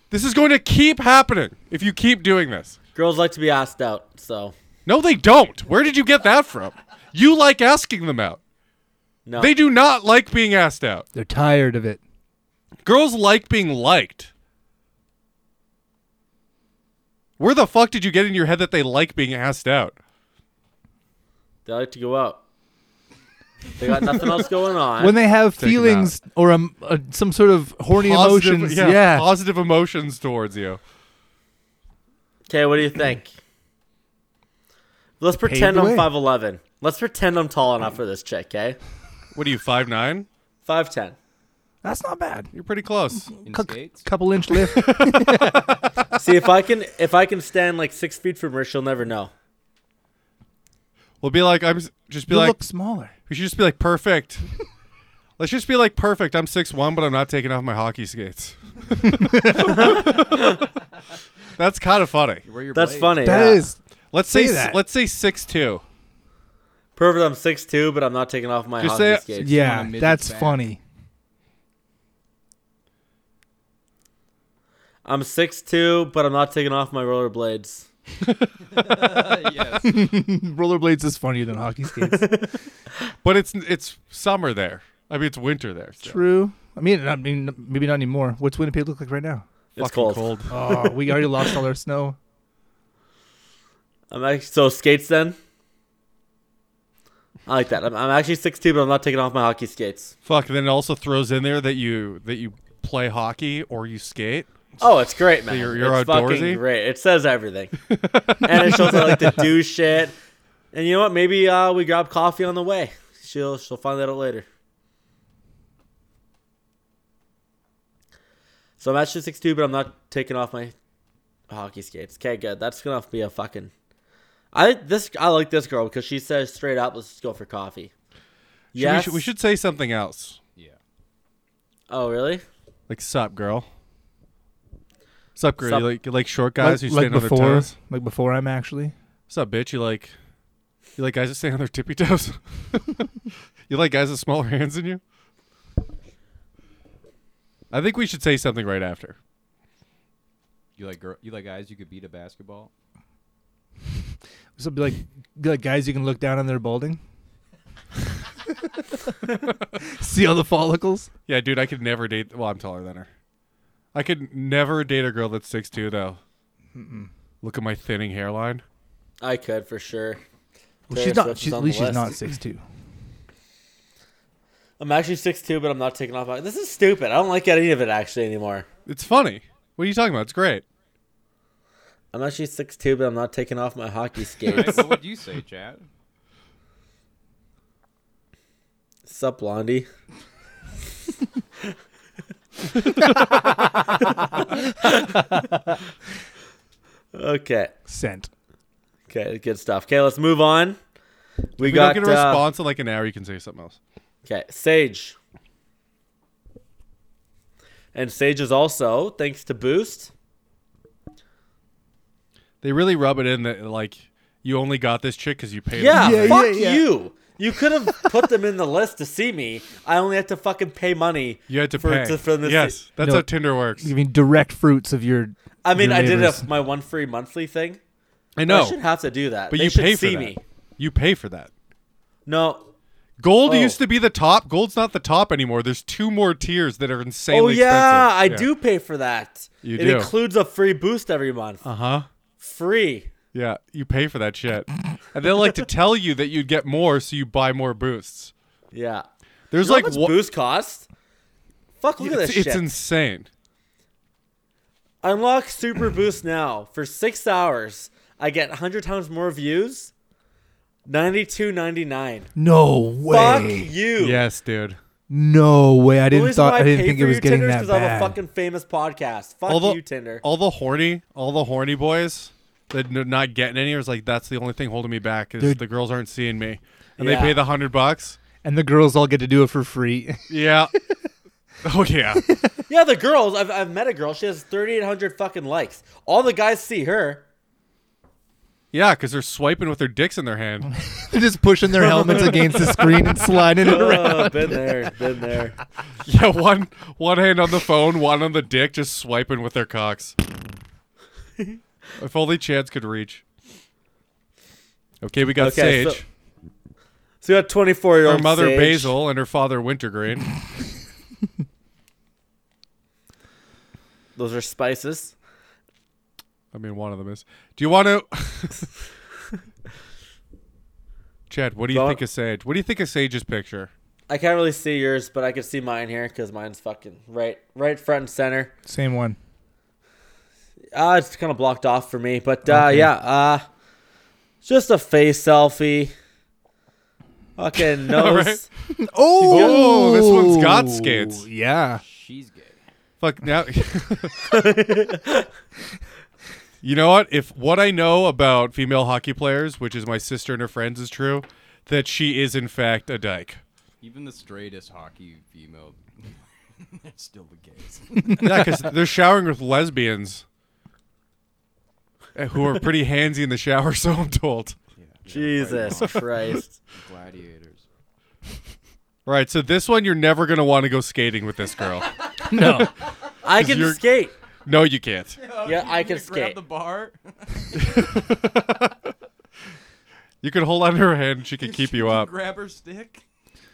Speaker 3: This is going to keep happening if you keep doing this.
Speaker 5: Girls like to be asked out, so
Speaker 3: No, they don't. Where did you get that from? You like asking them out.
Speaker 5: no.
Speaker 3: They do not like being asked out.
Speaker 4: They're tired of it.
Speaker 3: Girls like being liked. Where the fuck did you get in your head that they like being asked out?
Speaker 5: They like to go out. They got nothing else going on.
Speaker 4: When they have
Speaker 3: Taking
Speaker 4: feelings or um, uh, some sort of horny
Speaker 3: Positive-
Speaker 4: emotions, yeah,
Speaker 3: Positive emotions towards you.
Speaker 5: Okay, what do you think? Let's pretend
Speaker 4: the
Speaker 5: I'm
Speaker 4: way.
Speaker 5: 5'11. Let's pretend I'm tall enough for this chick, okay?
Speaker 3: What are you, five nine?
Speaker 5: 5'10.
Speaker 4: that's not bad.
Speaker 3: You're pretty close.
Speaker 7: In
Speaker 4: Cou-
Speaker 7: skates?
Speaker 4: couple inch lift.
Speaker 5: See if I can if I can stand like six feet from her, she'll never know.
Speaker 3: We'll be like, I'm s- just be
Speaker 4: you
Speaker 3: like,
Speaker 4: look smaller.
Speaker 3: we should just be like perfect. Let's just be like perfect. I'm six one, but I'm not taking off my hockey skates. That's kind of funny.
Speaker 7: Where your
Speaker 5: That's
Speaker 7: blade?
Speaker 5: funny.
Speaker 4: That
Speaker 5: yeah.
Speaker 4: is
Speaker 3: Let's say,
Speaker 4: Say
Speaker 3: s-
Speaker 4: that.
Speaker 3: let's say six two.
Speaker 5: Perfect, I'm 6'2, but I'm not taking off my
Speaker 3: Just
Speaker 5: hockey
Speaker 3: say it.
Speaker 5: skates.
Speaker 4: yeah,
Speaker 7: midget
Speaker 4: that's
Speaker 7: back.
Speaker 4: funny.
Speaker 5: I'm 6'2, but I'm not taking off my rollerblades.
Speaker 7: yes.
Speaker 4: Rollerblades is funnier than hockey skates.
Speaker 3: But it's it's summer there. I mean, it's winter there. so.
Speaker 4: True. I mean, I mean, maybe not anymore. What's Winnipeg look like right now?
Speaker 5: It's
Speaker 3: Fucking
Speaker 5: cold.
Speaker 4: Oh, we already lost all our snow.
Speaker 5: I'm actually, so skates then? I like that. I'm, I'm actually 6'2, but I'm not taking off my hockey skates.
Speaker 3: Fuck. Then it also throws in there that you that you play hockey or you skate.
Speaker 5: Oh, it's great, man.
Speaker 3: you're- you're
Speaker 5: it's
Speaker 3: outdoorsy?
Speaker 5: fucking great. It says everything. and it shows I like to do shit. And you know what? Maybe uh, we grab coffee on the way. She'll she'll find that out later. So I'm actually 6'2", but I'm not taking off my hockey skates. Okay, good. That's gonna be a fucking. I this I like this girl because she says straight up, "Let's just go for coffee."
Speaker 3: Should we-
Speaker 5: Yes.
Speaker 3: should- we should say something else.
Speaker 7: Yeah.
Speaker 5: Oh, really?
Speaker 3: Like, sup, girl. Sup, girl.
Speaker 5: Sup.
Speaker 3: You like you like short guys
Speaker 4: like,
Speaker 3: who
Speaker 4: like
Speaker 3: stand on
Speaker 4: before,
Speaker 3: their toes.
Speaker 4: like before I'm actually.
Speaker 3: Sup, bitch. You like you like guys that stand on their tippy toes. you like guys with smaller hands than you. I think we should say something right after.
Speaker 7: You like girl? You like guys? You could beat a basketball.
Speaker 4: So be like, like guys, you can look down on their balding. See all the follicles.
Speaker 3: Yeah, dude. I could never date. Well, I'm taller than her. I could never date a girl that's six two though. Look at my thinning hairline.
Speaker 5: I could for sure.
Speaker 4: Well,
Speaker 5: Taylor Swift is
Speaker 4: she's not. She's,
Speaker 5: on
Speaker 4: at
Speaker 5: the
Speaker 4: least she's
Speaker 5: list.
Speaker 4: not six two.
Speaker 5: I'm actually 6'2", but I'm not taking off my. This is stupid. I don't like any of it actually anymore.
Speaker 3: It's funny. What are you talking about? It's great.
Speaker 5: I'm actually 6'2", but I'm not taking off my hockey
Speaker 7: Right?
Speaker 5: skates.
Speaker 7: what would you say, Chad?
Speaker 5: Sup, Blondie? Okay.
Speaker 4: Sent.
Speaker 5: Okay. Good stuff. Okay, let's move on. We,
Speaker 3: We
Speaker 5: got
Speaker 3: don't get a
Speaker 5: uh,
Speaker 3: response in like an hour. You can say something else.
Speaker 5: Okay, Sage. And Sage is also thanks to Boost.
Speaker 3: They really rub it in that like you only got this chick because you paid. her.
Speaker 5: Yeah,
Speaker 4: Yeah,
Speaker 5: fuck
Speaker 4: yeah, yeah.
Speaker 5: you. You could have put them in the list to see me. I only had to fucking pay money.
Speaker 3: you had to
Speaker 5: for-
Speaker 3: pay.
Speaker 5: to- for them to see-
Speaker 3: yes, that's
Speaker 4: No.
Speaker 3: how Tinder works.
Speaker 4: Giving direct fruits of your.
Speaker 5: I mean,
Speaker 4: your
Speaker 5: I did it
Speaker 4: labors.
Speaker 5: with my one free monthly thing.
Speaker 3: I
Speaker 5: No.
Speaker 3: know,
Speaker 5: I should have to do that.
Speaker 3: but
Speaker 5: They
Speaker 3: you
Speaker 5: should
Speaker 3: pay for
Speaker 5: see
Speaker 3: that.
Speaker 5: me.
Speaker 3: You pay for that.
Speaker 5: No.
Speaker 3: Gold
Speaker 5: Oh.
Speaker 3: used to be the top. Gold's not the top anymore. There's two more tiers that are insanely
Speaker 5: Oh yeah, I
Speaker 3: expensive.
Speaker 5: do pay for that.
Speaker 3: You
Speaker 5: it
Speaker 3: do.
Speaker 5: includes a free boost every month.
Speaker 3: Uh huh.
Speaker 5: Free.
Speaker 3: Yeah, you pay for that shit, and they like to tell you that you'd get more, so you buy more boosts.
Speaker 5: Yeah.
Speaker 3: There's
Speaker 5: You know
Speaker 3: like
Speaker 5: how much
Speaker 3: wa-
Speaker 5: boost cost? Fuck, look at
Speaker 3: it's,
Speaker 5: this
Speaker 3: it's
Speaker 5: shit.
Speaker 3: insane.
Speaker 5: Unlock Super Boost now for six hours. I get 100 times more views. 92.99.
Speaker 4: No
Speaker 5: Fuck
Speaker 4: way.
Speaker 5: you.
Speaker 3: Yes, dude.
Speaker 4: No way. I
Speaker 5: The
Speaker 4: didn't
Speaker 5: reason
Speaker 4: thought.
Speaker 5: why I,
Speaker 4: I didn't
Speaker 5: pay
Speaker 4: think
Speaker 5: for
Speaker 4: it was
Speaker 5: your
Speaker 4: getting
Speaker 5: Tinder is
Speaker 4: that
Speaker 5: because I have
Speaker 4: bad.
Speaker 5: a fucking famous podcast. Fuck
Speaker 3: all the
Speaker 5: you, Tinder.
Speaker 3: all the horny, all the horny boys that are not getting any. Is like that's the only thing holding me back is
Speaker 4: Dude.
Speaker 3: the girls aren't seeing me, and
Speaker 5: Yeah.
Speaker 3: they pay the hundred bucks.
Speaker 4: and the girls all get to do it for free.
Speaker 3: Yeah. oh yeah.
Speaker 5: yeah, the girls. I've, I've met a girl. She has 3,800 fucking likes. All the guys see her.
Speaker 3: Yeah, because they're swiping with their dicks in their hand.
Speaker 4: They're just pushing their helmets against the screen and sliding it around.
Speaker 5: Oh, been there. Been there.
Speaker 3: yeah, one one hand on the phone, one on the dick, just swiping with their cocks. if only Chance could reach. Okay, we got
Speaker 5: Okay, so-
Speaker 3: Sage,
Speaker 5: So you got 24 year
Speaker 3: her
Speaker 5: old
Speaker 3: mother
Speaker 5: Sage.
Speaker 3: Basil, and her father Wintergreen.
Speaker 5: Those are spices.
Speaker 3: I mean, one of them is. Do you want to? Chad, what do you
Speaker 5: Don't-
Speaker 3: think of Sage? What do you think of Sage's picture?
Speaker 5: I can't really see yours, but I can see mine here because mine's fucking right, right front and center.
Speaker 4: Same one.
Speaker 5: Uh, it's kind of blocked off for me, but uh, yeah, uh, just a face selfie. Fucking nose.
Speaker 3: Oh, this one's got skates.
Speaker 4: Yeah.
Speaker 7: She's gay.
Speaker 3: Fuck now. you know what? If what I know about female hockey players, which is my sister and her friends, is true, that she is in fact a dyke.
Speaker 7: Even the straightest hockey female, they're still the gays.
Speaker 3: Yeah, because they're showering with lesbians eh, who are pretty handsy in the shower. So I'm told.
Speaker 5: Jesus Christ.
Speaker 7: Gladiators.
Speaker 3: All right, so this one you're never gonna want to go skating with this girl.
Speaker 4: No.
Speaker 5: I can
Speaker 3: you're-
Speaker 5: skate.
Speaker 3: No, you can't.
Speaker 7: Oh,
Speaker 5: Yeah, I can
Speaker 7: Grab
Speaker 5: skate.
Speaker 7: the bar.
Speaker 3: You could hold on to her hand and she could keep you up.
Speaker 7: Grab her stick.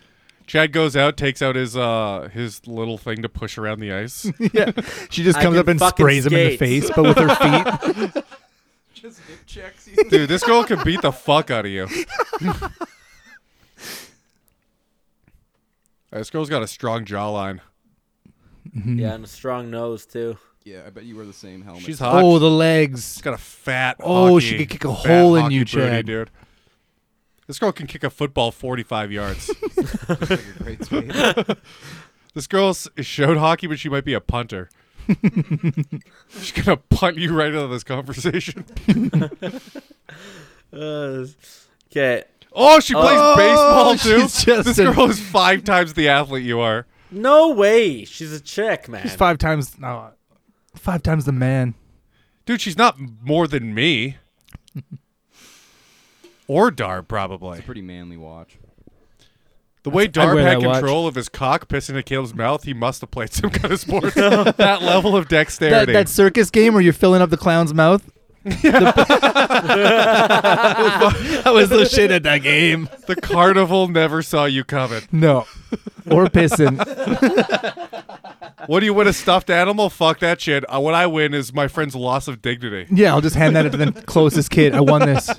Speaker 3: Chad goes out, takes out his uh his little thing to push around the ice.
Speaker 4: Yeah. She just
Speaker 5: I
Speaker 4: comes
Speaker 5: can
Speaker 4: up and
Speaker 5: fucking
Speaker 4: sprays him in the
Speaker 5: skate.
Speaker 4: face, but with her feet.
Speaker 7: Just hip checks you.
Speaker 3: Dude, this girl can beat the fuck out of you. this girl's got a strong jawline.
Speaker 4: Mm.
Speaker 5: Yeah, and a strong nose too.
Speaker 7: Yeah, I bet you wear the same helmet.
Speaker 3: She's hot.
Speaker 4: Oh,
Speaker 3: Oh,
Speaker 4: the legs.
Speaker 3: she's got a fat.
Speaker 4: Oh, she
Speaker 3: hockey-
Speaker 4: could kick a
Speaker 3: fat
Speaker 4: hole in
Speaker 3: hockey
Speaker 4: you,
Speaker 3: booty,
Speaker 4: Chad.
Speaker 3: dude. This girl can kick a football forty-five yards.
Speaker 7: a great skater.
Speaker 3: this girl s- showed hockey, but she might be a punter. she's gonna punt you right out of this conversation.
Speaker 5: Okay.
Speaker 3: Oh, she plays baseball too.
Speaker 4: she's just
Speaker 3: this
Speaker 4: an-
Speaker 3: girl is five times the athlete you are.
Speaker 5: No way. She's a chick, man.
Speaker 4: She's five times. No, five times the man.
Speaker 3: Dude, she's not more than me. or Darb, probably.
Speaker 7: Pretty manly watch.
Speaker 3: The way
Speaker 4: I
Speaker 3: Darb
Speaker 4: wear
Speaker 3: had
Speaker 4: that watch.
Speaker 3: control of his cock pissing into Caleb's mouth, he must have played some kind of sport. that level of
Speaker 4: That,
Speaker 3: dexterity.
Speaker 4: that circus game where you're filling up the clown's mouth. I was the shit at that game.
Speaker 3: the carnival never saw you coming.
Speaker 4: No. Or pissing.
Speaker 3: What do you win a stuffed animal? Fuck that shit. Uh, what I win is my friend's loss of dignity.
Speaker 4: Yeah, I'll just hand that to the closest kid. I won this.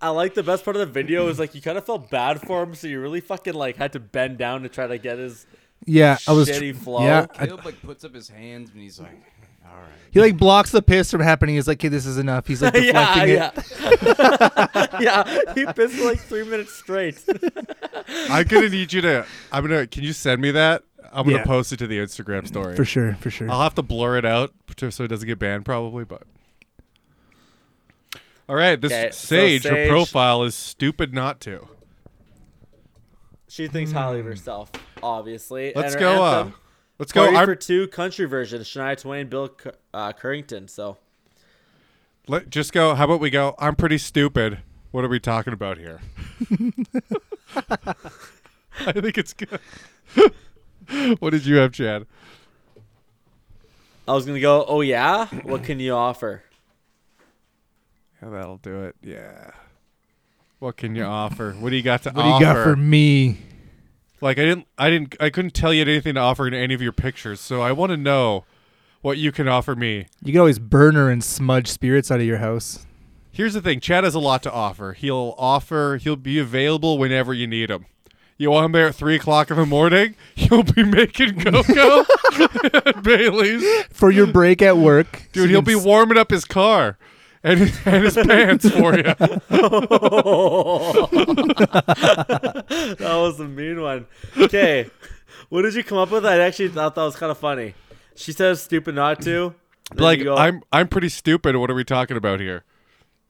Speaker 5: I like the best part of the video is like you kind of felt bad for him, so you really fucking like had to bend down to try to get his.
Speaker 4: Yeah, I was.
Speaker 5: Shitty flow.
Speaker 4: Yeah, I-
Speaker 7: Caleb like puts up his hands and he's like, "All right."
Speaker 4: he like blocks the piss from happening. He's like, "Okay, this is enough." He's like
Speaker 5: Yeah,
Speaker 4: deflecting it.
Speaker 5: yeah, yeah. He pissed for like three minutes straight.
Speaker 3: I'm gonna need you to. I'm gonna. Can you send me that? I'm gonna
Speaker 4: Yeah.
Speaker 3: post it to the Instagram story
Speaker 4: For sure, for sure.
Speaker 3: I'll have to blur it out to- so it doesn't get banned, probably. But All right, this
Speaker 5: 'Kay, so
Speaker 3: Sage, her
Speaker 5: Sage-
Speaker 3: profile is stupid not to.
Speaker 5: She thinks highly
Speaker 4: Mm.
Speaker 5: of herself, obviously.
Speaker 3: Let's
Speaker 5: and her
Speaker 3: go, uh,
Speaker 5: Anthem,
Speaker 3: let's go,
Speaker 5: Party
Speaker 3: I'm-
Speaker 5: for two country version. Shania Twain, Bill Cur- uh, Currington. So
Speaker 3: Let just go. How about we go? I'm pretty stupid. What are we talking about here? I think it's good. what did you have, Chad?
Speaker 5: I was gonna go. Oh yeah, what can you offer?
Speaker 3: Yeah, that'll do it. Yeah. What can you offer? What do you got to
Speaker 4: What do
Speaker 3: offer?
Speaker 4: you got for me?
Speaker 3: Like I didn't I didn't I couldn't tell you anything to offer in any of your pictures, so I want to know what you can offer me.
Speaker 4: You can always burner and smudge spirits out of your house.
Speaker 3: Here's the thing, Chad has a lot to offer. He'll offer he'll be available whenever you need him. You want him there at three o'clock in the morning? He'll be making cocoa at Bailey's.
Speaker 4: For your break at work.
Speaker 3: Dude, he'll be warming up his car and his, and his pants for you.
Speaker 5: that was a mean one. Okay, what did you come up with? I actually thought that was kind of funny. She says stupid not to. Then
Speaker 3: Like
Speaker 5: you go-
Speaker 3: I'm I'm pretty stupid. What are we talking about here?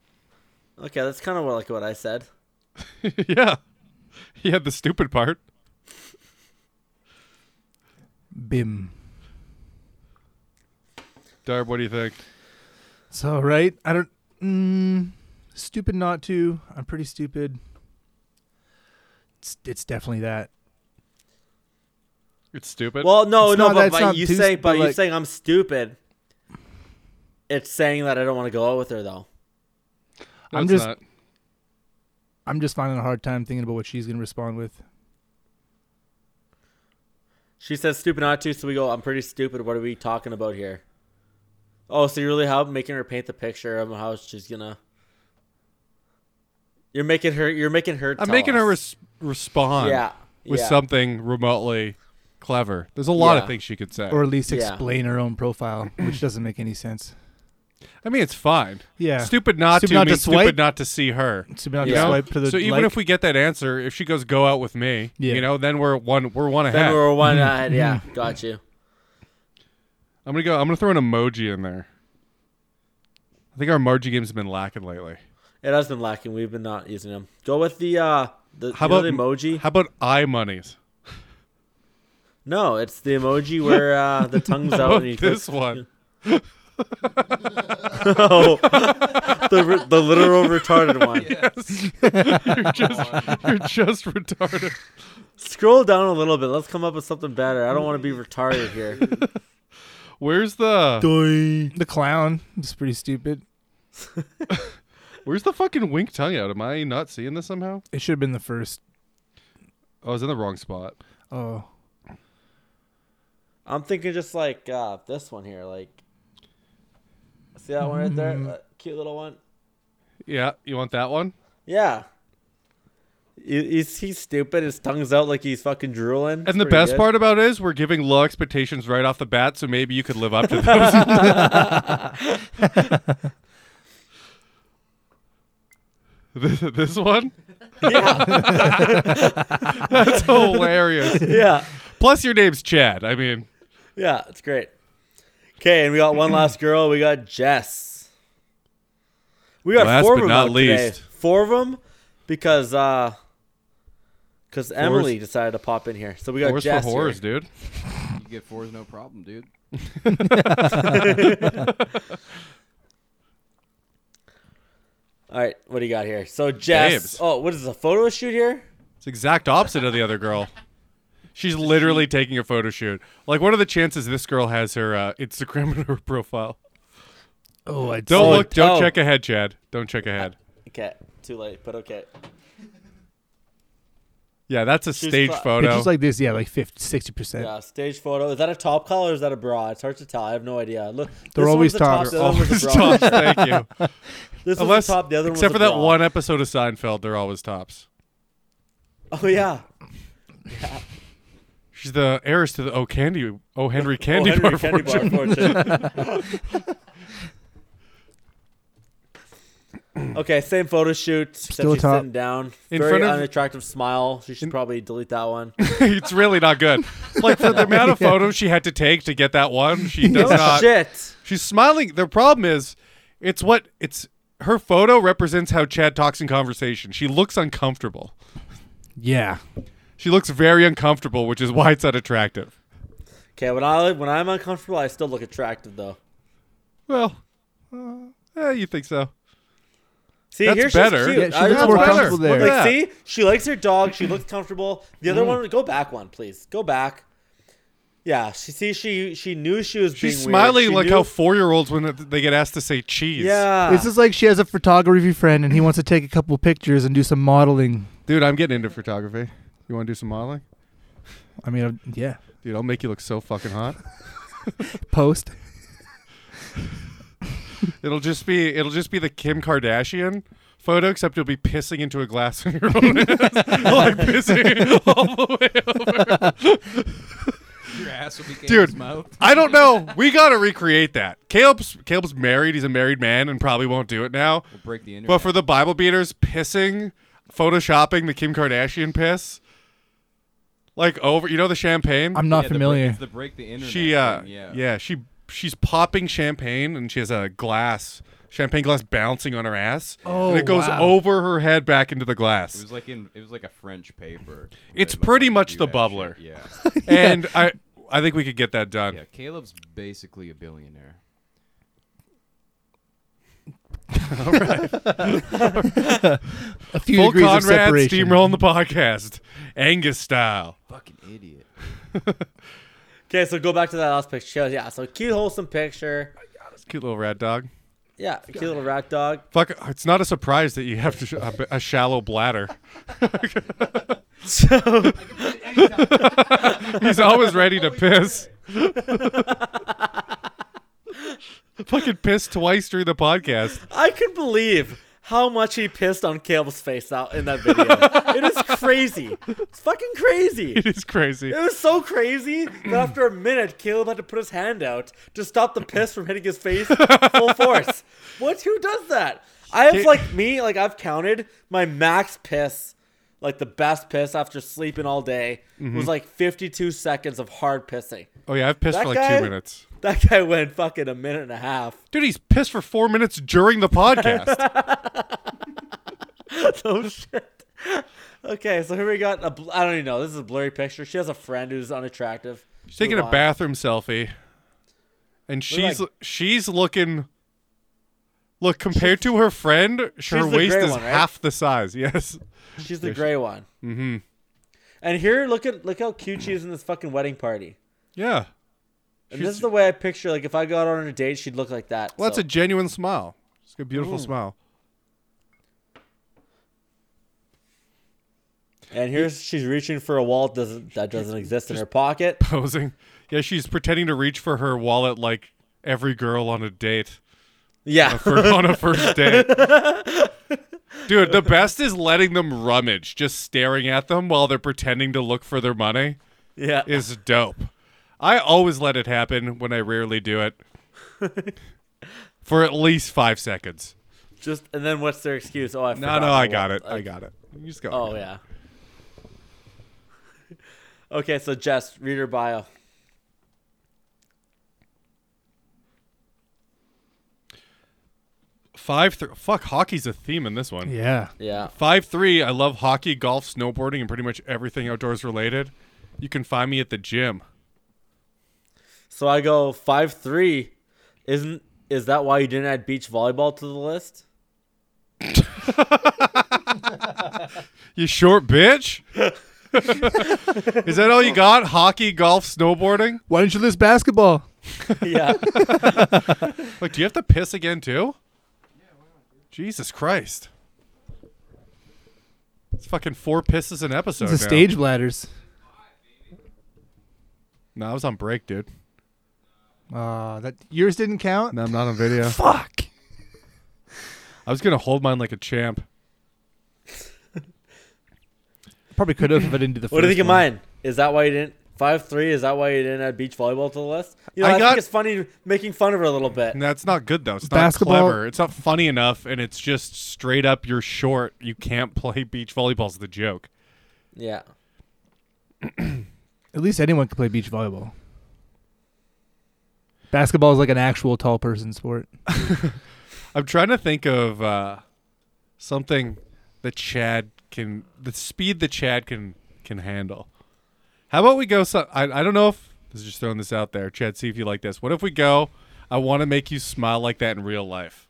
Speaker 5: okay. That's kind of like what I said.
Speaker 3: yeah. He had the stupid part.
Speaker 4: Bim.
Speaker 3: Darb, what do you think?
Speaker 4: It's all right. I don't. Mm, stupid not to. I'm pretty stupid. It's, it's definitely that.
Speaker 3: It's stupid.
Speaker 5: Well, no,
Speaker 4: It's
Speaker 5: no,
Speaker 4: not-
Speaker 5: but,
Speaker 4: that's
Speaker 5: but
Speaker 4: not
Speaker 5: you
Speaker 4: too
Speaker 5: say,
Speaker 4: stu-
Speaker 5: but you
Speaker 4: like-
Speaker 5: saying I'm stupid. It's saying that I don't want to go out with her though.
Speaker 3: No,
Speaker 4: I'm
Speaker 3: it's
Speaker 4: just-
Speaker 3: not.
Speaker 4: I'm just finding a hard time thinking about what she's gonna respond with.
Speaker 5: She says stupid not to, so we go, I'm pretty stupid. What are we talking about here? Oh, so you really help making her paint the picture of how she's gonna You're making her you're making her
Speaker 3: I'm
Speaker 5: tell
Speaker 3: making her
Speaker 5: us.
Speaker 3: res- respond
Speaker 5: Yeah.
Speaker 3: with
Speaker 5: yeah.
Speaker 3: something remotely clever. There's a lot of
Speaker 5: Yeah.
Speaker 3: things she could say.
Speaker 4: Or at least
Speaker 5: Yeah.
Speaker 4: explain her own profile, which doesn't make any sense.
Speaker 3: I mean, it's fine.
Speaker 4: Yeah.
Speaker 3: Stupid not
Speaker 4: Stupid
Speaker 3: to
Speaker 4: not to
Speaker 3: means
Speaker 4: swipe?
Speaker 3: stupid not to see her.
Speaker 4: Stupid not
Speaker 3: you
Speaker 4: to
Speaker 3: know?
Speaker 4: swipe to the
Speaker 3: so even
Speaker 4: like.
Speaker 3: if we get that answer, if she goes go out with me,
Speaker 4: Yeah.
Speaker 3: you know, then we're one we're one ahead.
Speaker 5: Then we were
Speaker 3: Mm-hmm.
Speaker 5: one ahead, yeah, got you.
Speaker 3: I'm gonna go. I'm gonna throw an emoji in there. I think our Margie game's been lacking lately.
Speaker 5: It has been lacking. We've been not using them. Go with the uh the,
Speaker 3: How
Speaker 5: you know
Speaker 3: about
Speaker 5: the emoji?
Speaker 3: How about eye monies?
Speaker 5: no, it's the emoji where uh the tongue's out and you click-
Speaker 3: Oh, this one.
Speaker 5: Oh, the the literal retarded one.
Speaker 3: You're just retarded.
Speaker 5: Scroll down a little bit. Let's come up with something better. I don't want to
Speaker 3: Mm-hmm.
Speaker 5: be retarded here.
Speaker 3: Where's the
Speaker 4: The clown is pretty stupid.
Speaker 3: Where's the fucking wink tongue out? Am I not seeing this somehow?
Speaker 4: It should have been the first.
Speaker 3: Oh, I was in the wrong spot.
Speaker 4: Oh,
Speaker 5: I'm thinking just like uh, this one here. Like, see that one right
Speaker 3: Mm-hmm.
Speaker 5: there? Uh, cute little one.
Speaker 3: Yeah, you want that one?
Speaker 5: Yeah. He- He's, he's stupid. His tongue's out like he's fucking drooling. It's
Speaker 3: And the
Speaker 5: pretty
Speaker 3: best
Speaker 5: good.
Speaker 3: part about it is we're giving low expectations right off the bat, so maybe you could live up to those. this, this one? That's hilarious.
Speaker 5: Yeah.
Speaker 3: Plus, your name's Chad. I mean,
Speaker 5: Yeah, it's great. Okay, and we got one last girl. We got Jess. We got
Speaker 3: Last
Speaker 5: four
Speaker 3: but
Speaker 5: of them
Speaker 3: not
Speaker 5: out today.
Speaker 3: least.
Speaker 5: Four of them because uh, because Emily decided to pop in here. So we got
Speaker 3: whores
Speaker 5: Jess.
Speaker 3: for
Speaker 5: here.
Speaker 3: whores, dude.
Speaker 7: You get fours, no problem, dude.
Speaker 5: All right, what do you got here? So Jess.
Speaker 3: Babes.
Speaker 5: Oh, what is this, a photo shoot here?
Speaker 3: It's the exact opposite of the other girl. She's literally taking a photo shoot. Like, what are the chances this girl has her uh, Instagram and her profile?
Speaker 4: oh, I
Speaker 3: Don't look. Don't
Speaker 5: oh.
Speaker 3: check ahead, Chad. Don't check ahead.
Speaker 5: Okay, too late, but okay.
Speaker 3: Yeah, that's a stage
Speaker 5: cla-
Speaker 3: photo.
Speaker 4: Pictures like this, yeah, like 50, 60 percent.
Speaker 5: Yeah, stage photo. Is that a top collar or is that a bra? It's hard to tell. I have no idea. Look,
Speaker 4: They're
Speaker 5: this
Speaker 4: always
Speaker 5: one's a top.
Speaker 4: top.
Speaker 5: The other one's a bra.
Speaker 3: tops. Thank you.
Speaker 5: This one's
Speaker 3: Unless,
Speaker 5: a top. The other one's
Speaker 3: except
Speaker 5: a
Speaker 3: for that
Speaker 5: bra.
Speaker 3: one episode of Seinfeld, they're always tops.
Speaker 5: Oh yeah.
Speaker 3: She's the heiress to the Oh Candy, Oh Henry Candy
Speaker 5: oh, Henry
Speaker 3: Bar
Speaker 5: Candy
Speaker 3: fortune.
Speaker 5: Bar fortune. okay, same photo shoot.
Speaker 4: Still
Speaker 5: Still she's
Speaker 4: top.
Speaker 5: sitting down.
Speaker 3: In
Speaker 5: Very
Speaker 3: front of-
Speaker 5: unattractive smile. She should probably delete that one.
Speaker 3: it's really not good. Like for the amount of photos she had to take to get that one, she does
Speaker 5: no Oh,
Speaker 3: not.
Speaker 5: shit.
Speaker 3: She's smiling. The problem is, it's what it's her photo represents how Chad talks in conversation. She looks uncomfortable.
Speaker 4: Yeah.
Speaker 3: She looks very uncomfortable, which is why it's unattractive.
Speaker 5: Okay, when I when I'm uncomfortable, I still look attractive though.
Speaker 3: Well, uh, eh, you think so?
Speaker 5: See,
Speaker 3: That's
Speaker 5: here she's
Speaker 3: better.
Speaker 5: cute.
Speaker 4: Yeah, she
Speaker 5: I-
Speaker 4: looks
Speaker 5: that's
Speaker 4: more
Speaker 5: why-
Speaker 4: comfortable there.
Speaker 5: Like,
Speaker 3: Look at
Speaker 5: see, she likes her dog. She looks comfortable. The other one, go back one, please. Go back. Yeah, she see, she she knew she was.
Speaker 3: She's
Speaker 5: being
Speaker 3: smiling
Speaker 5: weird. She
Speaker 3: like
Speaker 5: knew-
Speaker 3: how four-year-olds when they get asked to say cheese.
Speaker 5: Yeah.
Speaker 4: This is like she has a photography friend and he wants to take a couple pictures and do some modeling.
Speaker 3: dude, I'm getting into photography. You want to do some modeling,
Speaker 4: I mean, I'm- yeah.
Speaker 3: dude? I'll make you look so fucking hot.
Speaker 4: Post.
Speaker 3: It'll just be it'll just be the Kim Kardashian photo, except you'll be pissing into a glass in your own ass, like pissing all the way over.
Speaker 7: Your ass will be
Speaker 3: Dude.
Speaker 7: Dude. mouth.
Speaker 3: I don't know. We gotta recreate that. Caleb's Caleb's married. He's a married man and probably won't do it now.
Speaker 7: Break the internet.
Speaker 3: But for the Bible beaters, pissing, photoshopping the Kim Kardashian piss, like over, you know the champagne.
Speaker 4: I'm not
Speaker 7: Yeah, the break-
Speaker 4: familiar.
Speaker 7: it's the break the internet.
Speaker 3: she, uh,
Speaker 7: thing,
Speaker 3: yeah.
Speaker 7: yeah.
Speaker 3: she she's popping champagne and she has a glass, champagne glass bouncing on her ass,
Speaker 4: Oh,
Speaker 3: and it goes
Speaker 4: wow.
Speaker 3: over her head back into the
Speaker 7: It
Speaker 3: glass.
Speaker 7: was like in. It was like a French paper.
Speaker 3: It's
Speaker 7: It looked
Speaker 3: pretty
Speaker 7: like
Speaker 3: much
Speaker 7: you
Speaker 3: the
Speaker 7: had
Speaker 3: bubbler.
Speaker 7: shit, Yeah.
Speaker 3: and I I think we could get that done.
Speaker 7: Yeah, Caleb's basically a billionaire.
Speaker 4: A few
Speaker 3: Full
Speaker 4: degrees of
Speaker 3: Conrad
Speaker 4: separation.
Speaker 3: steamrolling the podcast, Angus style.
Speaker 7: Fucking idiot.
Speaker 5: okay, so go back to that last picture. Yeah, so cute, wholesome picture.
Speaker 3: Cute little rat dog.
Speaker 5: Yeah, cute little rat dog.
Speaker 3: Fuck, it's not a surprise that you have to sh- a, b- a shallow bladder. He's always ready to piss. Fucking pissed twice during the podcast.
Speaker 5: I can believe how much he pissed on Caleb's face out in that video. it is crazy. It's fucking crazy.
Speaker 3: It is crazy.
Speaker 5: It was so crazy that after a minute, Caleb had to put his hand out to stop the piss from hitting his face full force. What? Who does that? I have like me, like I've counted my max piss, like the best piss after sleeping all day was like 52 seconds of hard pissing.
Speaker 3: Oh yeah, I've pissed
Speaker 5: That
Speaker 3: for like
Speaker 5: guy-
Speaker 3: two minutes.
Speaker 5: That guy went fucking a minute and a half.
Speaker 3: Dude, he's pissed for four minutes during the podcast.
Speaker 5: oh shit. Okay, so here we got a. Bl- I don't even know. This is a blurry picture. She has a friend who's unattractive.
Speaker 3: She's taking
Speaker 5: Move
Speaker 3: a
Speaker 5: on.
Speaker 3: bathroom selfie, and she's
Speaker 5: like-
Speaker 3: she's looking. Look, compared to her friend, her
Speaker 5: the
Speaker 3: waist
Speaker 5: gray
Speaker 3: is
Speaker 5: one, right?
Speaker 3: half the size. Yes.
Speaker 5: She's the gray one. Mm-hmm. And here, look at look how cute she is in this fucking wedding party.
Speaker 3: Yeah.
Speaker 5: And this is the way I picture. Like if I got her on a date, she'd look like that.
Speaker 3: Well, that's
Speaker 5: so.
Speaker 3: a genuine smile. It's a beautiful smile.
Speaker 5: and here's she's reaching for a wallet doesn't that doesn't exist in her pocket.
Speaker 3: Posing. Yeah, she's pretending to reach for her wallet like every girl on a date
Speaker 5: Yeah,
Speaker 3: for, on a first date. Dude, the best is letting them rummage, just staring at them while they're pretending to look for their money
Speaker 5: yeah.
Speaker 3: is dope. I always let it happen when I rarely do it for at least five seconds.
Speaker 5: Just and then what's their excuse? Oh, I
Speaker 3: No,
Speaker 5: forgot
Speaker 3: no,
Speaker 5: my
Speaker 3: I got it.
Speaker 5: wallet.
Speaker 3: I got it. You just go.
Speaker 5: Oh yeah. okay, so Jess, read her bio.
Speaker 3: Five, th- fuck, hockey's a theme in this one.
Speaker 4: yeah.
Speaker 5: Yeah.
Speaker 3: Five three. I love hockey, golf, snowboarding, and pretty much everything outdoors related. You can find me at the gym.
Speaker 5: So I go five three. Isn't is that why you didn't add beach volleyball to the list?
Speaker 3: You short bitch. Is that all you got? Hockey, golf, snowboarding.
Speaker 4: Why don't you list basketball?
Speaker 5: Yeah.
Speaker 3: Like, do you have to piss again too? Jesus Christ! It's fucking four pisses an episode.
Speaker 4: It's the
Speaker 3: now.
Speaker 4: stage bladders.
Speaker 3: No, I was on break, dude.
Speaker 4: Uh, that yours didn't count.
Speaker 3: I'm not on video.
Speaker 4: Fuck.
Speaker 3: I was gonna hold mine like a champ.
Speaker 4: Probably could have if I didn't do the.
Speaker 5: what do you
Speaker 4: first
Speaker 5: think of
Speaker 4: one.
Speaker 5: mine? Is that why you didn't five three? Is that why you didn't add beach volleyball to the list? You know,
Speaker 3: I
Speaker 5: I,
Speaker 3: got-
Speaker 5: think it's funny making fun of her a little bit.
Speaker 3: That's not good though. It's
Speaker 4: Basketball-
Speaker 3: not clever. It's not funny enough, and it's just straight up. You're short. You can't play beach volleyball's the joke.
Speaker 5: Yeah.
Speaker 4: At least anyone can play beach volleyball. Basketball is like an actual tall person sport.
Speaker 3: I'm trying to think of uh, something that Chad can, the speed that Chad can can handle. How about we go? So, I I don't know if this is just throwing this out there, Chad. See if you like this. What if we go? I want to make you smile like that in real life.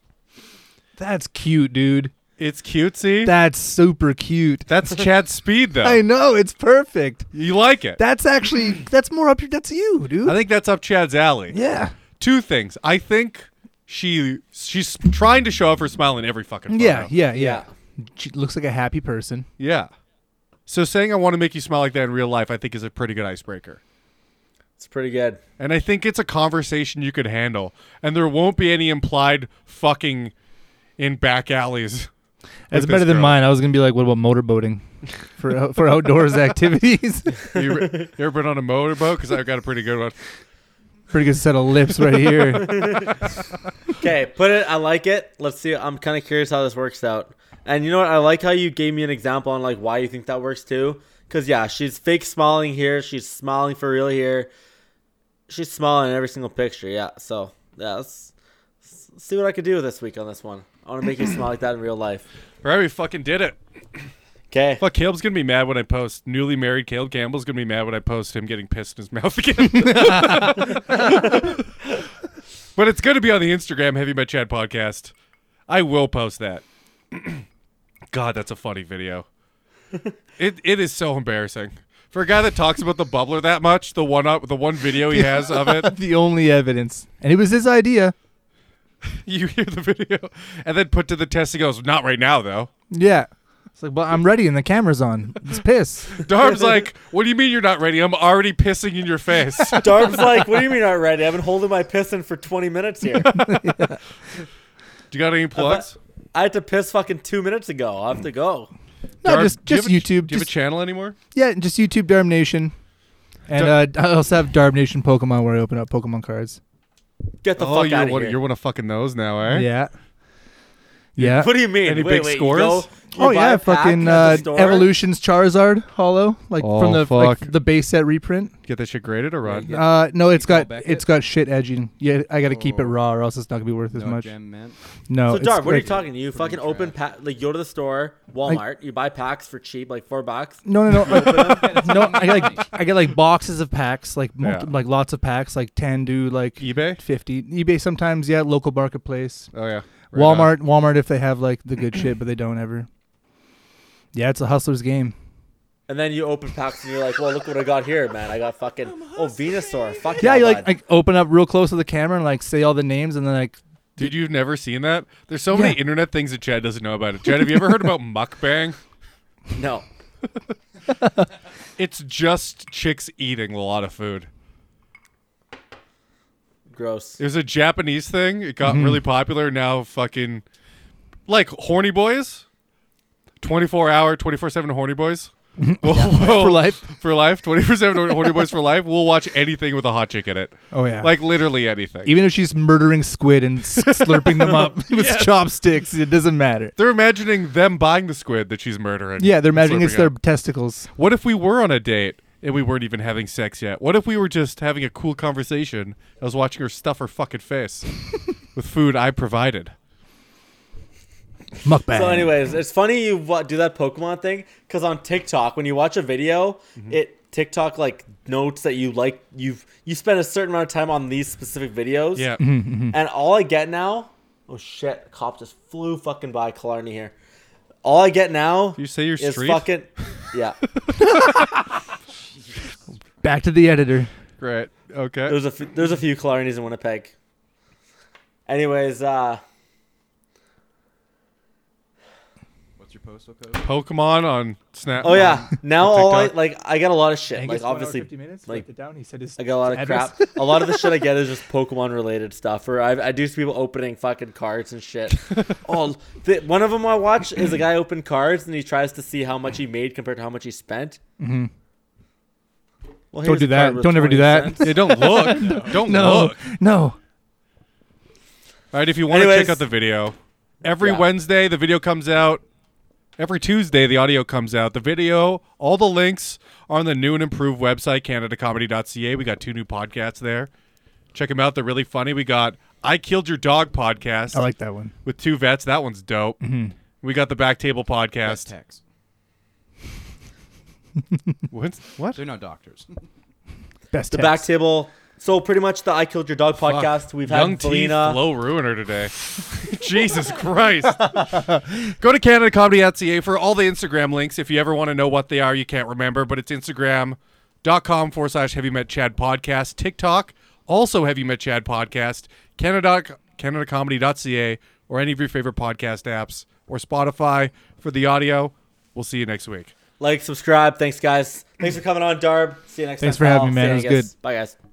Speaker 4: That's cute, dude.
Speaker 3: It's cutesy.
Speaker 4: That's super cute.
Speaker 3: That's Chad's speed, though.
Speaker 4: I know it's perfect.
Speaker 3: You like it?
Speaker 4: That's actually that's more up your. That's you, dude.
Speaker 3: I think that's up Chad's alley.
Speaker 4: yeah,
Speaker 3: Two things. I think she she's trying to show off her smile in every fucking photo.
Speaker 4: yeah, yeah, yeah. She looks like a happy person.
Speaker 3: Yeah. So saying I want to make you smile like that in real life, I think is a pretty good icebreaker.
Speaker 5: It's pretty good.
Speaker 3: And I think it's a conversation you could handle. And there won't be any implied fucking in back alleys.
Speaker 4: That's
Speaker 3: with
Speaker 4: better
Speaker 3: this
Speaker 4: than
Speaker 3: girl.
Speaker 4: mine. I was gonna be like, what about motorboating for out- for outdoors activities?
Speaker 3: You, ever- you ever been on a motorboat? Because I've got a pretty good one.
Speaker 4: Pretty good set of lips right here.
Speaker 5: Okay, put it. I like it. Let's see. I'm kind of curious how this works out. And you know what? I like how you gave me an example on like why you think that works too. Cause yeah, she's fake smiling here. She's smiling for real here. She's smiling in every single picture. Yeah. So yeah, let's, let's see what I could do this week on this one. I want to make you smile like that in real life.
Speaker 3: All right, we fucking did it.
Speaker 5: Okay.
Speaker 3: Fuck, Caleb's gonna be mad when I post newly married Caleb Campbell's gonna be mad when I post him getting pissed in his mouth again. but it's gonna be on the Instagram Heavy Met Chad podcast. I will post that. God, that's a funny video. It it is so embarrassing for a guy that talks about the bubbler that much. The one up, the one video he has of it.
Speaker 4: the only evidence, and it was his idea.
Speaker 3: You hear the video, and then put to the test. He goes, "Not right now, though."
Speaker 4: Yeah. It's like, well, I'm ready and the camera's on. It's piss.
Speaker 3: Darb's like, "What do you mean you're not ready? I'm already pissing in your face."
Speaker 5: Darb's like, what do you mean not ready? I've been holding my piss in for 20 minutes here.
Speaker 3: Do you got any plugs?
Speaker 5: I had to piss fucking two minutes ago. I have to go.
Speaker 4: No,
Speaker 3: Darb,
Speaker 4: just
Speaker 3: do you
Speaker 4: just
Speaker 3: have a-
Speaker 4: YouTube.
Speaker 3: Do you have a
Speaker 4: Just,
Speaker 3: channel anymore?
Speaker 4: yeah, just YouTube Darm Nation. And uh, I also have Darm Nation Pokemon where I open up Pokemon cards.
Speaker 5: Get the
Speaker 3: oh,
Speaker 5: fuck
Speaker 3: you're
Speaker 5: out of
Speaker 3: one,
Speaker 5: here.
Speaker 3: you're one of fucking those now, eh?
Speaker 4: Yeah. Yeah.
Speaker 5: What do you mean?
Speaker 3: Any
Speaker 5: wait,
Speaker 3: big
Speaker 5: wait, you
Speaker 3: scores?
Speaker 5: go- you
Speaker 4: Oh
Speaker 5: buy
Speaker 4: yeah,
Speaker 5: a pack at
Speaker 4: fucking
Speaker 5: the
Speaker 4: uh,
Speaker 5: store?
Speaker 4: Evolutions Charizard Hollow, like
Speaker 3: Oh,
Speaker 4: from the like,
Speaker 3: fuck.
Speaker 4: the base set reprint.
Speaker 3: Get that shit graded or what?
Speaker 4: Uh, no, it's got
Speaker 7: back
Speaker 4: it's
Speaker 7: it?
Speaker 4: got shit edging. Yeah, I got to keep it raw, or else it's not gonna be worth as
Speaker 7: No
Speaker 4: much.
Speaker 7: gem mint.
Speaker 4: No.
Speaker 5: Oh. So
Speaker 4: Oh, it's
Speaker 5: Darb, what are you
Speaker 4: like-
Speaker 5: talking? You fucking open pack like you go to the store, Walmart, you buy packs for cheap, like four bucks.
Speaker 4: No, no, no. like- no, I get like I get like boxes of packs, like multi-
Speaker 3: Yeah.
Speaker 4: like lots of packs, like ten do like
Speaker 3: eBay?
Speaker 4: fifty. eBay sometimes, yeah. Local marketplace,
Speaker 3: Oh yeah. Right
Speaker 4: Walmart, Walmart if they have like the good shit, but they don't ever. Yeah, it's a hustler's game.
Speaker 5: And then you open packs and you're like, Well look what I got here, man. I got fucking Oh Venusaur. Fuck
Speaker 4: Yeah, you like
Speaker 5: bud.
Speaker 4: like open up real close to the camera and like say all the names and then like
Speaker 3: on. Dude, you've never seen that? There's so many
Speaker 4: Yeah.
Speaker 3: internet things that Chad doesn't know about it. Chad, have you ever heard about mukbang?
Speaker 5: No.
Speaker 3: It's just chicks eating a lot of food.
Speaker 5: Gross.
Speaker 3: It was a Japanese thing. It got really
Speaker 4: Mm-hmm.
Speaker 3: popular. Now fucking like horny boys. 24 hour, 24 7 horny boys.
Speaker 4: Mm-hmm. for life.
Speaker 3: For life. 24 7 horny boys for life. We'll watch anything with a hot chick in it.
Speaker 4: Oh yeah,
Speaker 3: Like literally anything.
Speaker 4: even if she's murdering squid and s- slurping them up with chopsticks, it doesn't matter.
Speaker 3: They're imagining them buying the squid that she's murdering.
Speaker 4: Yeah, they're imagining
Speaker 3: Slurping
Speaker 4: it's their
Speaker 3: up.
Speaker 4: testicles.
Speaker 3: What if we were on a date and we weren't even having sex yet? What if we were just having a cool conversation? I was watching her stuff her fucking face with food I provided.
Speaker 4: Mukbang.
Speaker 5: So, anyways, it's funny you wa- do that Pokemon thing because on TikTok, when you watch a video,
Speaker 4: Mm-hmm.
Speaker 5: it TikTok like notes that you like you've you spent a certain amount of time on these specific videos.
Speaker 3: Yeah.
Speaker 4: Mm-hmm.
Speaker 5: And all I get now, oh shit, cop just flew fucking by Killarney here. All I get now
Speaker 3: you say your
Speaker 5: is
Speaker 3: street?
Speaker 5: fucking yeah.
Speaker 4: Back to the editor.
Speaker 3: Great. Okay.
Speaker 5: There's a f- there's a few Killarneys in Winnipeg. Anyways, uh,
Speaker 7: What's your postal code?
Speaker 3: Pokemon on Snap.
Speaker 5: oh yeah, now all I
Speaker 3: TikTok.
Speaker 5: like I got a lot of shit. Like obviously, like I got a lot of
Speaker 4: Address?
Speaker 5: crap. A lot of the shit I get is just Pokemon related stuff, or I, I do see people opening fucking cards and shit. oh, the, one of them I watch is a guy open cards and he tries to see how much he made compared to how much he spent. Mm-hmm. Well,
Speaker 4: Don't
Speaker 5: here's
Speaker 4: do
Speaker 5: a card
Speaker 4: that.
Speaker 5: with
Speaker 4: Don't ever
Speaker 5: 20
Speaker 4: do that.
Speaker 5: cents.
Speaker 3: Yeah, don't look. Don't
Speaker 4: No,
Speaker 3: look.
Speaker 4: no.
Speaker 3: All right, if you want to
Speaker 5: Anyways.
Speaker 3: check out the video, every
Speaker 5: Yeah.
Speaker 3: Wednesday the video comes out. Every Tuesday the audio comes out. The video, all the links are on the new and improved website canadacomedy.ca. We got two new podcasts there. Check them out; they're really funny. We got I Killed Your Dog podcast.
Speaker 4: I like Mm-hmm. that one.
Speaker 3: With two vets. That one's dope. We got the Back Table podcast.
Speaker 7: Tex.
Speaker 3: What's, what?
Speaker 7: They're not doctors.
Speaker 4: Best
Speaker 5: The
Speaker 4: text.
Speaker 5: back table. So pretty much the I Killed Your Dog podcast. We've
Speaker 3: Young
Speaker 5: had
Speaker 3: T,
Speaker 5: Felina.
Speaker 3: Low Ruiner today. Jesus Christ. Go to CanadaComedy.ca for all the Instagram links. If you ever want to know what they are, you can't remember, but it's Instagram.com forward slash Heavy Met Chad Podcast. TikTok, also Heavy Met Chad Podcast. Canada, CanadaComedy.ca or any of your favorite podcast apps or Spotify for the audio. We'll see you next week.
Speaker 5: Like, subscribe. Thanks, guys. Thanks for coming on, Darb. See you next
Speaker 4: Thanks
Speaker 5: time.
Speaker 4: for
Speaker 5: pal.
Speaker 4: having me, man.
Speaker 5: See
Speaker 4: It
Speaker 5: ya,
Speaker 4: was
Speaker 5: guys.
Speaker 4: good.
Speaker 5: Bye, guys.